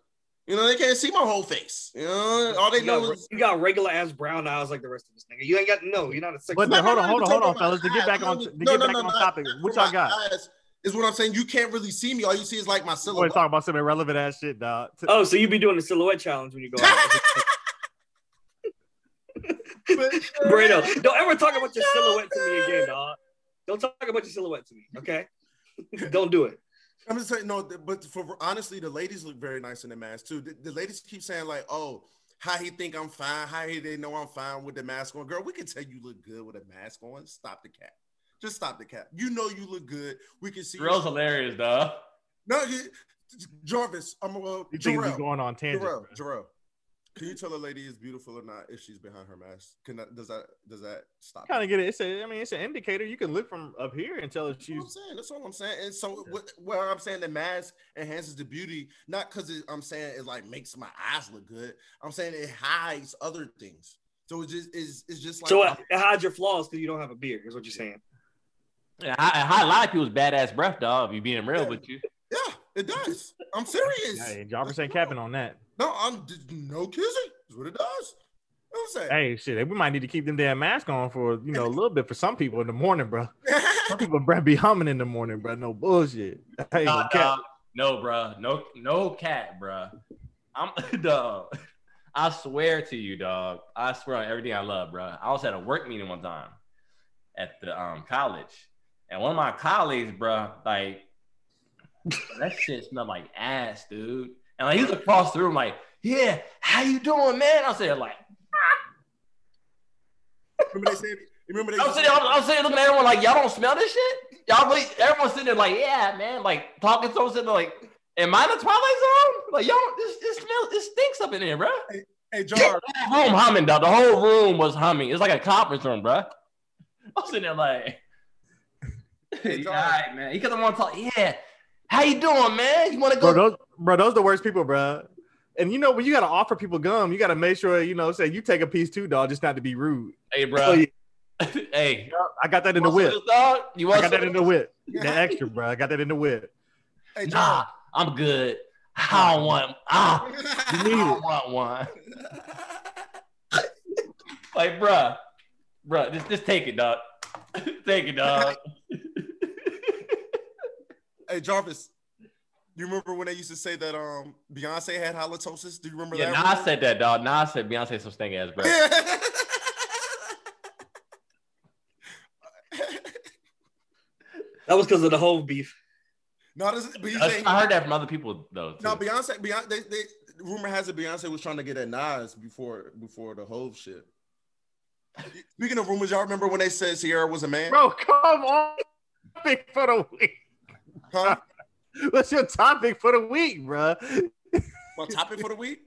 [SPEAKER 4] You know, they can't see my whole face. You know, all they
[SPEAKER 5] You got,
[SPEAKER 4] know
[SPEAKER 5] re-
[SPEAKER 4] is
[SPEAKER 5] you got regular ass brown eyes like the rest of us, nigga. You ain't got no. You're not a sex.
[SPEAKER 2] But
[SPEAKER 4] No,
[SPEAKER 2] then,
[SPEAKER 4] no,
[SPEAKER 2] hold
[SPEAKER 4] no,
[SPEAKER 2] on,
[SPEAKER 4] you
[SPEAKER 2] hold on,
[SPEAKER 4] talking
[SPEAKER 2] hold on,
[SPEAKER 4] about my
[SPEAKER 2] fellas, to get
[SPEAKER 4] eyes.
[SPEAKER 2] back
[SPEAKER 4] I'm
[SPEAKER 2] on
[SPEAKER 4] not
[SPEAKER 2] to
[SPEAKER 4] even-
[SPEAKER 2] get
[SPEAKER 4] no, no,
[SPEAKER 2] back
[SPEAKER 4] no,
[SPEAKER 2] on
[SPEAKER 4] no,
[SPEAKER 2] topic.
[SPEAKER 4] not
[SPEAKER 2] What
[SPEAKER 4] from
[SPEAKER 2] y'all
[SPEAKER 4] my
[SPEAKER 2] got?
[SPEAKER 4] eyes Is what I'm saying. You can't really see me. All you see is like my
[SPEAKER 2] Boy,
[SPEAKER 4] silhouette.
[SPEAKER 2] talking about some irrelevant ass shit, dog. T-
[SPEAKER 5] oh, so you be doing the silhouette challenge when you go out. Brado, don't ever talk about your silhouette to me again, dog. Don't talk about your silhouette to me, okay? don't do it.
[SPEAKER 4] I'm just saying no, th- but for honestly, the ladies look very nice in the mask too. The, the ladies keep saying like, "Oh, how he think I'm fine? How he didn't know I'm fine with the mask on?" Girl, we can tell you look good with a mask on. Stop the cap. Just stop the cap. You know you look good. We can see.
[SPEAKER 3] Jarrell's hilarious, dog.
[SPEAKER 4] No, you, Jarvis. I'm uh,
[SPEAKER 2] These things
[SPEAKER 4] Jarrell.
[SPEAKER 2] is going on tangent.
[SPEAKER 4] Jarrell,
[SPEAKER 2] bro.
[SPEAKER 4] Jarrell, can you tell a lady is beautiful or not if she's behind her mask? Can that does that does that stop?
[SPEAKER 2] kind
[SPEAKER 4] you?
[SPEAKER 2] of get it. It's a, I mean, it's an indicator. You can look from up here and tell if
[SPEAKER 4] That's what I'm
[SPEAKER 2] she's.
[SPEAKER 4] saying. That's all I'm saying. And so, what, well, I'm saying the mask enhances the beauty, not because I'm saying it like makes my eyes look good. I'm saying it hides other things. So it just is. It's just like
[SPEAKER 5] So uh, it hides your flaws because you don't have a beard. Is what you're saying.
[SPEAKER 3] Yeah, I, I, a lot of people's badass breath, dog. If you being real with you,
[SPEAKER 4] yeah, it does. I'm serious.
[SPEAKER 2] Hey, Jarvis ain't capping on that.
[SPEAKER 4] No, I'm no kissing. That's what it does. You know what I'm saying.
[SPEAKER 2] Hey, shit, we might need to keep them damn mask on for you know a little bit for some people in the morning, bro. Some people, bruh, be humming in the morning, bro. No bullshit. Hey,
[SPEAKER 3] Nah,
[SPEAKER 2] cap.
[SPEAKER 3] dawg. no, bro, no, no cat, bro. I'm dog. I swear to you, dog. I swear on everything I love, bro. I was at a work meeting one time at the um, college, and one of my colleagues, bro, like that shit smelled like ass, dude. And like he was across the room, like, yeah, how you doing, man? I said, like,
[SPEAKER 4] remember they said. Remember they.
[SPEAKER 3] I'm sitting, I'm, I'm sitting looking at everyone like, y'all don't smell this shit? Y'all really, everyone's sitting there like, yeah, man, like talking to someone sitting there like, am I in the Twilight Zone? Like, y'all, don't- this, this smells, this stinks up in here, bro.
[SPEAKER 4] hey,
[SPEAKER 3] The whole
[SPEAKER 4] Jar.
[SPEAKER 3] room humming, dog. The whole room was humming. It's like a conference room, bro. I'm sitting there like,
[SPEAKER 4] Hey,
[SPEAKER 3] yeah,
[SPEAKER 4] Jar.
[SPEAKER 3] all right, man. He doesn't want to talk. Yeah. How you doing, man? You want to
[SPEAKER 2] bro,
[SPEAKER 3] go?
[SPEAKER 2] those, bro, those the worst people, bro. And you know when you gotta offer people gum, you gotta make sure you know say you take a piece too, dog, just not to be rude.
[SPEAKER 3] hey,
[SPEAKER 2] Oh,
[SPEAKER 3] bro.
[SPEAKER 2] yeah.
[SPEAKER 3] hey.
[SPEAKER 2] I got that in the
[SPEAKER 3] want
[SPEAKER 2] whip.
[SPEAKER 3] some of this, dog? You
[SPEAKER 2] I
[SPEAKER 3] want
[SPEAKER 2] got that
[SPEAKER 3] some
[SPEAKER 2] in
[SPEAKER 3] of
[SPEAKER 2] the whip. The extra, bro. I got that in the whip.
[SPEAKER 4] Hey,
[SPEAKER 3] this?
[SPEAKER 4] Jar.
[SPEAKER 3] Nah, I'm good. I don't want. Ah,
[SPEAKER 2] You
[SPEAKER 3] I
[SPEAKER 2] need it.
[SPEAKER 3] don't want one. Like, bruh, bruh, just, just take it, dog. take it, dog.
[SPEAKER 4] Hey Jarvis, you remember when they used to say that um Beyonce had halitosis? Do you remember
[SPEAKER 3] yeah,
[SPEAKER 4] that?
[SPEAKER 3] Nas said that, dog. Nas said Beyonce some stink ass, bro.
[SPEAKER 5] That was because of the whole beef.
[SPEAKER 4] no, this, but he's saying,
[SPEAKER 3] I heard that from other people though.
[SPEAKER 4] no,
[SPEAKER 3] too.
[SPEAKER 4] Beyonce, Beyonce. They, they, rumor has it Beyonce was trying to get at Nas before before the whole shit. Speaking of rumors, y'all remember when they said Sierra was a man?
[SPEAKER 2] Bro, come on. Topic for the week.
[SPEAKER 4] Huh?
[SPEAKER 2] What's your topic for the week, bro?
[SPEAKER 4] My topic for the week.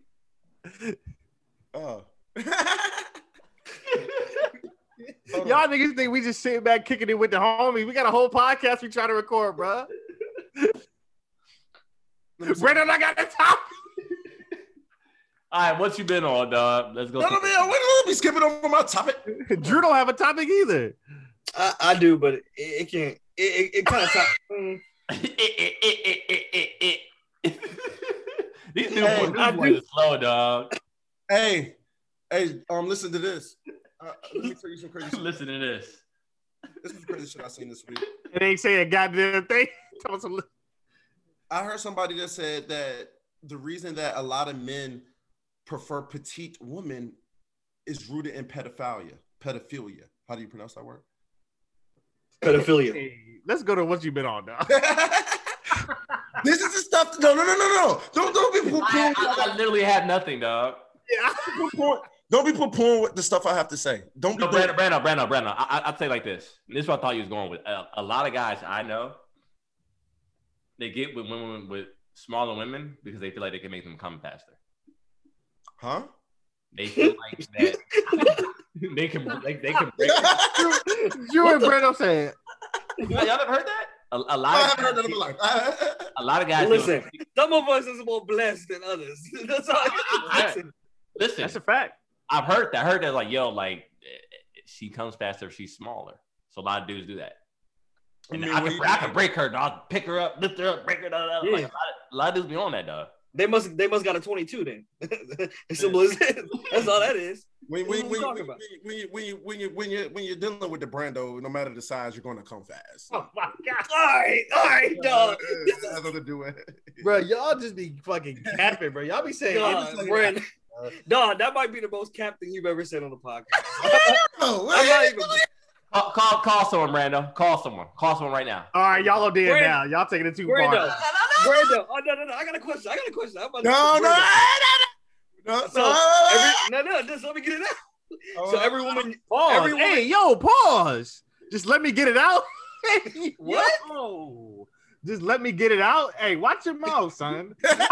[SPEAKER 4] Oh. Hold on.
[SPEAKER 2] Y'all niggas think we just sitting back kicking it with the homies. We got a whole podcast we trying to record, bro.
[SPEAKER 4] Let me see.
[SPEAKER 2] Brandon, I got a topic.
[SPEAKER 3] All right, what you been on, dog? Let's go.
[SPEAKER 4] No, no, man, wait, let me skip it over my topic.
[SPEAKER 2] Drew don't have a topic either.
[SPEAKER 5] I, I do, but it, it can't. It, it, it kind of.
[SPEAKER 3] Eh, These new
[SPEAKER 4] Hey,
[SPEAKER 3] boys,
[SPEAKER 4] I
[SPEAKER 3] these boys are slow, dog.
[SPEAKER 4] Hey, hey, um, listen to this. Uh, let me tell you some crazy shit.
[SPEAKER 3] Listen to this.
[SPEAKER 4] This is crazy shit I seen this week.
[SPEAKER 2] It ain't saying a goddamn thing. Tell us a little-
[SPEAKER 4] I heard somebody that said that the reason that a lot of men prefer petite women is rooted in pedophilia. Pedophilia. How do you pronounce that word?
[SPEAKER 5] pedophilia.
[SPEAKER 2] Hey, let's go to what you've been on, dog.
[SPEAKER 4] this is the stuff. No, no, no, no, no. Don't don't be poo
[SPEAKER 3] I, I, I literally have nothing, dog.
[SPEAKER 4] pooing. Don't be poo pooing with the stuff I have to say. Don't be.
[SPEAKER 3] No, Brandon, Brandon, Brandon, Brandon. I, I, I'd say like this. This is what I thought you was going with. A, a lot of guys I know, they get with women with smaller women because they feel like they can make them come faster.
[SPEAKER 4] huh?
[SPEAKER 3] They feel like that they can they, they can break.
[SPEAKER 2] Drew and Brandon said,
[SPEAKER 3] Y'all never heard that? A, a
[SPEAKER 4] I
[SPEAKER 3] lot of
[SPEAKER 4] haven't heard that
[SPEAKER 3] guys,
[SPEAKER 4] in my life.
[SPEAKER 3] a lot of guys.
[SPEAKER 5] Listen, some of us is more blessed than others. That's all. I
[SPEAKER 3] Alright.
[SPEAKER 5] Listen,
[SPEAKER 3] listen.
[SPEAKER 2] that's a fact.
[SPEAKER 3] I've heard that. I heard that like yo, like eh, eh, she comes faster. if She's smaller. So a lot of dudes do that.
[SPEAKER 4] I
[SPEAKER 3] And
[SPEAKER 4] mean,
[SPEAKER 3] I,
[SPEAKER 4] what
[SPEAKER 3] can,
[SPEAKER 4] do
[SPEAKER 3] I
[SPEAKER 4] you
[SPEAKER 3] can
[SPEAKER 4] think?
[SPEAKER 3] break her. Dog, pick her up, lift her up, break her down. Like, a,
[SPEAKER 5] Yeah.
[SPEAKER 3] lot of, a lot of dudes be on that, dog.
[SPEAKER 5] they must. They must got a 22 then. as simple as that. That's all that is.
[SPEAKER 4] When,
[SPEAKER 5] What
[SPEAKER 4] when,
[SPEAKER 5] are we
[SPEAKER 4] when,
[SPEAKER 5] talking
[SPEAKER 4] when,
[SPEAKER 5] about?
[SPEAKER 4] when, you- when, you- when, you- when, you, when you're dealing with the Brando, no matter the size, you're going to come fast.
[SPEAKER 2] Oh my god,
[SPEAKER 5] All right, all right, dog.
[SPEAKER 4] It has nothing to do with it.
[SPEAKER 2] bro, y'all just be fucking capping, bro. Y'all be saying,
[SPEAKER 5] Dog,
[SPEAKER 4] like-
[SPEAKER 5] Brandon. Dog, that might be the most captain you've ever said on the podcast.
[SPEAKER 4] Oh,
[SPEAKER 5] I'm not even.
[SPEAKER 3] Call, call, call someone, Brando. Call someone. Call someone right now.
[SPEAKER 2] All right, y'all are dead
[SPEAKER 5] Brandon.
[SPEAKER 2] now. Y'all taking it too
[SPEAKER 5] Brandon.
[SPEAKER 2] far.
[SPEAKER 5] Brando. Oh no no no! I got a question. I got a question. I'm about to-
[SPEAKER 4] No, no,
[SPEAKER 5] Brando.
[SPEAKER 4] no, no,
[SPEAKER 5] So,
[SPEAKER 4] no,
[SPEAKER 5] Every, no no. Just let me get it out. So every
[SPEAKER 2] Oh.
[SPEAKER 5] woman.
[SPEAKER 2] Pause.
[SPEAKER 5] Everyone-
[SPEAKER 2] Hey, yo, pause. Just let me get it out.
[SPEAKER 5] What?
[SPEAKER 2] Yo. Just let me get it out. Hey, watch your mouth, son. watch,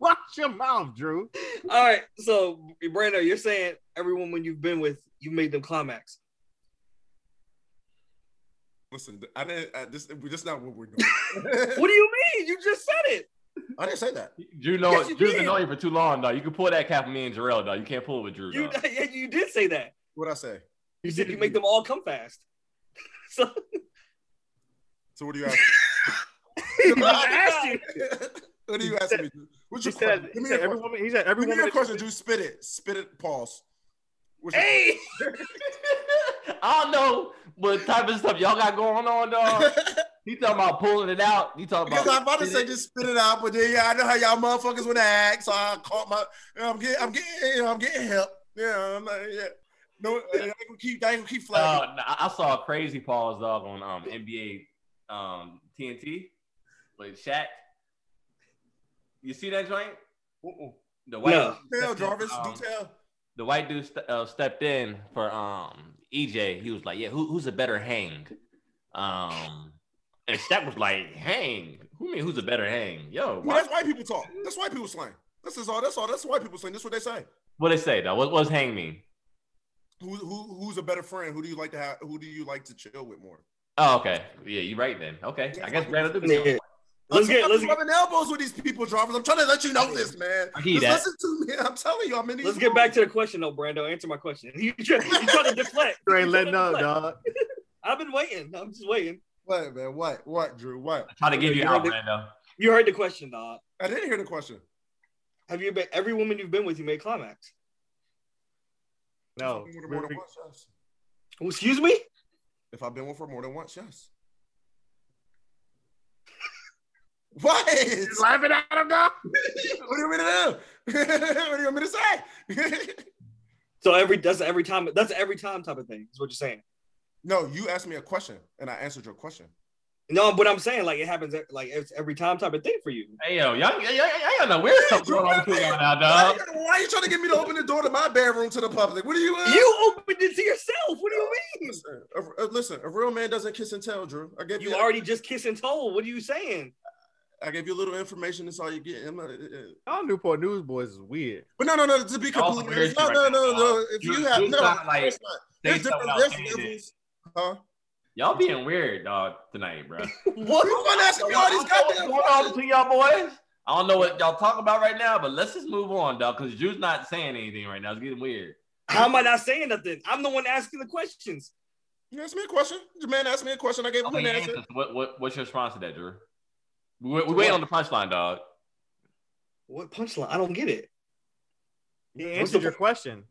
[SPEAKER 2] watch your mouth, Drew.
[SPEAKER 5] All right. So Brando, you're saying every woman you've been with, you made them climax.
[SPEAKER 4] Listen, I didn't. I, this, that's not what we're doing.
[SPEAKER 5] What do you mean? You just said it.
[SPEAKER 4] I didn't say that.
[SPEAKER 3] Drew know
[SPEAKER 5] Yes, you
[SPEAKER 3] Drew's
[SPEAKER 5] did.
[SPEAKER 3] been knowing you for too long, though. You can pull that cap with me and Jarrell, though. You can't pull it with Drew.
[SPEAKER 5] You
[SPEAKER 3] though.
[SPEAKER 5] yeah, you did say that.
[SPEAKER 4] What I say?
[SPEAKER 5] You said you make them all come fast. So
[SPEAKER 4] So what do you ask?
[SPEAKER 2] He just asked you.
[SPEAKER 4] what do you
[SPEAKER 2] He
[SPEAKER 4] ask
[SPEAKER 2] said-
[SPEAKER 4] me? What's
[SPEAKER 2] He
[SPEAKER 4] your
[SPEAKER 2] said,
[SPEAKER 4] question?
[SPEAKER 2] he
[SPEAKER 4] Give me
[SPEAKER 2] said
[SPEAKER 4] your
[SPEAKER 2] every
[SPEAKER 4] question.
[SPEAKER 2] woman. He said every
[SPEAKER 4] Give me
[SPEAKER 2] woman.
[SPEAKER 4] your question. Do spit it. Spit it. Pause. What's your
[SPEAKER 5] hey,
[SPEAKER 3] I don't know what type of stuff y'all got going on, dog. You talking about pulling it out? You talking
[SPEAKER 4] Because
[SPEAKER 3] about?
[SPEAKER 4] I'm about to say just spit it out, but then yeah, I know how y'all motherfuckers want to act, so I caught my. You know, I'm getting, I'm getting, you know, I'm getting help. Yeah, I'm not, yeah. No, I ain't gonna keep, I ain't gonna keep
[SPEAKER 3] Uh,
[SPEAKER 4] flagging.
[SPEAKER 3] nah, I saw a crazy pause dog on um, NBA um, TNT with Shaq. You see that joint? The white
[SPEAKER 5] No.
[SPEAKER 4] Detail, Jarvis.
[SPEAKER 3] Um,
[SPEAKER 4] Detail.
[SPEAKER 3] the white dude st- uh, stepped in for um EJ. He was like, "Yeah, who, who's a better hang?" Um, and Shaq was like, "Hang? Who mean who's a better hang?" Yo,
[SPEAKER 4] Well,
[SPEAKER 3] what?
[SPEAKER 4] that's white people talk. That's white people slang. This is all. That's all. That's white people slang. That's what they say.
[SPEAKER 3] What they say though? What what's hang mean?
[SPEAKER 4] Who, who, who's a better friend? Who do you like to have? Who do you like to chill with more?
[SPEAKER 3] Oh, okay. Yeah, you're right then. Okay, I guess Brandon do get
[SPEAKER 5] Yeah. let's get let's
[SPEAKER 4] I'm
[SPEAKER 5] get,
[SPEAKER 4] rubbing elbows with these people, Jarvis. I'm trying to let you know this, man.
[SPEAKER 3] I hear
[SPEAKER 4] Just
[SPEAKER 3] that.
[SPEAKER 4] listen to me. I'm telling you, I'm in these.
[SPEAKER 5] let's get back to the question though, Brando. Answer my question. You try, you try to deflect.
[SPEAKER 2] You ain't
[SPEAKER 5] You
[SPEAKER 2] letting
[SPEAKER 5] try
[SPEAKER 2] up,
[SPEAKER 5] to deflect.
[SPEAKER 2] dog.
[SPEAKER 5] I've been waiting. I'm just waiting.
[SPEAKER 4] what, man? What? What, Drew? What?
[SPEAKER 3] try to give you
[SPEAKER 5] You
[SPEAKER 3] out,
[SPEAKER 5] heard it.
[SPEAKER 3] Brando.
[SPEAKER 5] You heard the question, dog.
[SPEAKER 4] I didn't hear the question.
[SPEAKER 5] Have you been every woman you've been with? You made climax.
[SPEAKER 2] No.
[SPEAKER 4] If I've been with her more than once, yes.
[SPEAKER 5] Oh, excuse me.
[SPEAKER 4] If I've been with her more than once, yes. What? what do
[SPEAKER 2] You laughing at him, dog?
[SPEAKER 4] you want me to do? what do you want me to say?
[SPEAKER 5] So every that's every time that's every time type of thing is what you're saying.
[SPEAKER 4] no, you asked me a question and I answered your question.
[SPEAKER 5] No, but I'm saying like it happens at- like it's every time type of thing for you.
[SPEAKER 3] Hey yo, y'all, y'all, y'all, y'all got no weird stuff going on between y'all now,
[SPEAKER 4] Why,
[SPEAKER 3] dog.
[SPEAKER 4] you- why you trying to get me to open the door to my bedroom to the public? What do you? uh,
[SPEAKER 5] You opened it to yourself. What do you mean?
[SPEAKER 4] Listen, a, a- listen, a real man doesn't kiss and tell, Drew. I gave you,
[SPEAKER 5] You already just kiss and told. What are you saying?
[SPEAKER 4] I gave you a little information. That's all you get. I'm not, uh, uh,
[SPEAKER 2] Y'all Newport Newsboys is weird.
[SPEAKER 4] but no, no, no. To be
[SPEAKER 3] Y'all some weird
[SPEAKER 4] completely
[SPEAKER 3] shit
[SPEAKER 4] no,
[SPEAKER 3] right
[SPEAKER 4] no,
[SPEAKER 3] now,
[SPEAKER 4] no,
[SPEAKER 3] dog.
[SPEAKER 4] no. If
[SPEAKER 3] Drew-
[SPEAKER 4] you have
[SPEAKER 3] Drew's
[SPEAKER 4] no,
[SPEAKER 3] not, like,
[SPEAKER 4] it's not.
[SPEAKER 3] Say
[SPEAKER 4] There's
[SPEAKER 3] something
[SPEAKER 4] different.
[SPEAKER 3] without
[SPEAKER 4] There's
[SPEAKER 3] saying it.
[SPEAKER 4] levels. Huh?
[SPEAKER 3] Y'all being weird, dog, tonight, bro.
[SPEAKER 5] What?
[SPEAKER 4] You want to ask me all these goddamn questions?
[SPEAKER 3] between y'all boys? I don't know what y'all talking about right now, but let's just move on, dog, because Drew's not saying anything right now. It's getting weird.
[SPEAKER 5] How am I not saying nothing? I'm the one asking the questions.
[SPEAKER 4] You asked me a question. The man asked me a question. I gave him
[SPEAKER 3] Okay,
[SPEAKER 4] an answer.
[SPEAKER 3] Anthony, What, what, what's your response to that, Drew? We, we wait on the punchline, dog.
[SPEAKER 5] What punchline? I don't get it.
[SPEAKER 2] He
[SPEAKER 5] What's
[SPEAKER 2] answered
[SPEAKER 5] the-
[SPEAKER 2] your question.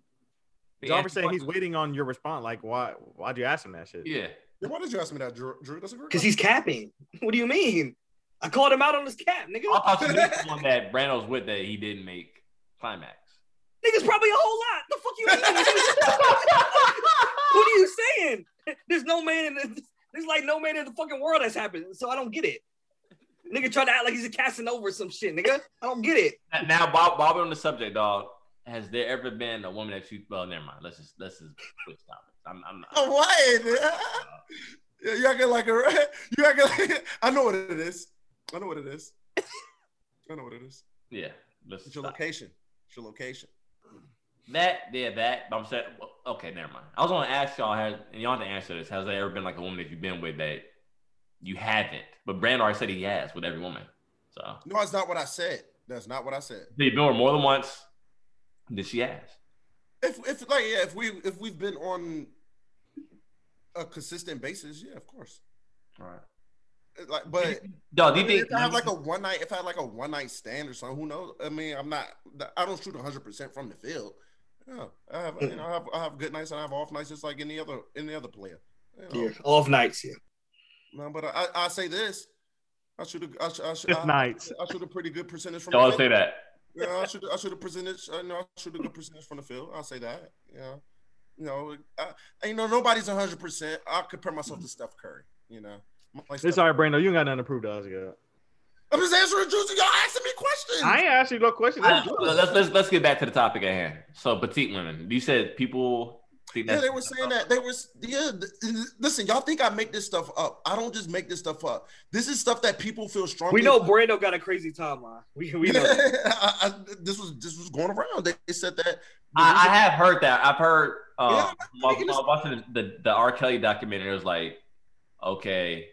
[SPEAKER 3] The
[SPEAKER 2] Jarvis said
[SPEAKER 3] answer-
[SPEAKER 2] he's waiting on your response. Like, why? Why'd you ask him that shit?
[SPEAKER 3] Yeah.
[SPEAKER 4] Yeah, Why did you ask me that, Drew? Drew that's a great
[SPEAKER 5] Because
[SPEAKER 4] question.
[SPEAKER 5] he's capping. What do you mean? I called him out on his cap, nigga.
[SPEAKER 3] I thought you missed one that Brando's with that he didn't make climax.
[SPEAKER 5] Nigga's probably a whole lot. The fuck you What are you saying? There's no man in the, there's like no man in the fucking world that's happened. So I don't get it. Nigga trying to act like he's a Casanova or some shit, nigga. I don't get it.
[SPEAKER 3] now, Bob, Bob, on the subject, dog. Has there ever been a woman that you? Well, never mind. Let's just let's just switch topics. I'm, I'm not.
[SPEAKER 4] Oh, what? Yeah, You acting like a. You acting like. I know what it is. I know what it is. I know what it is.
[SPEAKER 3] Yeah. Let's
[SPEAKER 4] It's your
[SPEAKER 3] stop.
[SPEAKER 4] location. It's your location.
[SPEAKER 3] That, yeah, that. But I'm saying, okay, never mind. I was gonna ask y'all, has, and y'all have to answer this. Has there ever been like a woman that you've been with that you haven't? But Brand already said he has with every woman. So, so
[SPEAKER 4] No, that's not what I said. That's not what I said.
[SPEAKER 3] you've been with her more than once. Did she has?
[SPEAKER 4] If if like yeah, if we if we've been on a consistent basis, yeah, of course.
[SPEAKER 3] All right.
[SPEAKER 4] Like, but
[SPEAKER 3] Dog, do
[SPEAKER 4] I
[SPEAKER 3] you
[SPEAKER 4] mean,
[SPEAKER 3] think?
[SPEAKER 4] if I have like a one night, if I had like a one night stand or something, who knows? I mean, I'm not. I don't shoot 100 percent from the field. Yeah, I have. You know, I have. I have good nights and I have off nights, just like any other any other player. You know?
[SPEAKER 5] off nights here.
[SPEAKER 4] No, but I, I say this. I shoot a, I shoot, I shoot,
[SPEAKER 3] Uh,
[SPEAKER 2] It's
[SPEAKER 4] I,
[SPEAKER 2] nights.
[SPEAKER 4] I shoot a pretty good percentage from
[SPEAKER 3] y'all
[SPEAKER 4] the
[SPEAKER 3] say
[SPEAKER 4] field.
[SPEAKER 3] that.
[SPEAKER 4] Yeah, I shoot, I shoot a percentage. I know I shoot a good percentage from the field. I'll say that. Yeah. You know, uh, you know nobody's hundred percent. I compare myself to Steph Curry. You know, I'm like
[SPEAKER 2] It's
[SPEAKER 4] Steph-
[SPEAKER 2] all right, Brando. You ain't got nothing to prove to us yet.
[SPEAKER 4] I'm just answering Juicy. Y'all asking me questions.
[SPEAKER 2] I ain't asking you no question.
[SPEAKER 3] Uh, let's, let's let's get back to the topic at hand. So petite women. You said people think
[SPEAKER 4] Yeah,
[SPEAKER 3] that's
[SPEAKER 4] they were saying that. They were yeah. th- th- Listen, y'all think I make this stuff up? I don't just make this stuff up. This is stuff that people feel strongly.
[SPEAKER 5] We know Brando got a crazy timeline. We, we know. that.
[SPEAKER 4] I, I, this was this was going around. They, they said that.
[SPEAKER 3] I, I have heard that. I've heard. Um,
[SPEAKER 4] Yeah,
[SPEAKER 3] while-
[SPEAKER 4] I'm making
[SPEAKER 3] while watching the, the the R. Kelly documentary. It was like, okay,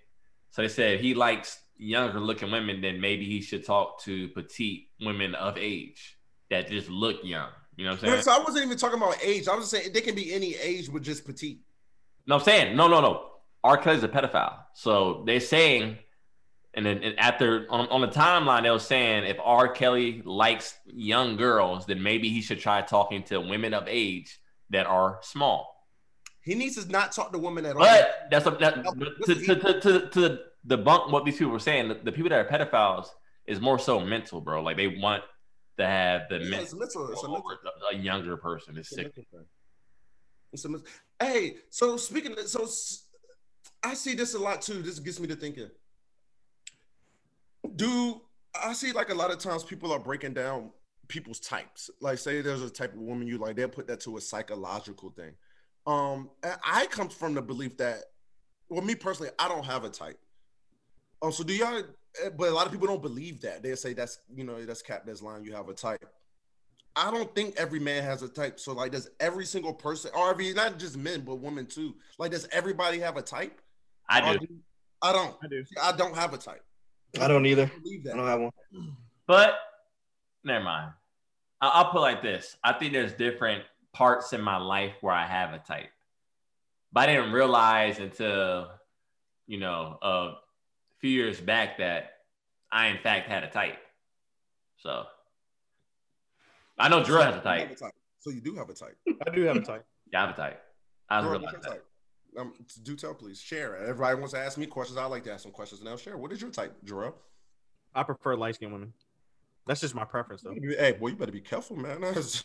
[SPEAKER 3] so they said he likes younger looking women. Then maybe he should talk to petite women of age that just look young. You know what I'm saying?
[SPEAKER 4] so I wasn't even talking about age. I was saying they can be any age with just petite.
[SPEAKER 3] No, I'm saying no, no, no. R. Kelly's a pedophile. So they're saying, and then and after on, on the timeline, they were saying if R. Kelly likes young girls, then maybe he should try talking to women of age that are small.
[SPEAKER 4] He needs to not talk to women at all.
[SPEAKER 3] But that's a, that, to, to, to, to, to debunk what these people were saying. The, the people that are pedophiles is more so mental, bro. Like they want to have the
[SPEAKER 4] Yeah, it's
[SPEAKER 3] mental
[SPEAKER 4] mental. It's a mental.
[SPEAKER 3] over a, a younger person. It's sick.
[SPEAKER 4] It's a mis- hey, so speaking of, so s- I see this a lot too. This gets me to thinking. Do I see like a lot of times people are breaking down people's types? Like, say there's a type of woman you like, they'll put that to a psychological thing. Um, and I come from the belief that, well, me personally, I don't have a type. Um, so do y'all? eh, But a lot of people don't believe that. They'll say that's you know that's cap, that's lying. You have a type. I don't think every man has a type. So like, does every single person, or every not just men but women too? Like, does everybody have a type?
[SPEAKER 3] I
[SPEAKER 4] Or
[SPEAKER 3] do,
[SPEAKER 4] I don't.
[SPEAKER 2] I do.
[SPEAKER 4] I don't have a type.
[SPEAKER 5] I don't either.
[SPEAKER 4] I don't believe
[SPEAKER 5] I
[SPEAKER 4] that.
[SPEAKER 5] don't have one.
[SPEAKER 3] but never mind. I, I'll put it like this. I think there's different parts in my life where I have a type, but I didn't realize until you know a few years back that I in fact had a type. So I know Drew has a
[SPEAKER 4] You have
[SPEAKER 3] type.
[SPEAKER 4] So you do have a type.
[SPEAKER 2] I do have a type.
[SPEAKER 3] Yeah, I have a type. I
[SPEAKER 4] Girl,
[SPEAKER 3] was
[SPEAKER 4] what's
[SPEAKER 3] real
[SPEAKER 4] your
[SPEAKER 3] type.
[SPEAKER 4] type? Um, do tell, please. Share. Everybody wants to ask me questions. I like to ask some questions now. Share. What is your type, Jarrell?
[SPEAKER 2] I prefer light skinned women. That's just my preference, though.
[SPEAKER 4] Hey, boy, you better be careful, man. That's-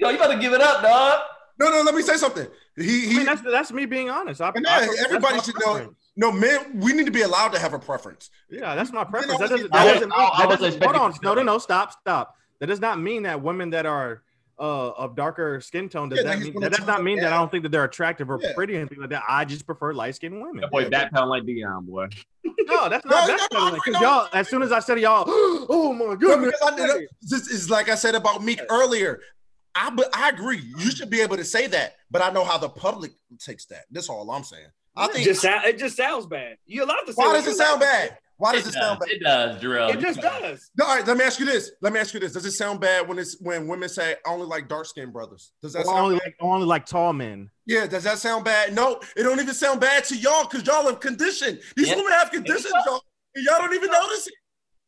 [SPEAKER 3] Yo, you about to give it up, dog.
[SPEAKER 4] no, no. Let me say something. He,
[SPEAKER 2] I
[SPEAKER 4] he.
[SPEAKER 2] mean, that's that's me being honest. I,
[SPEAKER 4] And
[SPEAKER 2] I-
[SPEAKER 4] that-
[SPEAKER 2] that's
[SPEAKER 4] everybody
[SPEAKER 2] my
[SPEAKER 4] should know.
[SPEAKER 2] preference.
[SPEAKER 4] no, man. We need to be allowed to have a preference.
[SPEAKER 2] Yeah, that's my preference.
[SPEAKER 4] I
[SPEAKER 2] That
[SPEAKER 4] was-
[SPEAKER 2] doesn't. That
[SPEAKER 3] I was-
[SPEAKER 2] doesn't
[SPEAKER 3] I
[SPEAKER 2] mean, that
[SPEAKER 3] was
[SPEAKER 2] doesn't- hold
[SPEAKER 3] expecting
[SPEAKER 2] on.
[SPEAKER 3] you to
[SPEAKER 2] No, no,
[SPEAKER 3] say.
[SPEAKER 2] no. Stop, stop. That does not mean that women that are uh, of darker skin tone does
[SPEAKER 4] Yeah, that
[SPEAKER 2] that
[SPEAKER 4] he's
[SPEAKER 2] mean
[SPEAKER 4] gonna
[SPEAKER 2] that does
[SPEAKER 4] turn
[SPEAKER 2] not
[SPEAKER 4] up,
[SPEAKER 2] mean that I
[SPEAKER 4] yeah.
[SPEAKER 2] don't think that they're attractive or
[SPEAKER 4] Yeah.
[SPEAKER 2] pretty or anything like that. I just prefer light skinned women.
[SPEAKER 3] That boy backpound like Dion, boy.
[SPEAKER 2] No, that's not that's
[SPEAKER 4] No, no,
[SPEAKER 2] not
[SPEAKER 4] no,
[SPEAKER 2] like- 'cause
[SPEAKER 4] no.
[SPEAKER 2] y'all. As soon as I said it, y'all, oh my
[SPEAKER 4] No,
[SPEAKER 2] goodness.
[SPEAKER 4] because I know that- this is like I said about Meek earlier. I but I agree. You should be able to say that, but I know how the public takes that. That's all I'm saying. I
[SPEAKER 5] It
[SPEAKER 4] think.
[SPEAKER 5] just, sou- it just sounds bad. You're allowed to say
[SPEAKER 4] why
[SPEAKER 5] what
[SPEAKER 4] does
[SPEAKER 5] you
[SPEAKER 4] it sound
[SPEAKER 5] like.
[SPEAKER 4] bad? Why does it sound bad?
[SPEAKER 3] It does, Drill.
[SPEAKER 5] It just does.
[SPEAKER 4] No, all right. Let me ask you this. Let me ask you this. Does it sound bad when it's when women say I only like dark skinned brothers? Does that
[SPEAKER 2] Or
[SPEAKER 4] sound?
[SPEAKER 2] only like only like tall men.
[SPEAKER 4] Yeah. Does that sound bad? No. It don't even sound bad to y'all because y'all have conditioned. These
[SPEAKER 3] Yeah.
[SPEAKER 4] women have conditions, y'all. And y'all don't even notice it.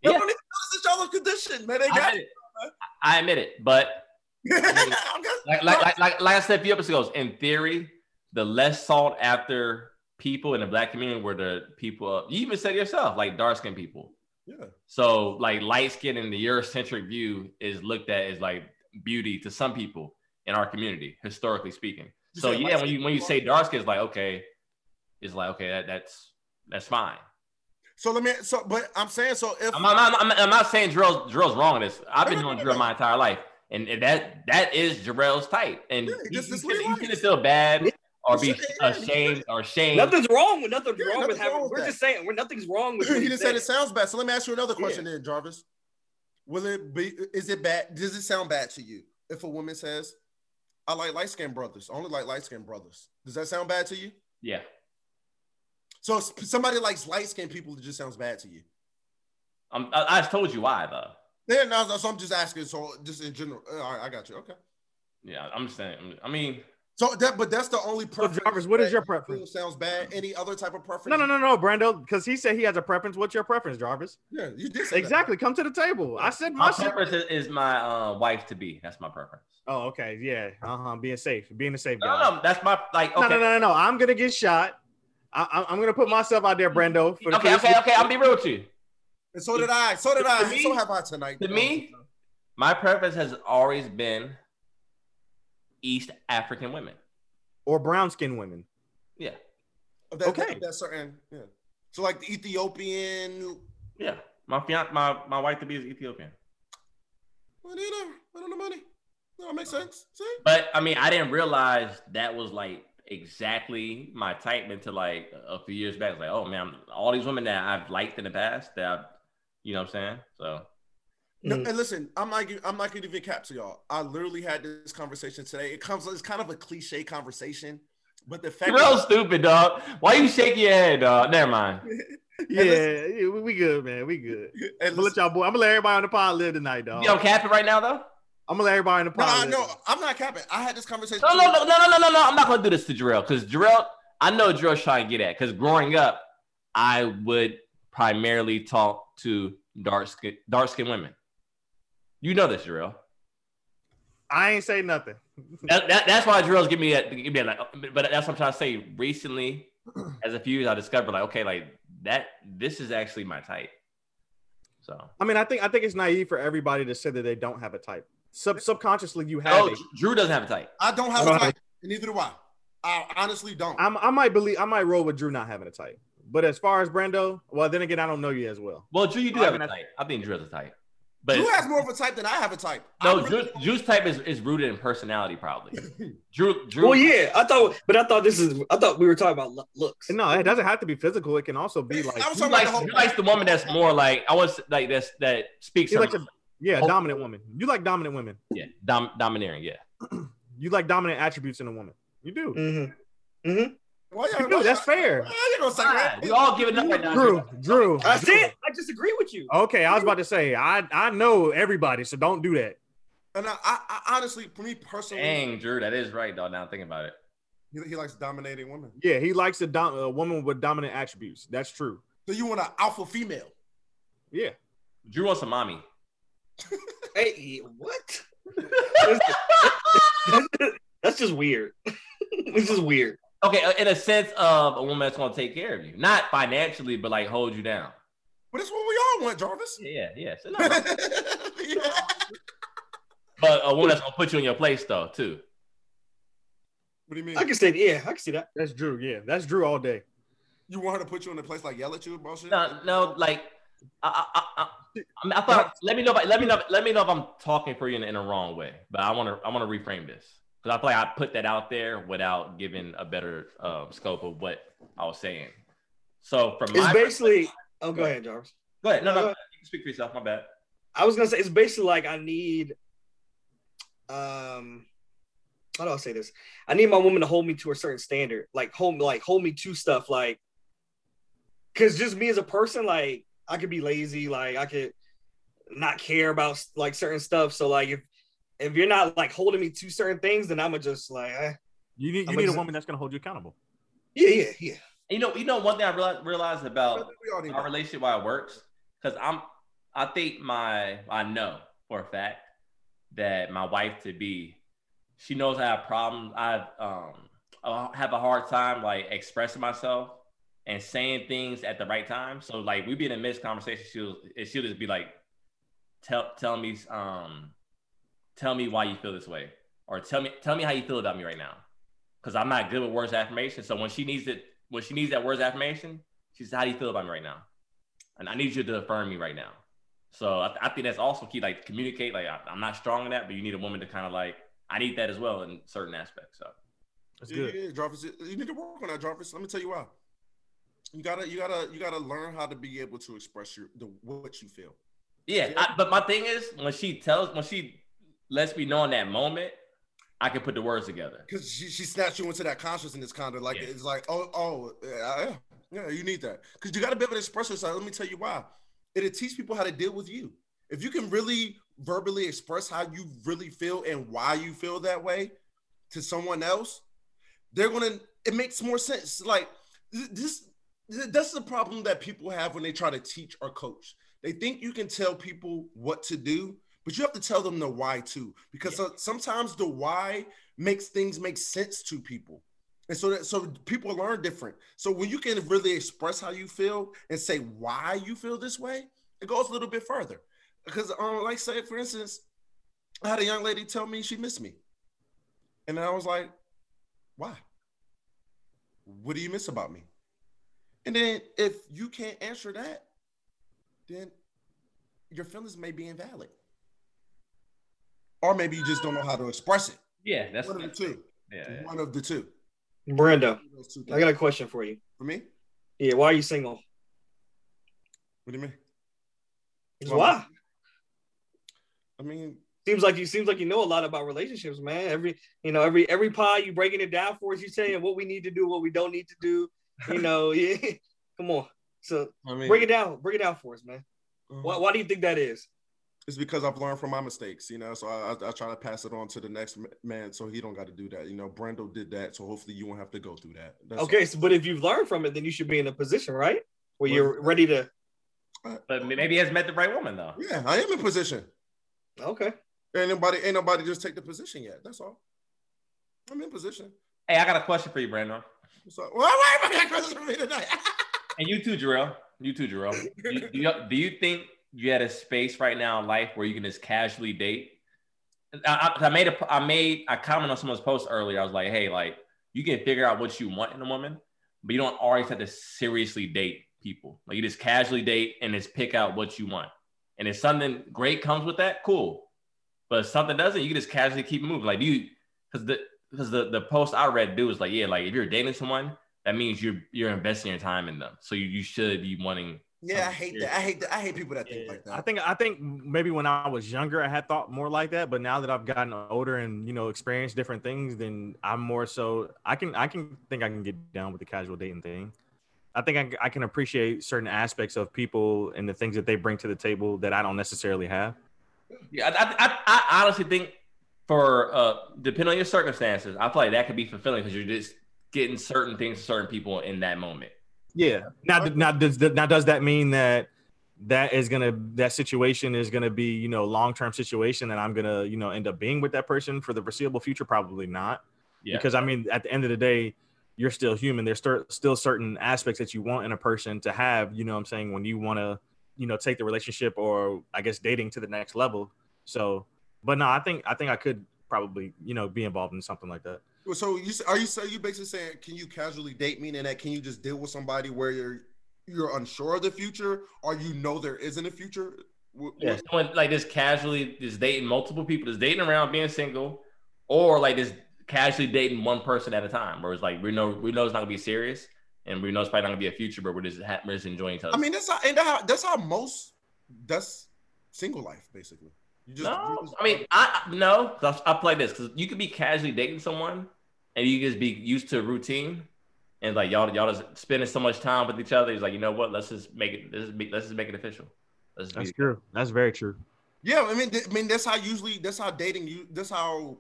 [SPEAKER 4] Y'all
[SPEAKER 3] Yeah.
[SPEAKER 4] don't even notice that y'all are conditioned, man. They
[SPEAKER 3] I
[SPEAKER 4] got
[SPEAKER 3] admit it. I admit it, but
[SPEAKER 4] it.
[SPEAKER 3] like, like, like, like, like I said a few episodes ago, in theory, the less sought after people in the black community were the people, you even said it yourself, like dark skinned people.
[SPEAKER 4] yeah.
[SPEAKER 3] So, like, light skin and the Eurocentric view is looked at as like beauty to some people in our community, historically speaking.
[SPEAKER 4] You
[SPEAKER 3] so,
[SPEAKER 4] said
[SPEAKER 3] yeah, when
[SPEAKER 4] light-skinned
[SPEAKER 3] you when you
[SPEAKER 4] people
[SPEAKER 3] say
[SPEAKER 4] are-
[SPEAKER 3] dark skin, it's like, okay, it's like, okay, that, that's that's fine.
[SPEAKER 4] So let me. So, but I'm saying so. If
[SPEAKER 3] I'm, I'm, I'm, I'm not saying Jarrell's, Jarrell's wrong in this. I've been
[SPEAKER 4] No, no,
[SPEAKER 3] doing
[SPEAKER 4] no,
[SPEAKER 3] drill
[SPEAKER 4] no.
[SPEAKER 3] my entire life, and and that that is Jarrell's type. And
[SPEAKER 4] Yeah,
[SPEAKER 3] you-
[SPEAKER 4] this
[SPEAKER 3] you
[SPEAKER 4] is what
[SPEAKER 3] shouldn't-
[SPEAKER 4] he
[SPEAKER 3] you
[SPEAKER 4] likes.
[SPEAKER 3] shouldn't feel bad or be
[SPEAKER 4] Yeah, yeah, yeah.
[SPEAKER 3] ashamed or shamed.
[SPEAKER 5] Nothing's wrong with nothing's
[SPEAKER 4] Yeah,
[SPEAKER 5] wrong with
[SPEAKER 4] nothing's
[SPEAKER 5] having.
[SPEAKER 4] wrong with
[SPEAKER 5] we're
[SPEAKER 4] that.
[SPEAKER 5] just saying, we're nothing's wrong with. what
[SPEAKER 4] he
[SPEAKER 5] he
[SPEAKER 4] just said it
[SPEAKER 5] said.
[SPEAKER 4] sounds bad, so let me ask you another
[SPEAKER 5] Yeah.
[SPEAKER 4] question then, Jarvis. Will it be? Is it bad? Does it sound bad to you if a woman says, "I like light skinned brothers, I only like light skinned brothers"? Does that sound bad to you?
[SPEAKER 3] Yeah,
[SPEAKER 4] So s- somebody likes light skinned people, it just sounds bad to you.
[SPEAKER 3] I'm, I, I just told you why though.
[SPEAKER 4] Yeah, no, no, so I'm just asking. So just in general, Uh, all right, I got you. Okay.
[SPEAKER 3] Yeah, I'm just saying. I'm- I mean,
[SPEAKER 4] So that, but that's the only
[SPEAKER 2] So,
[SPEAKER 4] preference.
[SPEAKER 2] Jarvis, what is
[SPEAKER 4] that
[SPEAKER 2] your
[SPEAKER 4] you
[SPEAKER 2] preference?
[SPEAKER 4] feel Sounds bad. Any other type of preference?
[SPEAKER 2] No, no, no, no, Brando, because he said he has a preference. What's your preference, Jarvis?
[SPEAKER 4] Yeah, you did say that.
[SPEAKER 2] Exactly. Come to the table. I said
[SPEAKER 3] my
[SPEAKER 2] my shit.
[SPEAKER 3] preference is, is my uh, wife to be. That's my preference.
[SPEAKER 2] Oh, okay. Yeah. Uh huh. Being safe. Being a safe
[SPEAKER 3] No,
[SPEAKER 2] guy.
[SPEAKER 3] no, no, that's my like.
[SPEAKER 2] No,
[SPEAKER 3] Okay,
[SPEAKER 2] no, no, no, no. I'm gonna get shot. I, I- I'm gonna put myself out there, Brando. For the
[SPEAKER 3] okay,
[SPEAKER 2] first-
[SPEAKER 3] okay, okay. I'll be real with you.
[SPEAKER 4] And so did I. So did I. Um,
[SPEAKER 3] To me-
[SPEAKER 4] so have I tonight.
[SPEAKER 3] to me, My preference has always been East African women.
[SPEAKER 2] or brown skinned women.
[SPEAKER 3] Yeah.
[SPEAKER 4] That,
[SPEAKER 2] Okay.
[SPEAKER 4] that- that's certain. Yeah. So like the Ethiopian.
[SPEAKER 3] Yeah. My fian- my my wife to be is Ethiopian.
[SPEAKER 4] Well, they know. I don't know money. No, it makes sense. See?
[SPEAKER 3] But I mean, I didn't realize that was like exactly my type until like a few years back. It's like, oh man, all these women that I've liked in the past that I've, you know what I'm saying? So
[SPEAKER 4] No,
[SPEAKER 5] Mm.
[SPEAKER 4] and listen, I'm not. gi- I'm not gonna even cap to y'all. I literally had this conversation today. It comes. It's kind of a cliche conversation, but the fact.
[SPEAKER 3] You're real stupid, dog. Why you shaking your head, dog? Never mind.
[SPEAKER 2] Yeah,
[SPEAKER 4] listen-
[SPEAKER 2] yeah, we we good, man. We good.
[SPEAKER 4] and
[SPEAKER 2] I'm gonna let y'all boy. I'm gonna let everybody on the pod live tonight, dog.
[SPEAKER 3] You don't cap it right now, though.
[SPEAKER 2] I'm gonna let everybody on the
[SPEAKER 4] no, I-
[SPEAKER 2] pod.
[SPEAKER 4] no,
[SPEAKER 2] live.
[SPEAKER 4] I'm not capping. I had this conversation.
[SPEAKER 3] No, no, no, no, no, no, no. I'm not gonna do this to Jarrell because Jarrell, I know Jarrell's trying to get at. Because growing up, I would primarily talk to dark skin, dark skinned women. You know this, Jarrell.
[SPEAKER 2] I ain't say nothing.
[SPEAKER 3] That, that, that's why Jarrell's giving me that. Give me that like, uh, but that's what I'm trying to say. Recently, as a few years, I discovered like, okay, like that. This is actually my type. So,
[SPEAKER 2] I mean, I think I think it's naive for everybody to say that they don't have a type. Sub subconsciously, you have.
[SPEAKER 3] oh,
[SPEAKER 2] it.
[SPEAKER 3] Drew doesn't have a type.
[SPEAKER 4] I don't have
[SPEAKER 5] I
[SPEAKER 4] a
[SPEAKER 5] don't have-
[SPEAKER 4] type, and neither do I. I honestly don't.
[SPEAKER 2] I'm, I might believe I might roll with Drew not having a type. But as far as Brando, well, then again, I don't know you as well.
[SPEAKER 3] Well, Drew, you do
[SPEAKER 2] Oh, I
[SPEAKER 3] have a
[SPEAKER 2] mean,
[SPEAKER 3] type. I think Drew has a type. But
[SPEAKER 4] Drew has more of a type than I have a type. I
[SPEAKER 3] No,
[SPEAKER 4] really
[SPEAKER 3] Drew,
[SPEAKER 4] don't-
[SPEAKER 3] Drew's type is, is rooted in personality, probably. Drew, Drew.
[SPEAKER 5] Well, yeah, I thought, but I thought this is, I thought we were talking about lo- looks.
[SPEAKER 2] And no, it doesn't have to be physical. It can also be like
[SPEAKER 4] I was
[SPEAKER 3] Drew
[SPEAKER 4] talking about
[SPEAKER 3] likes,
[SPEAKER 4] the whole.
[SPEAKER 3] Drew likes the woman that's more like I was like that's that speaks.
[SPEAKER 2] you like
[SPEAKER 3] some-
[SPEAKER 2] to, yeah,
[SPEAKER 3] Oh.
[SPEAKER 2] dominant woman. You like dominant women.
[SPEAKER 3] yeah, dom, domineering. Yeah,
[SPEAKER 2] You like dominant attributes in a woman. You do.
[SPEAKER 5] Mhm.
[SPEAKER 4] Why y'all-
[SPEAKER 2] You do.
[SPEAKER 4] why
[SPEAKER 2] That's
[SPEAKER 4] y'all-
[SPEAKER 2] fair.
[SPEAKER 4] why y'all gonna
[SPEAKER 3] Alright,
[SPEAKER 4] say
[SPEAKER 3] Ah, we
[SPEAKER 4] that?
[SPEAKER 3] all give it up right now.
[SPEAKER 2] Drew, Drew.
[SPEAKER 5] I said, I disagree with you.
[SPEAKER 2] Okay, I was about to say I I know everybody, so don't do that.
[SPEAKER 4] And I, I, I honestly, for me personally,
[SPEAKER 3] Dang, Drew, that is right though. Now I'm thinking about it.
[SPEAKER 4] He, he likes dominating women.
[SPEAKER 2] Yeah, he likes a, dom- a woman with dominant attributes. That's true.
[SPEAKER 4] So you want an alpha female?
[SPEAKER 2] Yeah.
[SPEAKER 3] Drew wants a mommy.
[SPEAKER 5] Oh, Hey, what? That's just weird. It's just weird.
[SPEAKER 3] Okay, uh, in a sense of a woman that's gonna take care of you, not financially, but like hold you down.
[SPEAKER 4] But that's what we all want, Jarvis.
[SPEAKER 3] Yeah, yeah. So, no, no.
[SPEAKER 4] Yeah.
[SPEAKER 3] but a woman that's gonna put you in your place though too.
[SPEAKER 4] What do you mean?
[SPEAKER 5] I can say, yeah, I can see that.
[SPEAKER 2] That's Drew. Yeah, that's Drew all day.
[SPEAKER 4] You want her to put you in a place like yell at you and bullshit?
[SPEAKER 3] No, no, like I, I, I, I- I, mean, I thought. Let me know. If, I- let me know. Let me know if I'm talking for you in, in a wrong way. But I want to. I want to reframe this because I feel like I put that out there without giving a better um, scope of what I was saying. So from
[SPEAKER 5] It's
[SPEAKER 3] my
[SPEAKER 5] basically, Uh, oh, go ahead, Jarvis.
[SPEAKER 3] go ahead. No, no,
[SPEAKER 5] go
[SPEAKER 3] you
[SPEAKER 5] ahead.
[SPEAKER 3] can speak for yourself. My bad.
[SPEAKER 5] I was gonna say it's basically like I need um how do I say this? I need my woman to hold me to a certain standard, like hold like hold me to stuff like cause just me as a person, like I could be lazy, like I could not care about like certain stuff. So like if if you're not like holding me to certain things, then I'ma just like eh.
[SPEAKER 2] You need
[SPEAKER 5] I'm
[SPEAKER 2] you need a
[SPEAKER 5] exa-
[SPEAKER 2] woman that's gonna hold you accountable.
[SPEAKER 5] yeah, yeah, yeah.
[SPEAKER 3] And you know, you know, one thing I realized, realized
[SPEAKER 4] I
[SPEAKER 3] about
[SPEAKER 4] think we all need
[SPEAKER 3] our
[SPEAKER 4] that.
[SPEAKER 3] relationship why it works because i'm i think my i know for a fact that my wife to be she knows i have problems i um I have a hard time like expressing myself and saying things at the right time so like we'd be in a mixed conversation she'll and she'll just be like tell tell me um tell me why you feel this way or tell me tell me how you feel about me right now because i'm not good with words of affirmation so when she needs it when she needs that words of affirmation she says, "How do you feel about me right now?" And I need you to affirm me right now. So I, I think that's also key. Like communicate. Like I, I'm not strong in that, but you need a woman to kind of like I need that as well in certain aspects. So
[SPEAKER 2] That's
[SPEAKER 4] Yeah,
[SPEAKER 2] good.
[SPEAKER 4] yeah, Jarvis, you need to work on that, Jarvis. Let me tell you why. You gotta, you gotta, you gotta learn how to be able to express your the what you feel.
[SPEAKER 3] yeah,
[SPEAKER 4] Yeah.
[SPEAKER 3] I, but my thing is when she tells when she lets me know in that moment, I can put the words together.
[SPEAKER 4] Cause she, she snatched you into that consciousness, kind of like
[SPEAKER 3] Yeah.
[SPEAKER 4] it's like, oh, oh, yeah, yeah, yeah, you need that. Cause you gotta be able to express yourself. Let me tell you why. It'll teach people how to deal with you. If you can really verbally express how you really feel and why you feel that way to someone else, they're gonna. It makes more sense. Like th- this, th- that's the problem that people have when they try to teach or coach. They think you can tell people what to do, but you have to tell them the why too, because so- sometimes the why makes things make sense to people. And so that so people learn different. So when you can really express how you feel and say why you feel this way, it goes a little bit further. Because um, like say for instance, I had a young lady tell me she missed me. And I was like, why? What do you miss about me? And then if you can't answer that, then your feelings may be invalid. Or maybe you just don't know how to express it.
[SPEAKER 3] Yeah, that's
[SPEAKER 4] One of the two.
[SPEAKER 3] Yeah, yeah.
[SPEAKER 4] One of the two.
[SPEAKER 5] Brenda,
[SPEAKER 4] Those two
[SPEAKER 5] I
[SPEAKER 4] things.
[SPEAKER 5] got a question for you.
[SPEAKER 4] For me?
[SPEAKER 5] Yeah, why are you single?
[SPEAKER 4] What do you mean?
[SPEAKER 5] Why?
[SPEAKER 4] I mean,
[SPEAKER 5] Seems like you seems like you know a lot about relationships, man. Every you know, every every pie you breaking it down for us, you saying what we need to do, what we don't need to do. You know, yeah. Come on. So
[SPEAKER 4] I mean,
[SPEAKER 5] break it down, break it down for us, man. Why, why do you think that is?
[SPEAKER 4] it's because I've learned from my mistakes, you know. So I, I, I try to pass it on to the next ma- man, so he don't got to do that. You know, Brando did that, so hopefully you won't have to go through that. That's
[SPEAKER 5] Okay, so, but if you've learned from it, then you should be in a position, right? Where you're ready to
[SPEAKER 3] But maybe he has met the right woman though.
[SPEAKER 4] Yeah, I am in position.
[SPEAKER 5] Okay.
[SPEAKER 4] Ain't nobody, ain't nobody just take the position yet. That's all. I'm in position.
[SPEAKER 3] Hey, I got a question for you, Brandon.
[SPEAKER 4] So well, why am I got questions for me tonight?
[SPEAKER 3] And you too, Jarrell. You too, Jarrell. do, you- do you, do you think you had a space right now in life where you can just casually date? I, I, I made a I made a comment on someone's post earlier. I was like, hey, like you can figure out what you want in a woman, but you don't always have to seriously date people. Like you just casually date and just pick out what you want. And if something great comes with that, cool. But if something doesn't, you can just casually keep moving. Like do you because the because the, the post I read dude was like, yeah, like if you're dating someone, that means you're you're investing your time in them. So you, you should be wanting
[SPEAKER 4] yeah, I hate that. I hate that. I hate people that think
[SPEAKER 2] Yeah.
[SPEAKER 4] like that.
[SPEAKER 2] I think I think maybe when I was younger, I had thought more like that. But now that I've gotten older and you know experienced different things, then I'm more so I can I can think I can get down with the casual dating thing. I think I, I can appreciate certain aspects of people and the things that they bring to the table that I don't necessarily have.
[SPEAKER 3] Yeah, I, I, I, I honestly think for uh, depending on your circumstances, I feel like that could be fulfilling because you're just getting certain things to certain people in that moment.
[SPEAKER 2] Yeah. Now, now does now does that mean that that is gonna that situation is gonna be you know long term situation and I'm gonna you know end up being with that person for the foreseeable future? Probably not.
[SPEAKER 3] Yeah.
[SPEAKER 2] Because I mean, at the end of the day, you're still human. There's cer- still certain aspects that you want in a person to have. You know, what I'm saying when you want to you know take the relationship or I guess dating to the next level. So, but no, I think I think I could probably you know be involved in something like that.
[SPEAKER 4] Well, So you s- are you so you basically saying can you casually date meaning that can you just deal with somebody where you're you're unsure of the future or you know there isn't a future? Wh- wh-
[SPEAKER 3] Yeah. Someone like just casually just dating multiple people, just dating around, being single, or like just casually dating one person at a time, where it's like we know we know it's not gonna be serious, and we know it's probably not gonna be a future, but we're just ha- we're just enjoying each other.
[SPEAKER 4] I mean that's how and that how, that's how most that's single life basically. You just, you
[SPEAKER 3] No,
[SPEAKER 4] just-
[SPEAKER 3] I mean, I I- no. 'cause I, I play this because you could be casually dating someone, and you just be used to routine, and like y'all y'all just spending so much time with each other. It's like you know what? Let's just make it. Let's just be, let's just make it official. Let's
[SPEAKER 2] That's
[SPEAKER 3] be,
[SPEAKER 2] true. That's very true.
[SPEAKER 4] yeah, I mean th- I mean that's how usually that's how dating you that's how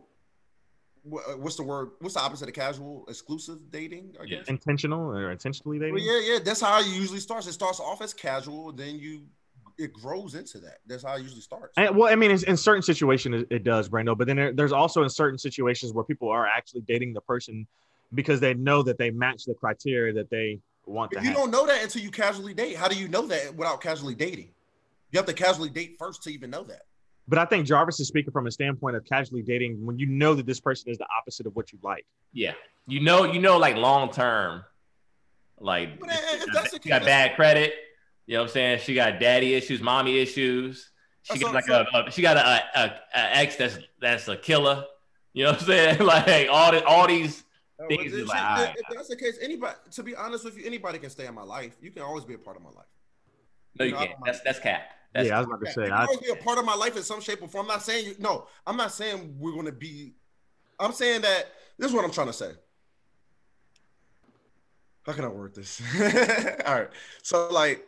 [SPEAKER 4] wha- what's the word what's the opposite of casual exclusive dating I
[SPEAKER 3] Yeah.
[SPEAKER 4] guess.
[SPEAKER 2] Intentional or intentionally dating.
[SPEAKER 4] Well, yeah, yeah, that's how it usually starts. It starts off as casual, then you it grows into that. That's how it usually starts.
[SPEAKER 2] And, well, I mean, it's, in certain situations it, it does, Brando. But then there, there's also in certain situations where people are actually dating the person because they know that they match the criteria that they want to
[SPEAKER 4] But
[SPEAKER 2] have.
[SPEAKER 4] you don't know that until you casually date. How do you know that without casually dating? You have to casually date first to even know that.
[SPEAKER 2] but I think Jarvis is speaking from a standpoint of casually dating when you know that this person is the opposite of what you like.
[SPEAKER 3] yeah. You know, you know, like long term, like
[SPEAKER 4] But, uh, if
[SPEAKER 3] she
[SPEAKER 4] that's
[SPEAKER 3] got,
[SPEAKER 4] the
[SPEAKER 3] she got
[SPEAKER 4] case-
[SPEAKER 3] bad credit. You know what I'm saying? She got daddy issues, mommy issues. She
[SPEAKER 4] Uh,
[SPEAKER 3] got
[SPEAKER 4] so-
[SPEAKER 3] like
[SPEAKER 4] so-
[SPEAKER 3] a, a- she got a, a, a ex that's that's a killer. You know what I'm saying? like all the, all these. Think it's
[SPEAKER 4] if,
[SPEAKER 3] like, all right.
[SPEAKER 4] if that's the case, anybody to be honest with you, anybody can stay in my life. You can always be a part of my life.
[SPEAKER 3] No, you
[SPEAKER 4] No.
[SPEAKER 3] can't. That's that's cap. That's
[SPEAKER 2] yeah, I was about to
[SPEAKER 4] you
[SPEAKER 2] say.
[SPEAKER 4] can
[SPEAKER 2] I,
[SPEAKER 4] always be a part of my life in some shape or form. I'm not saying you no, I'm not saying we're gonna be I'm saying that this is what I'm trying to say. How can I word this? All right. So like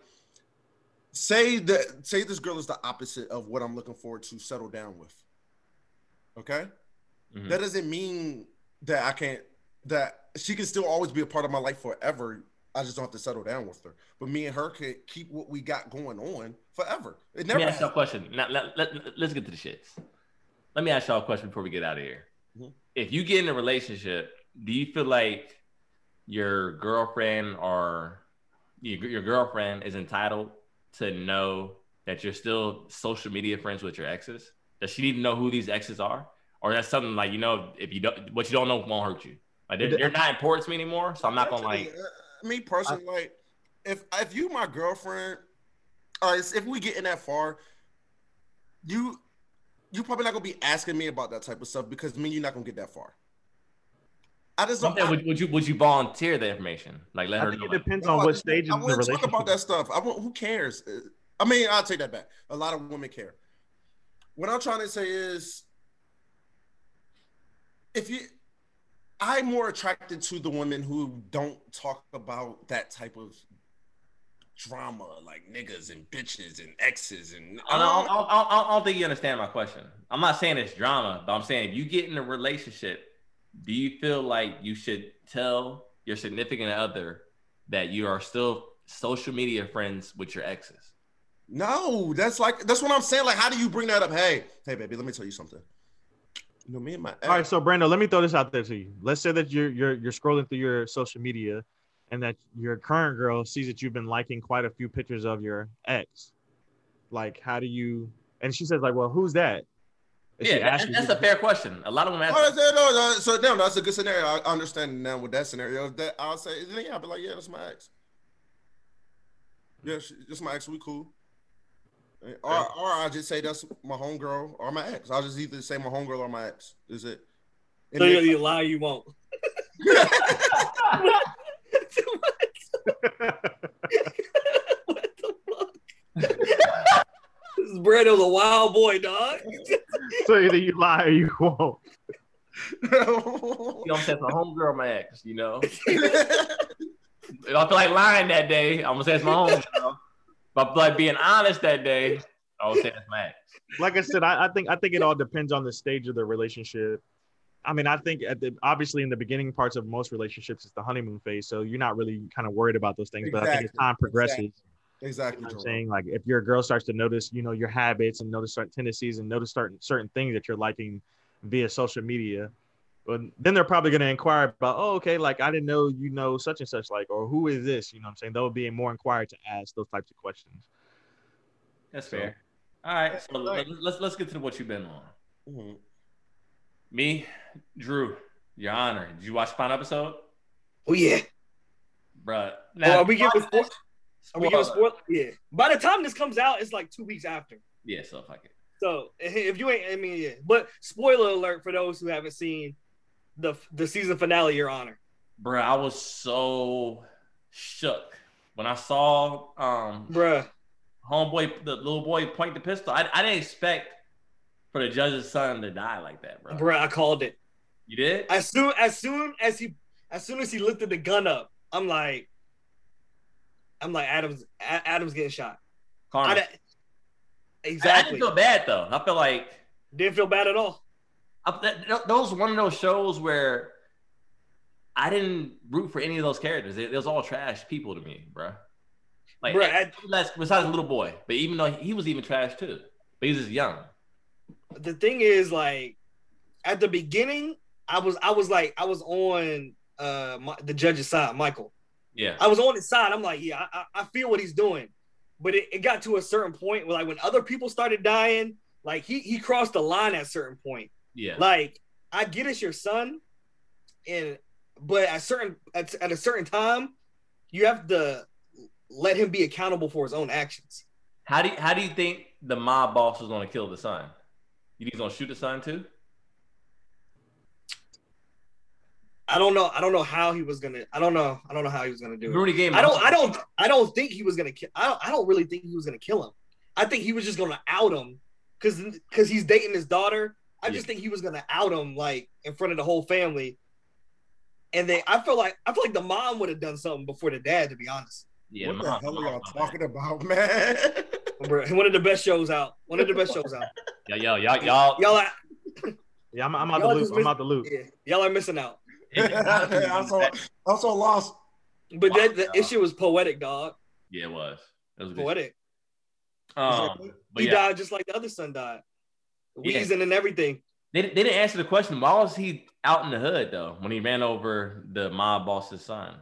[SPEAKER 4] say that say this girl is the opposite of what I'm looking forward to settle down with. Okay?
[SPEAKER 2] Mm-hmm.
[SPEAKER 3] Mhm.
[SPEAKER 4] That doesn't mean that I can't that she can still always be a part of my life forever. I just don't have to settle down with her. But me and her can keep what we got going on forever. It
[SPEAKER 3] Let
[SPEAKER 4] never
[SPEAKER 3] me ask
[SPEAKER 4] has
[SPEAKER 3] y'all a question. Now, let, us get to the shits. Let me ask y'all a question before we get out of here.
[SPEAKER 4] Mhm.
[SPEAKER 3] If you get in a relationship, do you feel like your girlfriend or your, your girlfriend is entitled to know that you're still social media friends with your exes? Does she need to know who these exes are? or that's something like you know if you don't what you don't know won't hurt you. Like they're,
[SPEAKER 2] It-
[SPEAKER 3] they're not important to me anymore, so I'm not gonna like.
[SPEAKER 4] Uh, me personally, like if if you my girlfriend, or it's- if we get in that far, you you probably not gonna be asking me about that type of stuff because me and you're not gonna get that far. I just don't.
[SPEAKER 3] Something, would, would you would you volunteer the information? Like let
[SPEAKER 2] I
[SPEAKER 3] her
[SPEAKER 2] think
[SPEAKER 3] know.
[SPEAKER 2] it
[SPEAKER 3] like,
[SPEAKER 2] depends
[SPEAKER 4] No,
[SPEAKER 2] on
[SPEAKER 4] I
[SPEAKER 2] what
[SPEAKER 4] think-
[SPEAKER 2] stage
[SPEAKER 4] I
[SPEAKER 2] of the
[SPEAKER 4] wouldn't
[SPEAKER 2] relationship.
[SPEAKER 4] talk about that stuff. I won't, who cares? Uh, I mean, I'll take that back. A lot of women care. What I'm trying to say is, if you, I'm more attracted to the women who don't talk about that type of drama, like niggas and bitches and exes and.
[SPEAKER 3] I
[SPEAKER 2] Oh.
[SPEAKER 3] don't, I, don't, I, don't, I don't think you understand my question. I'm not saying it's drama, but I'm saying if you get in a relationship, do you feel like you should tell your significant other that you are still social media friends with your exes?
[SPEAKER 4] No, that's like that's what I'm saying. Like, how do you bring that up? Hey, hey, baby, let me tell you something. You know, me and my ex,
[SPEAKER 2] All right, so Brando, let me throw this out there to you. Let's say that you're you're you're scrolling through your social media, and that your current girl sees that you've been liking quite a few pictures of your ex. Like, how do you? And she says, like, well, who's that? And she
[SPEAKER 3] yeah, that-
[SPEAKER 2] asks you,
[SPEAKER 3] that's a fair question. A lot of women ask.
[SPEAKER 4] Oh,
[SPEAKER 3] that.
[SPEAKER 4] that's- no, no, so no, that's a good scenario. I I understand now with that scenario. That I'll say, then yeah, I'll be like, yeah, that's my ex. Yeah, she, that's my ex. We cool. Or, or I just say that's my homegirl or my ex. I'll just either say my homegirl or my ex. Is it? And
[SPEAKER 5] So you,
[SPEAKER 4] then-
[SPEAKER 5] you lie, you won't. what the fuck? this Brando's a wild boy, dog.
[SPEAKER 2] so either you lie or you won't.
[SPEAKER 3] You know, I'm saying it's my homegirl, or my ex. You know, if I feel like lying that day, I'm gonna say it's my homegirl. If I feel like being honest that day, I would say it's my ex.
[SPEAKER 2] like I said, I, I think I think it all depends on the stage of the relationship. I mean, I think at the obviously in the beginning parts of most relationships, it's the honeymoon phase, so you're not really kind of worried about those things. But I think as
[SPEAKER 4] Exactly,
[SPEAKER 2] time progresses, you
[SPEAKER 4] exactly.
[SPEAKER 2] know what I'm
[SPEAKER 4] Jerome.
[SPEAKER 2] saying like if your girl starts to notice, you know, your habits and notice certain tendencies and notice certain certain things that you're liking via social media, but then they're probably going to inquire about, oh, okay, like I didn't know you know such and such, like, or who is this? You know, what I'm saying they'll be more inquired to ask those types of questions.
[SPEAKER 3] That's
[SPEAKER 2] So-
[SPEAKER 3] fair. All right, so
[SPEAKER 4] Right.
[SPEAKER 3] let- let's let's get to what you've been on.
[SPEAKER 4] Mhm.
[SPEAKER 3] Me, Drew, Your Honor. Did you watch the final episode,
[SPEAKER 5] Oh yeah.
[SPEAKER 3] Bruh.
[SPEAKER 5] Oh, are we giving spoil- Are we giving
[SPEAKER 3] Spoiler.
[SPEAKER 5] spoil? Yeah. By the time this comes out, it's like two weeks after.
[SPEAKER 3] Yeah, so fuck it.
[SPEAKER 5] So if you ain't, I mean, yeah. But spoiler alert for those who haven't seen the the season finale, Your Honor.
[SPEAKER 3] Bruh, I was so shook when I saw um
[SPEAKER 5] Bruh.
[SPEAKER 3] homeboy, the little boy, point the pistol. I, I didn't expect for the judge's son to die like that, bro.
[SPEAKER 5] Bruh, I called it.
[SPEAKER 3] You did?
[SPEAKER 5] As soon as soon as he as soon as he lifted the gun up, I'm like I'm like Adams A- Adams getting shot. I
[SPEAKER 3] Karma.
[SPEAKER 5] di-
[SPEAKER 3] I, I
[SPEAKER 5] exactly.
[SPEAKER 3] didn't feel bad though. I feel like
[SPEAKER 5] didn't feel bad at all.
[SPEAKER 3] I, that, th- those one of those shows where I didn't root for any of those characters. It, it was all trash people to me, bruh. Like
[SPEAKER 5] Bruh, I-
[SPEAKER 3] that's besides the little boy, but even though he was even trash too, but he was just young.
[SPEAKER 5] the thing is like at the beginning i was i was like i was on uh my, the judge's side michael
[SPEAKER 3] Yeah,
[SPEAKER 5] i was on his side i'm like yeah i, I I feel what he's doing but it, it got to a certain point where like when other people started dying like he he crossed the line at a certain point
[SPEAKER 3] yeah.
[SPEAKER 5] like i get it's your son and but at certain at, at a certain time you have to let him be accountable for his own actions
[SPEAKER 3] How do you, how do you think the mob boss was going to kill the son? You think he's going to shoot the son too?
[SPEAKER 5] i don't know i don't know how he was gonna i don't know i don't know how he was gonna do it
[SPEAKER 3] Rooney game.
[SPEAKER 5] I don't, I don't, I don't think he was gonna kill. I don't, I don't really think he was gonna kill him. I think he was just gonna out him, cause, cause he's dating his daughter. I just think he was gonna out him like in front of the whole family. And then I feel like I feel like the mom would have done something before the dad, to be honest.
[SPEAKER 3] Yeah,
[SPEAKER 4] what the
[SPEAKER 3] mom-
[SPEAKER 4] hell are y'all
[SPEAKER 3] mom-
[SPEAKER 4] talking about, man?
[SPEAKER 5] Bruh, One of the best shows out. One of the best shows out.
[SPEAKER 3] Yo, yo, y'all, y'all.
[SPEAKER 5] Y'all are,
[SPEAKER 2] Yeah, I'm, I'm out
[SPEAKER 5] Y'all
[SPEAKER 2] the
[SPEAKER 5] just
[SPEAKER 2] loop. I'm
[SPEAKER 5] miss-
[SPEAKER 2] out the loop.
[SPEAKER 5] yeah, y'all are missing out.
[SPEAKER 4] I'm so, I'm so lost.
[SPEAKER 5] But that the issue was poetic, dog.
[SPEAKER 3] yeah, it was. It was a good.
[SPEAKER 5] Poetic.
[SPEAKER 3] Um, but
[SPEAKER 5] He
[SPEAKER 3] yeah,
[SPEAKER 5] died just like the other son died.
[SPEAKER 3] Yeah.
[SPEAKER 5] Wheezing and everything.
[SPEAKER 3] they, they didn't answer the question. Why was he out in the hood though when he ran over the mob boss's son?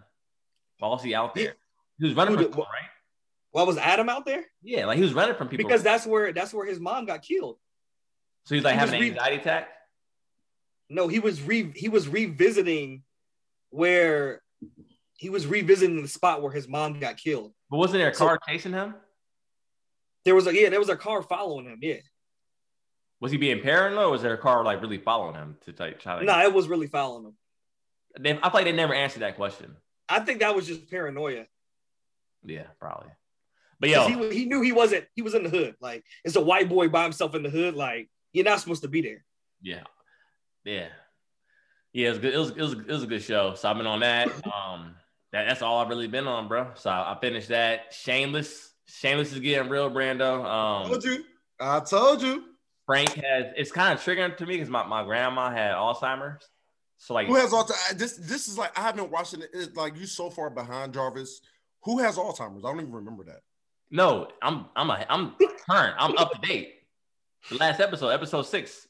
[SPEAKER 3] Why was he out there? He was running
[SPEAKER 5] Who
[SPEAKER 3] from
[SPEAKER 5] the-
[SPEAKER 3] people, right?
[SPEAKER 5] Why was Adam out there?
[SPEAKER 3] Yeah, like he was running from people
[SPEAKER 5] Because that's where that's where his mom got killed.
[SPEAKER 3] so he's like
[SPEAKER 5] he was
[SPEAKER 3] having an
[SPEAKER 5] reading-
[SPEAKER 3] anxiety attack.
[SPEAKER 5] No, he was re he was revisiting where he was revisiting the spot where his mom got killed.
[SPEAKER 3] But wasn't there a
[SPEAKER 5] So-
[SPEAKER 3] car chasing him?
[SPEAKER 5] There was a yeah, there was a car following him. Yeah,
[SPEAKER 3] Was he being paranoid, or was there a car like really following him to like try to?
[SPEAKER 5] no, it was really following him.
[SPEAKER 3] They- I feel like they never answered that question.
[SPEAKER 5] I think that was just paranoia.
[SPEAKER 3] Yeah, probably. But yo,
[SPEAKER 5] 'Cause he wa- he knew he wasn't he was in the hood. Like it's a white boy by himself in the hood. Like you're not supposed to be there.
[SPEAKER 3] yeah, yeah, yeah. It was good. It was, it was it was a good show. So I've been on that. Um, that, that's all I've really been on, bro. So I, I finished that. Shameless, Shameless is getting real, Brando. Um,
[SPEAKER 4] told you. I told you.
[SPEAKER 3] Frank has it's kind of triggering to me because my, my grandma had Alzheimer's. So like
[SPEAKER 4] Who has all time? This this is like I haven't watched it. It's like you so far behind Jarvis. Who has Alzheimer's? I don't even remember that.
[SPEAKER 3] no, I'm I'm a, I'm current. I'm up to date. The last episode, episode six.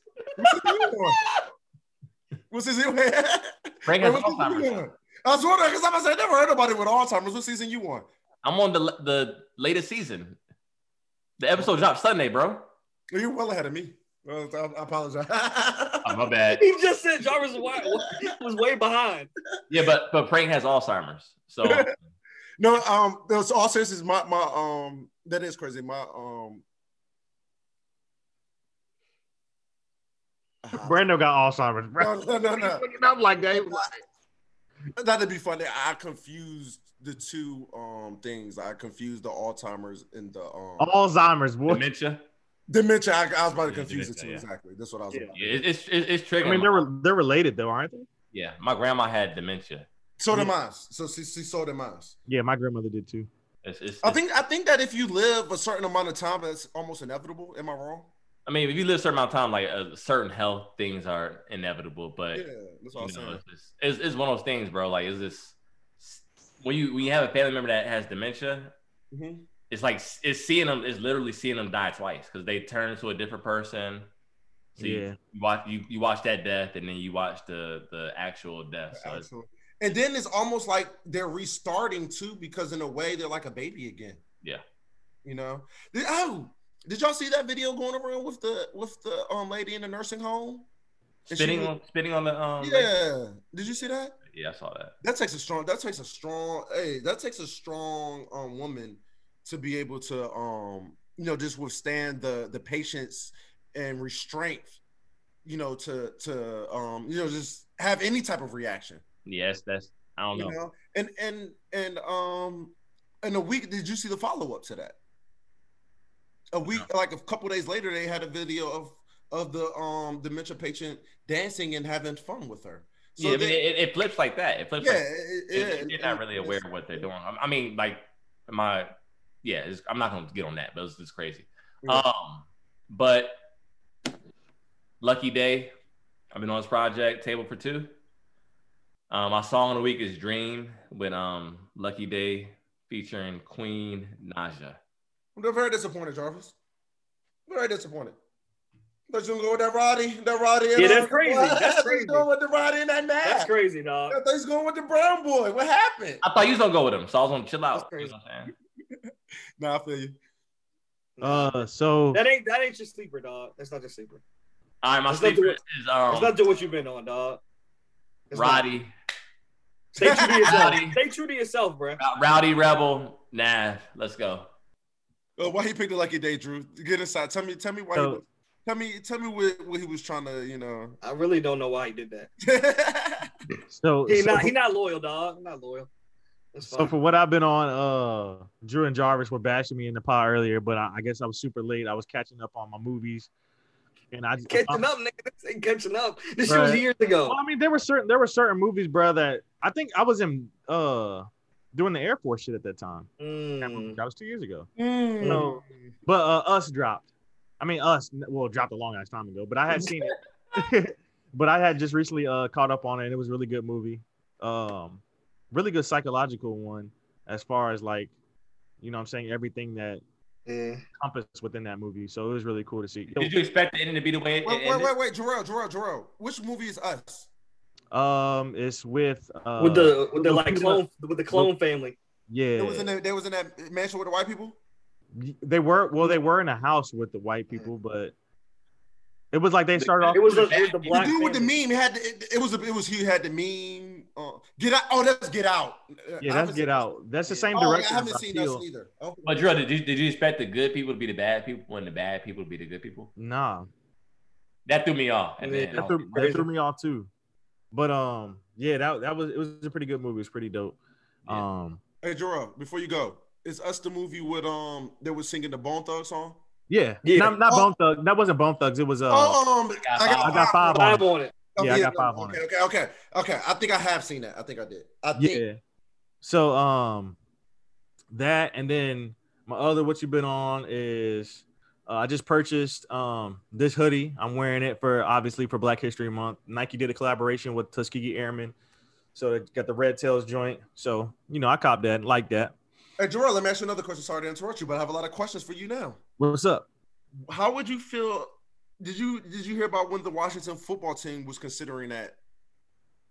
[SPEAKER 4] What's his name? Wait,
[SPEAKER 3] Frank has
[SPEAKER 4] what season you
[SPEAKER 3] Alzheimer's.
[SPEAKER 4] on? I was wondering because I was like, I never heard nobody with Alzheimer's. What season you on?
[SPEAKER 3] I'm on the the latest season. The episode dropped Sunday, bro.
[SPEAKER 4] You're well ahead of me. Well, I, I apologize.
[SPEAKER 3] Oh, my bad.
[SPEAKER 5] He just said Jarvis was, wa- was way behind.
[SPEAKER 3] Yeah, but but Frank has Alzheimer's. So
[SPEAKER 4] No, um, those all seriousness, my my um, that is crazy. My um,
[SPEAKER 2] Brando got Alzheimer's,
[SPEAKER 4] no,
[SPEAKER 2] bro.
[SPEAKER 4] no, no,
[SPEAKER 2] He's
[SPEAKER 4] no.
[SPEAKER 2] looking up like that. He was like-
[SPEAKER 4] That'd be funny. I confused the two um things. I confused the Alzheimer's and the um
[SPEAKER 2] Oh. Alzheimer's, boy.
[SPEAKER 3] dementia.
[SPEAKER 4] dementia. I, I was about to
[SPEAKER 3] Yeah,
[SPEAKER 4] confuse the two
[SPEAKER 3] dementia, yeah.
[SPEAKER 4] exactly. That's what I was.
[SPEAKER 5] Yeah.
[SPEAKER 4] About.
[SPEAKER 3] Yeah, it- it's it's, it's triggering.
[SPEAKER 2] I mean, they're they're related though, aren't they?
[SPEAKER 3] yeah, my grandma had dementia.
[SPEAKER 4] So did mine. So she, she so did mine.
[SPEAKER 2] Yeah, my grandmother did too.
[SPEAKER 3] It's, it's,
[SPEAKER 4] I think I think that if you live a certain amount of time, that's almost inevitable. Am I wrong?
[SPEAKER 3] I mean, if you live a certain amount of time, like uh, certain health things are inevitable, but.
[SPEAKER 4] Yeah, that's what I'm
[SPEAKER 3] you know,
[SPEAKER 4] saying.
[SPEAKER 3] it's, just- it's, it's one of those things, bro. Like, is this when you when you have a family member that has dementia?
[SPEAKER 4] Mhm.
[SPEAKER 3] It's like it's seeing them. It's literally seeing them die twice because they turn into a different person. So you-
[SPEAKER 2] Yeah.
[SPEAKER 3] you, watch you, you watch that death, and then you watch the the actual death. So it's-
[SPEAKER 4] Absolutely. And then it's almost like they're restarting too, because in a way they're like a baby again.
[SPEAKER 3] Yeah.
[SPEAKER 4] You know. Did, oh, did y'all see that video going around with the with the um lady in the nursing home? And she
[SPEAKER 3] spitting
[SPEAKER 4] was-
[SPEAKER 3] on spitting on the um. like-
[SPEAKER 4] Yeah. Did you see that?
[SPEAKER 3] yeah, I saw that.
[SPEAKER 4] That takes a strong. That takes a strong. Hey, that takes a strong um woman to be able to um you know just withstand the the patience and restraint. You know to to um you know just have any type of reaction.
[SPEAKER 3] Yes, that's I don't
[SPEAKER 4] you
[SPEAKER 3] know.
[SPEAKER 4] know and and and um in a week did you see the follow-up to that a week like a couple days later they had a video of of the um dementia patient dancing and having fun with her so
[SPEAKER 3] yeah, I mean,
[SPEAKER 4] they-
[SPEAKER 3] it, it flips like that. It flips.
[SPEAKER 4] yeah,
[SPEAKER 3] like,
[SPEAKER 4] it-
[SPEAKER 3] it-
[SPEAKER 4] yeah,
[SPEAKER 3] they're not really aware of what they're doing. I, I mean, like my yeah, it's, I'm not gonna get on that, but it's just crazy.
[SPEAKER 4] Yeah.
[SPEAKER 3] Um, but lucky day, I've been on this project table for two. Um, my song of the week is "Dream" with um Lucky Day featuring Queen Naja.
[SPEAKER 4] i'm very disappointed jarvis very disappointed but you gonna go with that Roddy, that Roddy. and
[SPEAKER 5] Yeah,
[SPEAKER 4] that-
[SPEAKER 5] that's crazy. That's
[SPEAKER 4] What
[SPEAKER 5] crazy.
[SPEAKER 4] going with the Roddy and that man.
[SPEAKER 5] That's crazy, dog.
[SPEAKER 4] I thought he's going with the brown boy. What happened?
[SPEAKER 3] I thought you was gonna go with him, so I was gonna chill out.
[SPEAKER 5] That's crazy.
[SPEAKER 3] You know what I'm saying?
[SPEAKER 4] Nah, I feel you.
[SPEAKER 2] Uh, so
[SPEAKER 5] That ain't that ain't your sleeper, dog. That's not your sleeper.
[SPEAKER 3] All right, my
[SPEAKER 5] It's not the-
[SPEAKER 3] sleeper is
[SPEAKER 5] It's not
[SPEAKER 3] um
[SPEAKER 5] doing what you've been on, dog. It's not.
[SPEAKER 3] Roddy,
[SPEAKER 5] Stay true to yourself.
[SPEAKER 3] Roddy.
[SPEAKER 5] Stay true to yourself, bro.
[SPEAKER 3] Rowdy Rebel, Nav. Let's go.
[SPEAKER 4] Uh, why he picked a lucky day, Drew? Get inside. Tell me, tell me why. he
[SPEAKER 2] So-
[SPEAKER 4] was, tell me, tell me what, what he was trying to, you know.
[SPEAKER 5] I really don't know why he did that.
[SPEAKER 2] so
[SPEAKER 5] He
[SPEAKER 2] so,
[SPEAKER 5] not he not loyal, dog. He not loyal. That's
[SPEAKER 2] so
[SPEAKER 5] fine.
[SPEAKER 2] for what I've been on, uh, Drew and Jarvis were bashing me in the pod earlier, but I, I guess I was super late. I was catching up on my movies, and I
[SPEAKER 5] catching up, nigga. This ain't catching up. This shit was
[SPEAKER 2] Right.
[SPEAKER 5] years ago.
[SPEAKER 2] Well, I mean, there were certain there were certain movies, bro, that I think I was in uh doing the Air Force shit at that time. That
[SPEAKER 5] Mm.
[SPEAKER 2] was- That was two years ago.
[SPEAKER 4] Mm.
[SPEAKER 2] No. But uh, Us dropped. I mean, Us well dropped a long ass time ago, but I had seen it. but I had just recently uh, caught up on it, and it was a really good movie. Um, really good psychological one as far as like, you know, what I'm saying everything that
[SPEAKER 5] Yeah.
[SPEAKER 2] encompassed within that movie. So it was really cool to see.
[SPEAKER 3] Did you expect the ending to be the way it
[SPEAKER 4] Wait,
[SPEAKER 3] ended?
[SPEAKER 4] wait, wait, wait, Jarrell, Jarrell, Jarrell. Which movie is us?
[SPEAKER 2] Um, it's with uh,
[SPEAKER 5] with the with the like
[SPEAKER 2] Lupita-
[SPEAKER 5] clone with the clone family.
[SPEAKER 2] yeah.
[SPEAKER 4] It was in the, they was in that mansion with the white people.
[SPEAKER 2] They were well. They were in a house with the white people, but It was like they started off.
[SPEAKER 5] It was, a, it was the
[SPEAKER 4] The
[SPEAKER 5] black.
[SPEAKER 4] dude with the
[SPEAKER 5] family.
[SPEAKER 4] meme had the, it, it was a, it was he had the meme. Uh, get out! Oh, that's Get Out. Uh, I
[SPEAKER 2] yeah,
[SPEAKER 4] haven't
[SPEAKER 2] that's
[SPEAKER 4] seen
[SPEAKER 2] Get Out. That's the
[SPEAKER 4] Yeah.
[SPEAKER 2] same
[SPEAKER 4] Oh, yeah,
[SPEAKER 2] director.
[SPEAKER 4] I haven't
[SPEAKER 2] but
[SPEAKER 4] seen
[SPEAKER 2] still-
[SPEAKER 4] that either. Oh,
[SPEAKER 3] But Drew, did you did you expect the good people to be the bad people and the bad people to be the good people?
[SPEAKER 2] Nah,
[SPEAKER 3] That threw me off. And then
[SPEAKER 2] that, threw, that Crazy.
[SPEAKER 3] yeah.
[SPEAKER 2] threw me off too. But um, yeah, that that was it was a pretty good movie. It was pretty dope. Um,
[SPEAKER 4] Hey, Jorah, before you go, is us the movie with um that was singing the Bone Thug song?
[SPEAKER 2] yeah,
[SPEAKER 5] Yeah.
[SPEAKER 2] not, not
[SPEAKER 4] Oh.
[SPEAKER 2] Bone Thug. That wasn't Bone Thugs. It was uh,
[SPEAKER 4] oh, um,
[SPEAKER 3] got
[SPEAKER 2] I got five on.
[SPEAKER 5] Five
[SPEAKER 2] it.
[SPEAKER 5] on it.
[SPEAKER 4] Oh,
[SPEAKER 2] Yeah, I got five
[SPEAKER 4] no,
[SPEAKER 2] on
[SPEAKER 4] okay, Okay, okay, okay. I think I have seen that. I think I did. I think.
[SPEAKER 2] Yeah. So um, that and then my other what you been on is uh, I just purchased um this hoodie. I'm wearing it for obviously for Black History Month. Nike did a collaboration with Tuskegee Airmen, so they got the Red Tails joint. So you know I copped that, like that.
[SPEAKER 4] Hey, Jorah, let me ask you another question. Sorry to interrupt you, but I have a lot of questions for you now.
[SPEAKER 2] What's up?
[SPEAKER 4] How would you feel? Did you did you hear about when the Washington football team was considering that?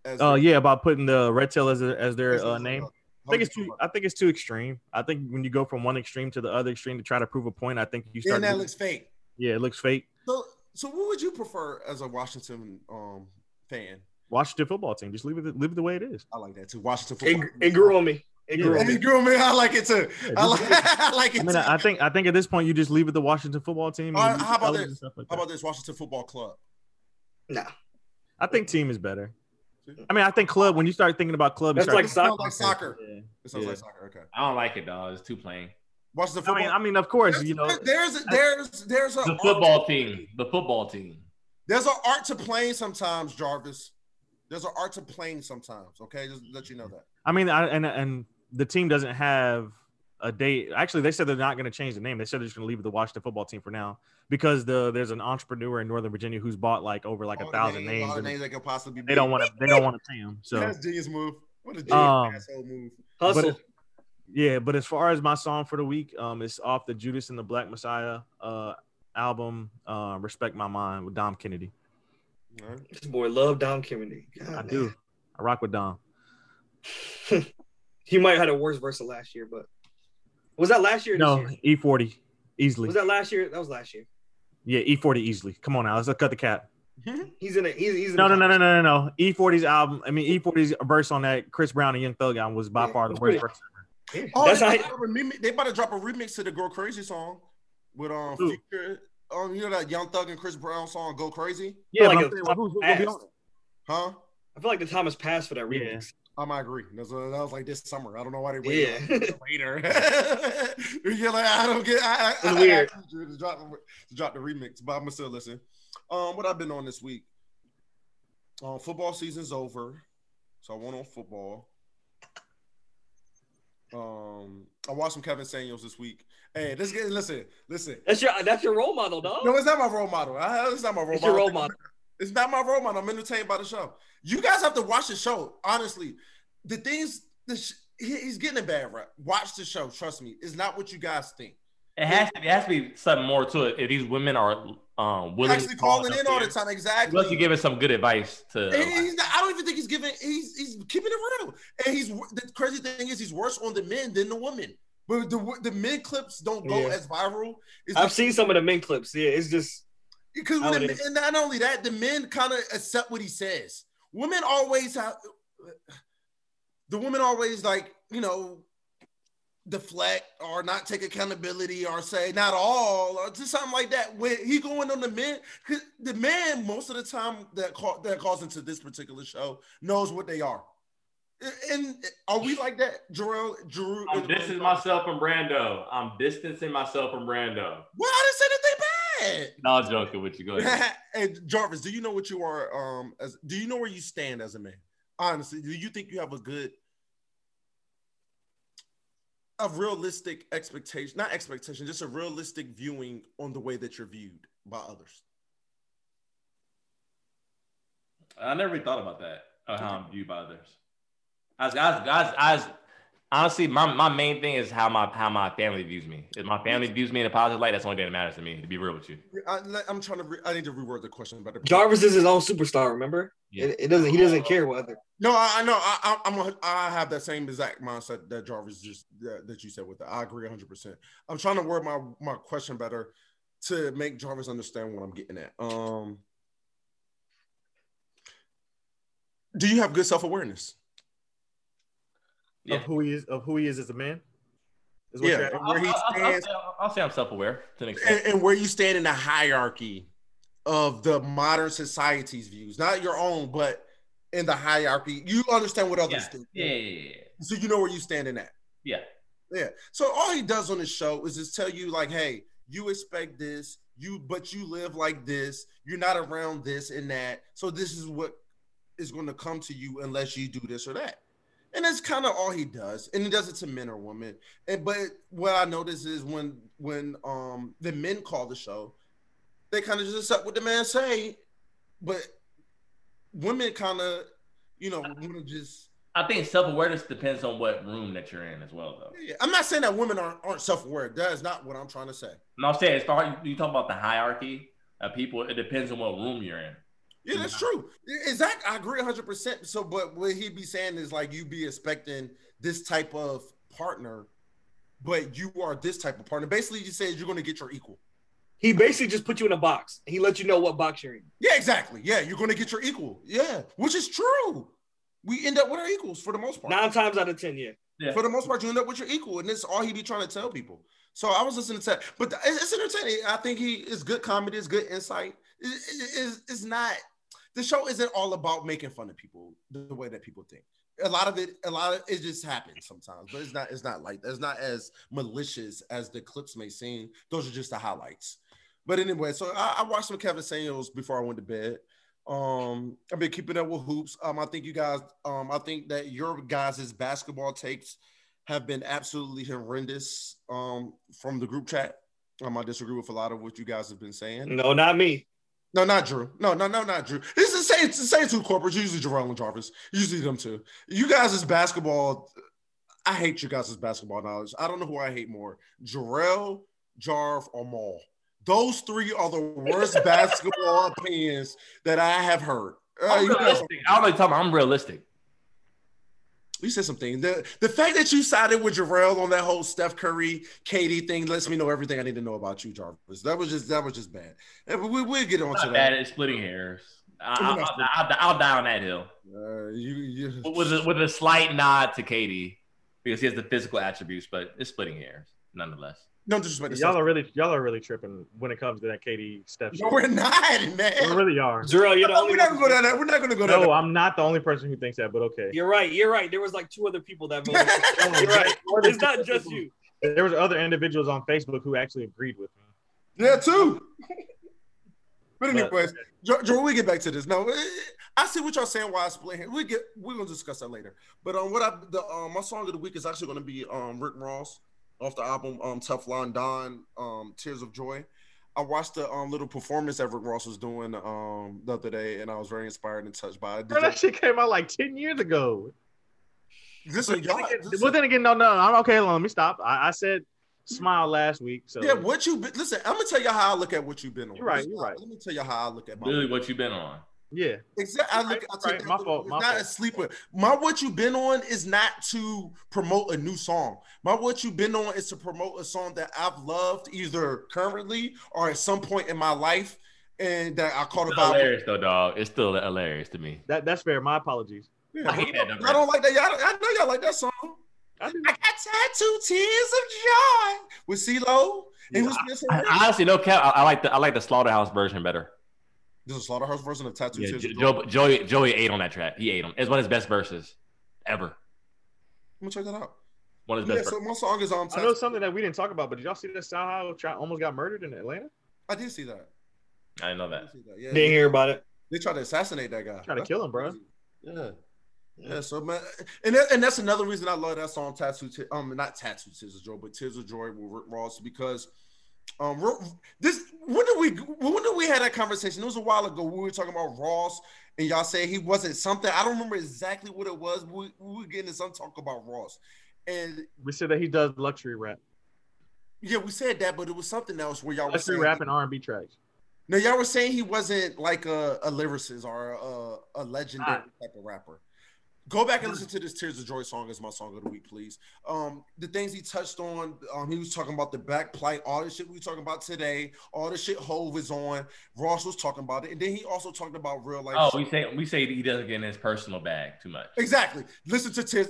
[SPEAKER 4] As
[SPEAKER 2] Oh yeah, about putting the red tail as, as their
[SPEAKER 4] as-
[SPEAKER 2] uh, name. I
[SPEAKER 4] How would
[SPEAKER 2] think it's
[SPEAKER 4] you
[SPEAKER 2] too.
[SPEAKER 4] feel about
[SPEAKER 2] I think it's too extreme. I think when you go from one extreme to the other extreme to try to prove a point, I think you
[SPEAKER 4] it? Yeah,
[SPEAKER 2] start.
[SPEAKER 4] that looks fake.
[SPEAKER 2] yeah, it looks fake.
[SPEAKER 4] So, so what would you prefer as a Washington um fan?
[SPEAKER 2] Washington football team. Just leave it. Leave it the way it is.
[SPEAKER 4] I like that too. Washington
[SPEAKER 5] It,
[SPEAKER 4] football.
[SPEAKER 5] it grew on me. It grew on
[SPEAKER 4] Hey,
[SPEAKER 5] me.
[SPEAKER 4] It grew on me. I like it too. I like, I like it
[SPEAKER 2] I mean,
[SPEAKER 4] too.
[SPEAKER 2] I I think. I think at this point, you just leave it the Washington football team. and
[SPEAKER 4] All right,
[SPEAKER 2] you
[SPEAKER 4] how about
[SPEAKER 2] colors
[SPEAKER 4] this?
[SPEAKER 2] and stuff like
[SPEAKER 4] How
[SPEAKER 2] that.
[SPEAKER 4] about this Washington Football Club?
[SPEAKER 5] Nah,
[SPEAKER 2] I think team is better. I mean, I think club. When you start thinking about club, you
[SPEAKER 5] That's
[SPEAKER 2] start
[SPEAKER 5] like
[SPEAKER 4] It
[SPEAKER 5] soccer.
[SPEAKER 4] sounds like soccer.
[SPEAKER 2] Yeah.
[SPEAKER 4] It sounds like
[SPEAKER 2] Yeah.
[SPEAKER 4] soccer. Okay.
[SPEAKER 3] I don't like it, dog. It's too plain.
[SPEAKER 4] Washington
[SPEAKER 2] I
[SPEAKER 4] Football.
[SPEAKER 2] mean, I mean, of course,
[SPEAKER 4] there's,
[SPEAKER 2] you know.
[SPEAKER 4] there's there's there's a
[SPEAKER 3] The
[SPEAKER 4] art-
[SPEAKER 3] football team. The football team.
[SPEAKER 4] There's an art to playing sometimes, Jarvis. There's an art to playing sometimes. Okay, just let you know that.
[SPEAKER 2] I mean, I, and and the team doesn't have a date. Actually, they said they're not going to change the name. They said they're just going to leave the Washington football team for now because the there's an entrepreneur in Northern Virginia who's bought like over like a
[SPEAKER 4] All the
[SPEAKER 2] thousand
[SPEAKER 4] names,
[SPEAKER 2] names.
[SPEAKER 4] all the
[SPEAKER 2] and
[SPEAKER 4] names that could possibly be.
[SPEAKER 2] They don't want to. They don't want to pay him. So
[SPEAKER 4] That's genius move. What a genius
[SPEAKER 2] Um,
[SPEAKER 4] asshole move.
[SPEAKER 5] hustle.
[SPEAKER 2] But- yeah, but as far as my song for the week, um, it's off the Judas and the Black Messiah uh album, uh, "Respect My Mind" with Dom Kennedy.
[SPEAKER 4] All right.
[SPEAKER 5] this boy love Dom Kennedy. God,
[SPEAKER 2] I
[SPEAKER 5] Oh, man.
[SPEAKER 2] do. I rock with Dom.
[SPEAKER 5] He might have had the worst verse of last year, but was that last year? Or
[SPEAKER 2] No,
[SPEAKER 5] this year?
[SPEAKER 2] E forty easily.
[SPEAKER 5] was that last year? That was last year.
[SPEAKER 2] Yeah, E forty easily. Come on now, let's cut the cap.
[SPEAKER 5] He's in it. He's, he's in
[SPEAKER 2] No,
[SPEAKER 5] the
[SPEAKER 2] no, no, no, no, no, no. E40's album, I mean, E40's verse on that Chris Brown and Young Thug album was by
[SPEAKER 5] Yeah,
[SPEAKER 2] far the
[SPEAKER 5] it's
[SPEAKER 2] worst
[SPEAKER 5] pretty-
[SPEAKER 2] verse.
[SPEAKER 4] Oh,
[SPEAKER 5] That's how
[SPEAKER 4] they, about to drop a remix- they about to drop a remix to the "Go Crazy" song with um
[SPEAKER 2] Who?
[SPEAKER 4] Future. Um, you know that Young Thug and Chris Brown song "Go Crazy,"
[SPEAKER 2] Yeah,
[SPEAKER 5] like
[SPEAKER 2] but
[SPEAKER 5] a
[SPEAKER 2] I'm saying, like, who's, who's gonna be on it?
[SPEAKER 4] huh?
[SPEAKER 5] I feel like the time has passed for that
[SPEAKER 2] Yeah.
[SPEAKER 5] remix.
[SPEAKER 4] Um, I agree. That's what- that was like this summer. I don't know why they waited.
[SPEAKER 5] Yeah.
[SPEAKER 4] later. You're like, I don't get. I, I,
[SPEAKER 5] It's
[SPEAKER 4] I-
[SPEAKER 5] weird.
[SPEAKER 4] I need you to drop, to drop the remix, but I'm gonna still listen. Um, what I've been on this week? Um, football season's over, so I went on football. Um, I watched some Kevin Samuels this week. Hey, this get listen, listen.
[SPEAKER 5] that's your that's your role model, dog.
[SPEAKER 4] No, it's not my role model. I, it's not my role
[SPEAKER 5] it's
[SPEAKER 4] model.
[SPEAKER 5] your role model.
[SPEAKER 4] It's not my role model. I'm entertained by the show. You guys have to watch the show. Honestly, the things the sh- he- he's getting a bad rap. Watch the show. Trust me, it's not what you guys think.
[SPEAKER 3] It has to be, it has to be something more to it. If these women are um willing
[SPEAKER 4] Actually, calling in all the
[SPEAKER 3] time.
[SPEAKER 4] time.
[SPEAKER 3] Unless
[SPEAKER 4] Exactly.
[SPEAKER 3] you give us some good advice to
[SPEAKER 4] And he's not, I don't even think he's giving. He's he's keeping it real. And he's wor- the crazy thing is he's worse on the men than the women. But the wo- the men clips don't go
[SPEAKER 5] Yeah.
[SPEAKER 4] as viral. It's
[SPEAKER 5] I've seen some of the men clips. Yeah, it's just
[SPEAKER 4] Because
[SPEAKER 5] How
[SPEAKER 4] when the,
[SPEAKER 5] it is.
[SPEAKER 4] men- and not only that, the men kind of accept what he says. Women always have the women always like you know deflect or not take accountability or say not all or just something like that. When he going on the men, 'cause the man most of the time that call, that calls into this particular show knows what they are. And are we like that, Jerome? Drew?
[SPEAKER 3] I'm distancing myself from Brando. I'm distancing myself from Brando.
[SPEAKER 4] Well, I didn't say anything bad.
[SPEAKER 3] No, I was joking with you. Go ahead.
[SPEAKER 4] hey, Jarvis, do you know what you are? Um, as do you know where you stand as a man? Honestly, do you think you have a good, a realistic expectation? Not expectation, just a realistic viewing on the way that you're viewed by others.
[SPEAKER 3] I never really thought about that. Or how I'm viewed by others. I was, I was, I was, I was honestly, my, my main thing is how my how my family views me. If my family views me in a positive light, that's the only thing that matters to me. To be real with you,
[SPEAKER 4] I, am trying to. Re- I need to reword the question better.
[SPEAKER 5] Jarvis is his own superstar. Remember,
[SPEAKER 3] Yeah.
[SPEAKER 5] it, it doesn't. He doesn't care what other.
[SPEAKER 4] No, I, I know. I, I, I'm. A, am I have that same exact mindset that Jarvis just that, that you said with that. I agree 100. percent I'm trying to word my my question better. to make Jarvis understand what I'm getting at. Um, do you have good self awareness?
[SPEAKER 3] Yeah.
[SPEAKER 2] of who he is of who he is as a man. Is
[SPEAKER 4] Yeah.
[SPEAKER 2] you're at?
[SPEAKER 4] And where he
[SPEAKER 3] I'll- I'll- I'll
[SPEAKER 4] stands-
[SPEAKER 3] say- I'll say I'm self-aware to an
[SPEAKER 4] and,
[SPEAKER 3] extent.
[SPEAKER 4] and where you stand in the hierarchy of the modern society's views, not your own, but in the hierarchy, you understand what others do.
[SPEAKER 3] Yeah, yeah, yeah, yeah.
[SPEAKER 4] So you know where you stand in that.
[SPEAKER 3] yeah.
[SPEAKER 4] Yeah. So all he does on his show is just tell you like, hey, you expect this, you but you live like this, you're not around this and that. So this is what is going to come to you unless you do this or that. And that's kind of all he does. And he does it to men or women. And but what I notice is when when um the men call the show, they kind of just accept what the man say, but women kind of, you know, want to just
[SPEAKER 3] I think self-awareness depends on what room that you're in as well, though.
[SPEAKER 4] Yeah, I'm not saying that women aren't, aren't self-aware. That is not what I'm trying to say.
[SPEAKER 3] No, I'm saying as far as you talk about the hierarchy of people, it depends on what room you're in.
[SPEAKER 4] Yeah, that's true. Exactly. I agree 100%. So, but what he'd be saying is like, you be expecting this type of partner, but you are this type of partner. Basically, he says you're going to get your equal.
[SPEAKER 5] He basically just put you in a box. He let you know what box you're in.
[SPEAKER 4] Yeah, exactly. Yeah, you're going to get your equal. Yeah, which is true. We end up with our equals for the most part.
[SPEAKER 5] Nine times out of ten, yeah.
[SPEAKER 4] for the most part, you end up with your equal, and that's all he be trying to tell people. So I was listening to that, but th- it's, it's entertaining. I think he is good comedy, it's good insight. It- it- it's, it's not the show isn't all about making fun of people the way that people think. A lot of it, a lot of it just happens sometimes, but it's not it's not like it's not as malicious as the clips may seem. Those are just the highlights. But anyway, so I, I watched some Kevin Samuels before I went to bed. Um, I've been keeping up with hoops. Um, I think you guys, um, I think that your guys' basketball takes have been absolutely horrendous um, from the group chat. Um, I disagree with a lot of what you guys have been saying.
[SPEAKER 5] No, not me.
[SPEAKER 4] No, not Drew. No, no, no, not Drew. This is the same, it's the same two corporates, usually Jarrell and Jarvis. Usually them two. You guys' is basketball. I hate you guys' basketball knowledge. I don't know who I hate more, Jarrell, Jarv, or Maul. Those three are the worst basketball opinions that I have heard. Uh,
[SPEAKER 3] I'm
[SPEAKER 4] you, guys,
[SPEAKER 3] realistic. I don't know what you're talking about. I'm realistic.
[SPEAKER 4] you said something. The, the fact that you sided with Jarrell on that whole Steph Curry, KD thing lets me know everything I need to know about you, Jarvis. That was just that was just bad. Eh, but We, we'll get on
[SPEAKER 3] I'm not
[SPEAKER 4] to that.
[SPEAKER 3] bad at splitting hairs. I,
[SPEAKER 4] We're
[SPEAKER 3] I,
[SPEAKER 4] not splitting.
[SPEAKER 3] will die on that hill
[SPEAKER 4] Uh, you, you,
[SPEAKER 3] with a, with a slight nod to Katie because he has the physical attributes, but it's splitting hairs nonetheless.
[SPEAKER 4] no disrespect. to
[SPEAKER 2] Y'all are really y'all are really tripping when it comes to that KD Steph.
[SPEAKER 4] No,
[SPEAKER 2] shit.
[SPEAKER 4] we're not,
[SPEAKER 2] We
[SPEAKER 4] man.
[SPEAKER 2] really are.
[SPEAKER 5] Zero, you're the
[SPEAKER 4] No,
[SPEAKER 5] only
[SPEAKER 4] We're not
[SPEAKER 5] one-
[SPEAKER 4] going down that. We're not going to go down
[SPEAKER 2] No,
[SPEAKER 4] that.
[SPEAKER 2] I'm not the only person who thinks that, but okay.
[SPEAKER 5] You're right. You're right. There was like two other people that voted. you're right. It's not just you.
[SPEAKER 2] There was other individuals on Facebook who actually agreed with me.
[SPEAKER 4] Yeah, too. But
[SPEAKER 2] But-
[SPEAKER 4] anyways, Joe, Joe, we get back to this. No, eh, I see what y'all saying. Why I split here. We get. We're gonna discuss that later. But um, what I the um, my song of the week is actually gonna be um Rick Ross off the album um Teflon Don um Tears of Joy. I watched the um little performance that Rick Ross was doing um the other day, and I was very inspired and touched by it. Did
[SPEAKER 2] Bro, that
[SPEAKER 4] you-
[SPEAKER 2] shit came out like ten years ago.
[SPEAKER 4] This is y'all. this
[SPEAKER 2] Well,
[SPEAKER 4] is-
[SPEAKER 2] then again, no, no, I'm okay. hold on, Let me stop. I, I said smile last week, so
[SPEAKER 4] Yeah, what you been? Listen, I'm gonna tell you how I look at what you've been on.
[SPEAKER 2] You're right, you're right.
[SPEAKER 4] Let me tell you how I look at my.
[SPEAKER 3] Literally what you've been on.
[SPEAKER 2] yeah.
[SPEAKER 4] Exactly. I look.
[SPEAKER 2] Right,
[SPEAKER 4] I take
[SPEAKER 2] right.
[SPEAKER 4] that
[SPEAKER 2] My
[SPEAKER 4] look-
[SPEAKER 2] fault,
[SPEAKER 4] It's
[SPEAKER 2] my
[SPEAKER 4] not
[SPEAKER 2] fault.
[SPEAKER 4] a sleeper. My what you've been on is not to promote a new song. My what you've been on is to promote a song that I've loved either currently or at some point in my life, and that I caught
[SPEAKER 3] It's
[SPEAKER 4] about.
[SPEAKER 3] hilarious though, dog. It's still hilarious to me.
[SPEAKER 2] That that's fair. My apologies.
[SPEAKER 4] Yeah,
[SPEAKER 3] I hate that number.
[SPEAKER 4] I don't like that. Y'all, I know y'all like that song.
[SPEAKER 2] I do.
[SPEAKER 4] I got tattoo tears of joy with CeeLo. And
[SPEAKER 2] Yeah,
[SPEAKER 4] who's this?
[SPEAKER 3] I, I honestly, no cap. I, I like the I like the slaughterhouse version better.
[SPEAKER 4] There's a slaughterhouse version of tattoo
[SPEAKER 3] Yeah,
[SPEAKER 4] tears.
[SPEAKER 3] Jo-
[SPEAKER 4] of Joy.
[SPEAKER 3] Joe, Joey Joey ate on that track. He ate him. It's one of his best verses ever.
[SPEAKER 4] I'm gonna check that out.
[SPEAKER 3] One of his
[SPEAKER 4] Yeah,
[SPEAKER 3] best.
[SPEAKER 4] so my song is on.
[SPEAKER 2] I know something that we didn't talk about, but did y'all see that Sal try almost got murdered in Atlanta?
[SPEAKER 4] I did see that.
[SPEAKER 3] verses. I didn't know
[SPEAKER 4] I
[SPEAKER 3] that.
[SPEAKER 4] did see that. Yeah,
[SPEAKER 5] Didn't hear about it.
[SPEAKER 4] They tried to assassinate that guy.
[SPEAKER 2] Trying to kill him, bro.
[SPEAKER 4] Yeah. Yeah, so man, and that, and that's another reason I love that song "Tattoo." T- um, not "Tattoo Tears of Joy," but "Tears of Joy" with Rick Ross because, um, Rick- this when did we when did we had that conversation? It was a while ago. We were talking about Ross, and y'all said he wasn't something. I don't remember exactly what it was. But we, we were getting into some talk about Ross, and
[SPEAKER 2] We said that he does luxury rap,
[SPEAKER 4] yeah, we said that, but it was something else where y'all were
[SPEAKER 2] luxury
[SPEAKER 4] saying
[SPEAKER 2] rap and R&B tracks.
[SPEAKER 4] No, y'all were saying he wasn't like a, a lyricist or a, a legendary type of rapper. Go back and listen to this Tears of Joy song as my song of the week, please. Um, the things he touched on, um, he was talking about the back plight, all the shit we were talking about today, all the shit Hove is on. Ross was talking about it, and then he also talked about real life.
[SPEAKER 3] Oh,
[SPEAKER 4] shit.
[SPEAKER 3] we say we say he doesn't get in his personal bag too much.
[SPEAKER 4] Exactly. Listen to Tears.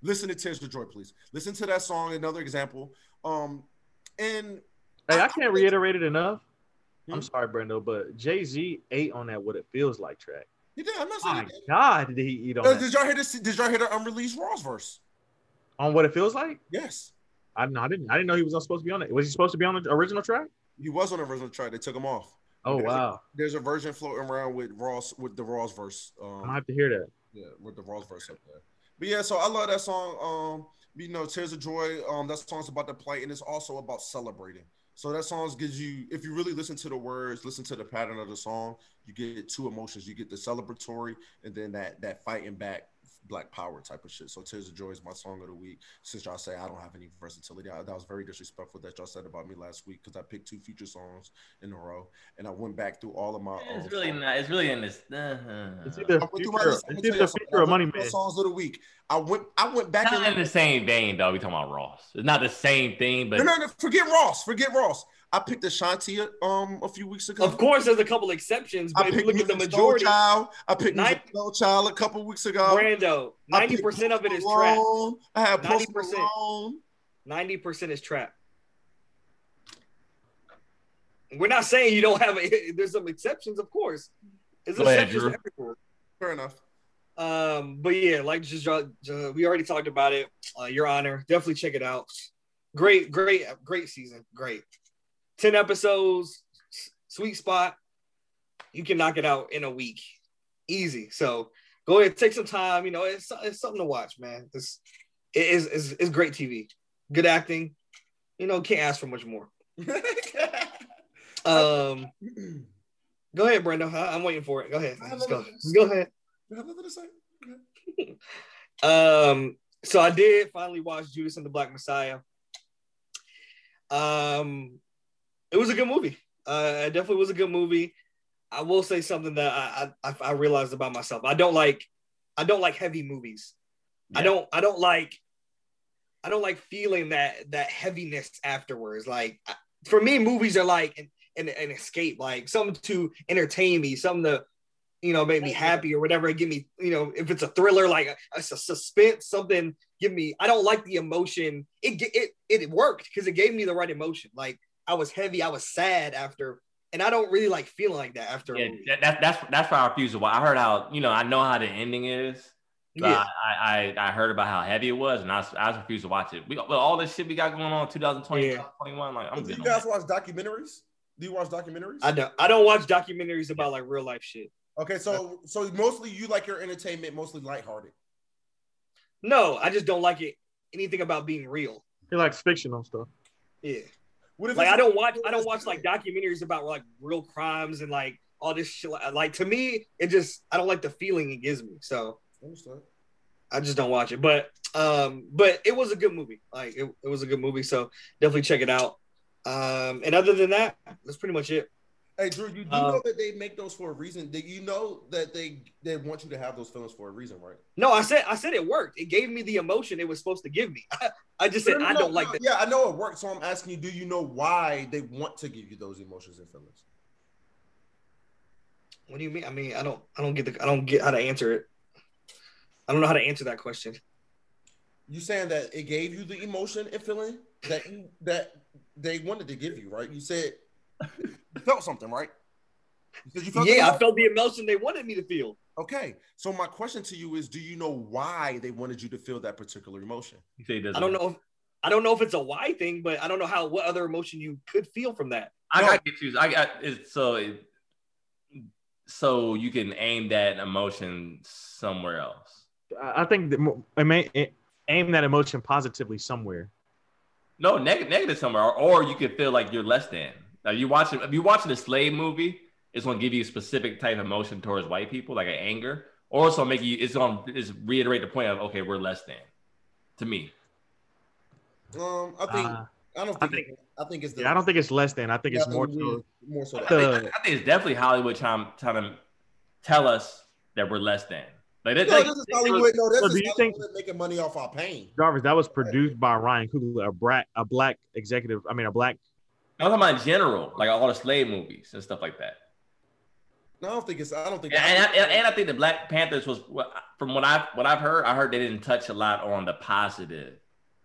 [SPEAKER 4] Listen to Tears of Joy, please. Listen to that song. Another example. Um, and
[SPEAKER 2] Hey, I can't reiterate it enough.
[SPEAKER 4] Hmm.
[SPEAKER 2] I'm sorry, Brendo, but Jay Z ate on that "What It Feels Like" track.
[SPEAKER 4] he did. I'm not saying.
[SPEAKER 2] My
[SPEAKER 4] he did.
[SPEAKER 2] God, did he eat on
[SPEAKER 4] Uh,
[SPEAKER 2] that?
[SPEAKER 4] did y'all hear this? Did y'all hear the unreleased Ross verse?
[SPEAKER 2] on "What It Feels Like"?
[SPEAKER 4] Yes,
[SPEAKER 2] I, no, I didn't. I didn't know he was supposed to be on it. Was he supposed to be on the original track?
[SPEAKER 4] he was on the original track. They took him off.
[SPEAKER 2] Oh
[SPEAKER 4] There's a-
[SPEAKER 2] wow,
[SPEAKER 4] There's a version floating around with Ross with the Ross verse.
[SPEAKER 2] I might
[SPEAKER 4] Um,
[SPEAKER 2] have to hear that.
[SPEAKER 4] yeah, with the Ross verse up there. But yeah, so I love that song. Um, you know, Tears of Joy. Um, that song's about the plight, and it's also about celebrating. So that song gives you, if you really listen to the words, listen to the pattern of the song, you get two emotions. You get the celebratory, and then that that fighting back, black power type of shit. So Tears of Joy is my song of the week. Since y'all say I don't have any versatility, I, that was very disrespectful that y'all said about me last week because I picked two future songs in a row, and I went back through all of my. um, own
[SPEAKER 3] It's really
[SPEAKER 4] songs.
[SPEAKER 3] not. It's really in this.
[SPEAKER 2] It's
[SPEAKER 3] Uh,
[SPEAKER 2] either
[SPEAKER 4] I went through
[SPEAKER 2] future,
[SPEAKER 4] my list. I'm
[SPEAKER 2] it's
[SPEAKER 4] gonna tell
[SPEAKER 2] either
[SPEAKER 4] y'all something.
[SPEAKER 2] future or
[SPEAKER 4] I went
[SPEAKER 2] money
[SPEAKER 4] through my
[SPEAKER 2] man.
[SPEAKER 4] Songs of the week. I went. I went back.
[SPEAKER 3] kind of in
[SPEAKER 4] And,
[SPEAKER 3] the same vein though. We talking about Ross. It's not the same thing, but
[SPEAKER 4] no, no, no, forget Ross. Forget Ross. I picked Ashanti um a few weeks ago.
[SPEAKER 5] Of course, there's a couple exceptions,
[SPEAKER 4] I
[SPEAKER 5] but if you
[SPEAKER 4] picked
[SPEAKER 5] look at the
[SPEAKER 4] Nina
[SPEAKER 5] majority,
[SPEAKER 4] Child. I picked
[SPEAKER 5] Nine-
[SPEAKER 4] Nine- Child a couple weeks ago.
[SPEAKER 5] Brando,
[SPEAKER 4] I picked
[SPEAKER 5] ninety percent of it is trap.
[SPEAKER 4] Malone. I had Post
[SPEAKER 5] 90%.
[SPEAKER 4] Malone.
[SPEAKER 5] Ninety percent is trap. We're not saying you don't have. A, there's some exceptions, of course. There's
[SPEAKER 3] Go ahead,
[SPEAKER 5] exceptions
[SPEAKER 3] Drew.
[SPEAKER 5] to every rule.
[SPEAKER 4] Fair enough.
[SPEAKER 5] Um, but yeah, like just uh, we already talked about it. Uh, Your Honor, definitely check it out. Great, great, great season. Great, ten episodes, s- sweet spot. You can knock it out in a week, easy. So go ahead, take some time. You know, it's it's something to watch, man. This it is is it's great TV, good acting. You know, can't ask for much more. Um, go ahead, Brendo. I, am waiting for it. Go ahead. man. Just go, just go ahead.
[SPEAKER 4] You have nothing to say? Okay.
[SPEAKER 5] Um, so I did finally watch Judas and the Black Messiah. Um, it was a good movie. Uh, it definitely was a good movie. I will say something that I I, I realized about myself. I don't like I don't like heavy movies. I
[SPEAKER 3] Yeah.
[SPEAKER 5] don't I don't like I don't like feeling that that heaviness afterwards. Like I- for me, movies are like an, an, an escape, like something to entertain me, something to you know make me happy or whatever. Give me you know if it's a thriller, like a, a sus- suspense, something. Give me. I don't like the emotion. It ge- it it worked because it gave me the right emotion. Like I was heavy, I was sad after, and I don't really like feeling like that after. a
[SPEAKER 3] yeah,
[SPEAKER 5] movie.
[SPEAKER 3] that, that, that's that's why I refuse to. watch. I heard how you know I know how the ending is. But
[SPEAKER 5] yeah.
[SPEAKER 3] I, I I heard about how heavy it was, and I was- I was refused to watch it. We with all this shit we got going on 2020,
[SPEAKER 5] Yeah.
[SPEAKER 3] 2021, like I'm
[SPEAKER 4] Do
[SPEAKER 3] good.
[SPEAKER 4] you
[SPEAKER 3] on
[SPEAKER 4] guys
[SPEAKER 3] that.
[SPEAKER 4] watch documentaries? Do you watch documentaries?
[SPEAKER 5] I don't. I don't watch documentaries about like real life shit.
[SPEAKER 4] Okay, so so mostly you like your entertainment mostly lighthearted.
[SPEAKER 5] No, I just don't like it. Anything about being real.
[SPEAKER 2] He likes fictional stuff.
[SPEAKER 5] Yeah.
[SPEAKER 4] What if
[SPEAKER 5] Like
[SPEAKER 4] it's-
[SPEAKER 5] I don't watch. I don't watch like documentaries about like real crimes and like all this shit. Like to me, it just I don't like the feeling it gives me. So
[SPEAKER 4] Understood.
[SPEAKER 5] I just don't watch it. But um, but it was a good movie. Like it, it was a good movie. So definitely check it out. Um, and other than that, that's pretty much it.
[SPEAKER 4] Hey Drew, you do
[SPEAKER 5] Uh,
[SPEAKER 4] know that they make those for a reason. That you know that they they want you to have those feelings for a reason, right?
[SPEAKER 5] No, I said I said it worked. It gave me the emotion it was supposed to give me. I, just said
[SPEAKER 4] No, no,
[SPEAKER 5] I
[SPEAKER 4] no,
[SPEAKER 5] don't like
[SPEAKER 4] no.
[SPEAKER 5] that.
[SPEAKER 4] Yeah, I know it works. So I'm asking you, do you know why they want to give you those emotions and feelings?
[SPEAKER 5] What do you mean? I mean, I don't, I don't get the, I don't get how to answer it. I don't know how to answer that question.
[SPEAKER 4] You saying that it gave you the emotion and feeling that you, that they wanted to give you, right? You said you felt something, right? You said you felt
[SPEAKER 5] Yeah,
[SPEAKER 4] something?
[SPEAKER 5] I felt the emotion they wanted me to feel.
[SPEAKER 4] Okay, so my question to you is: Do you know why they wanted you to feel that particular emotion?
[SPEAKER 3] You say it doesn't-
[SPEAKER 5] I don't know. If, I don't know if it's a why thing, but I don't know how what other emotion you could feel from that.
[SPEAKER 3] I
[SPEAKER 4] No.
[SPEAKER 3] got confused. I got it's so it, so you can aim that emotion somewhere else.
[SPEAKER 2] I I think that mo- it may it, aim that emotion positively somewhere.
[SPEAKER 3] No, neg- negative somewhere, or, or you could feel like you're less than. Like you watching, if you're watching a slave movie, it's gonna give you a specific type of emotion towards white people, like an anger, or also make you. It's gonna just reiterate the point of okay, we're less than. To me,
[SPEAKER 4] Um, I think
[SPEAKER 2] Uh,
[SPEAKER 4] I don't
[SPEAKER 2] I
[SPEAKER 4] think I think, it's the
[SPEAKER 2] yeah, I don't think it's less than. I think
[SPEAKER 4] yeah,
[SPEAKER 2] it's more.
[SPEAKER 4] it
[SPEAKER 2] So,
[SPEAKER 4] is more so.
[SPEAKER 3] I
[SPEAKER 4] that.
[SPEAKER 3] think,
[SPEAKER 2] Uh,
[SPEAKER 3] I think it's definitely Hollywood trying trying to tell us that we're less than. Like, Like that,
[SPEAKER 4] No,
[SPEAKER 3] like,
[SPEAKER 4] this is Hollywood. No, this
[SPEAKER 2] So
[SPEAKER 4] is
[SPEAKER 2] do you
[SPEAKER 4] Hollywood
[SPEAKER 2] think-
[SPEAKER 4] making money off our pain.
[SPEAKER 2] Jarvis, that was produced by Ryan Coogler, a black, a black executive. I mean, a black.
[SPEAKER 3] I'm talking about in general, like all the slave movies and stuff like that.
[SPEAKER 4] No, I don't think it's. I don't think.
[SPEAKER 3] And, and, I- and, and I think the Black Panthers was from what I've what I've heard. I heard they didn't touch a lot on the positive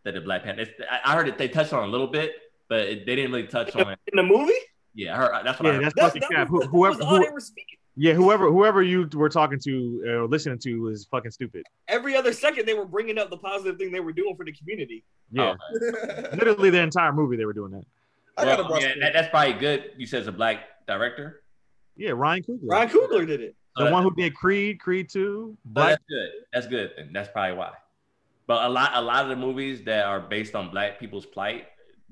[SPEAKER 3] that the Black Panthers. I I heard that they touched on a little bit, but it, they didn't really touch on it.
[SPEAKER 5] in the movie.
[SPEAKER 3] Yeah, I heard, that's what I
[SPEAKER 2] Yeah,
[SPEAKER 3] heard.
[SPEAKER 2] that's
[SPEAKER 5] That's,
[SPEAKER 2] fucking
[SPEAKER 5] that
[SPEAKER 2] cap. Who-
[SPEAKER 5] was, that
[SPEAKER 2] Whoever,
[SPEAKER 5] was all
[SPEAKER 2] who,
[SPEAKER 5] they were speaking.
[SPEAKER 2] yeah, whoever, whoever you were talking to uh, or listening to was fucking stupid.
[SPEAKER 5] Every other second, they were bringing up the positive thing they were doing for the community.
[SPEAKER 2] Yeah,
[SPEAKER 4] I,
[SPEAKER 2] literally the entire movie they were doing that.
[SPEAKER 4] I gotta
[SPEAKER 3] Well,
[SPEAKER 4] watch.
[SPEAKER 3] yeah,
[SPEAKER 4] that.
[SPEAKER 3] that, that's probably good. You said it's a black director.
[SPEAKER 2] Yeah, Ryan Coogler,
[SPEAKER 5] Ryan Coogler did it.
[SPEAKER 2] the one who did Creed, Creed Two,
[SPEAKER 3] But
[SPEAKER 2] Black.
[SPEAKER 3] that's good. That's good, and that's probably why. But a lot, a lot of the movies that are based on black people's plight,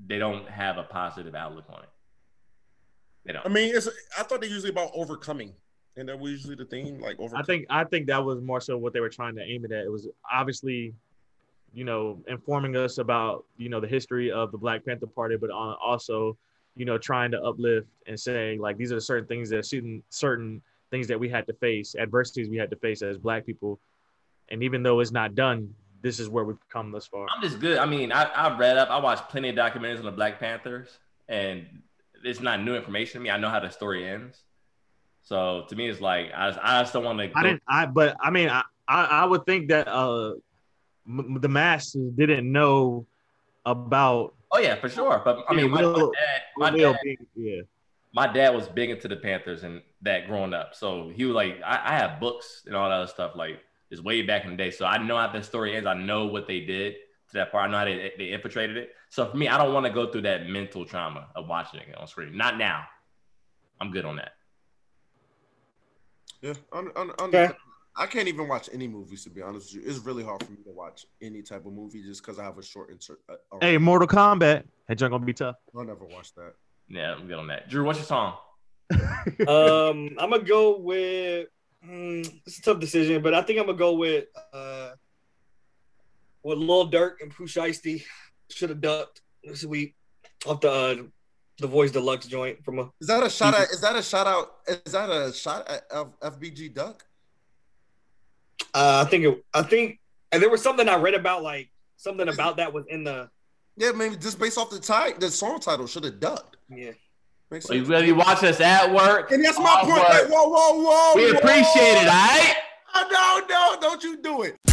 [SPEAKER 3] they don't have a positive outlook on it. They don't.
[SPEAKER 4] I mean, it's. I thought they usually about overcoming, and that was usually the theme, like overcoming.
[SPEAKER 2] I think I think that was more so what they were trying to aim it at. It was obviously, you know, informing us about you know the history of the Black Panther Party, but on also, you know, trying to uplift and saying like these are the certain things that certain certain things that we had to face, adversities we had to face as Black people, and even though it's not done, this is where we've come thus far.
[SPEAKER 3] I'm just good. I mean, I, I read up. I watched plenty of documentaries on the Black Panthers, and it's not new information to me. I know how the story ends. So to me, it's like I, just, I just don't want to.
[SPEAKER 2] I didn't. I but I mean, I I, I would think that uh, m- the masses didn't know about
[SPEAKER 3] Oh yeah, for sure. But I
[SPEAKER 2] Yeah,
[SPEAKER 3] mean, my, my
[SPEAKER 2] Will-
[SPEAKER 3] dad, my
[SPEAKER 2] Will
[SPEAKER 3] dad,
[SPEAKER 2] being- yeah.
[SPEAKER 3] my dad was big into the Panthers and that growing up. So he was like, I, I have books and all that other stuff, like it's way back in the day. So I know how the story ends. I know what they did to that part. I know how they, they infiltrated it. So for me, I don't want to go through that mental trauma of watching it on screen. Not now. I'm good on that.
[SPEAKER 4] Yeah, un- un- un-
[SPEAKER 5] Yeah.
[SPEAKER 4] I can't even watch any movies to be honest with you. It's really hard for me to watch any type of movie just because I have a short insert. Uh, oh,
[SPEAKER 2] Hey, Mortal Kombat. That junk gonna be tough.
[SPEAKER 4] I'll never watch that.
[SPEAKER 3] Yeah, I'm good on that. Drew, what's your song?
[SPEAKER 5] Um, I'm gonna go with. mm, it's a tough decision, but I think I'm gonna go with uh, with Lil Durk and Pooh Shiesty. Should have ducked this week off the uh, the Voice Deluxe joint from a.
[SPEAKER 4] Is that a shout out? Is that a shout out? Is that a shot at F- FBG Duck?
[SPEAKER 5] Uh, I think it, I think and there was something I read about like something about that was in the
[SPEAKER 4] Yeah, maybe just based off the title, the song title should have ducked.
[SPEAKER 5] yeah.
[SPEAKER 4] Makes
[SPEAKER 3] So you
[SPEAKER 4] sense.
[SPEAKER 3] gonna be watching us at work?
[SPEAKER 4] And that's my
[SPEAKER 3] Oh,
[SPEAKER 4] point.
[SPEAKER 3] word.
[SPEAKER 4] Like, whoa, whoa, whoa!
[SPEAKER 3] We
[SPEAKER 4] whoa.
[SPEAKER 3] appreciate it, all right?
[SPEAKER 4] Oh, no, no, don't you do it.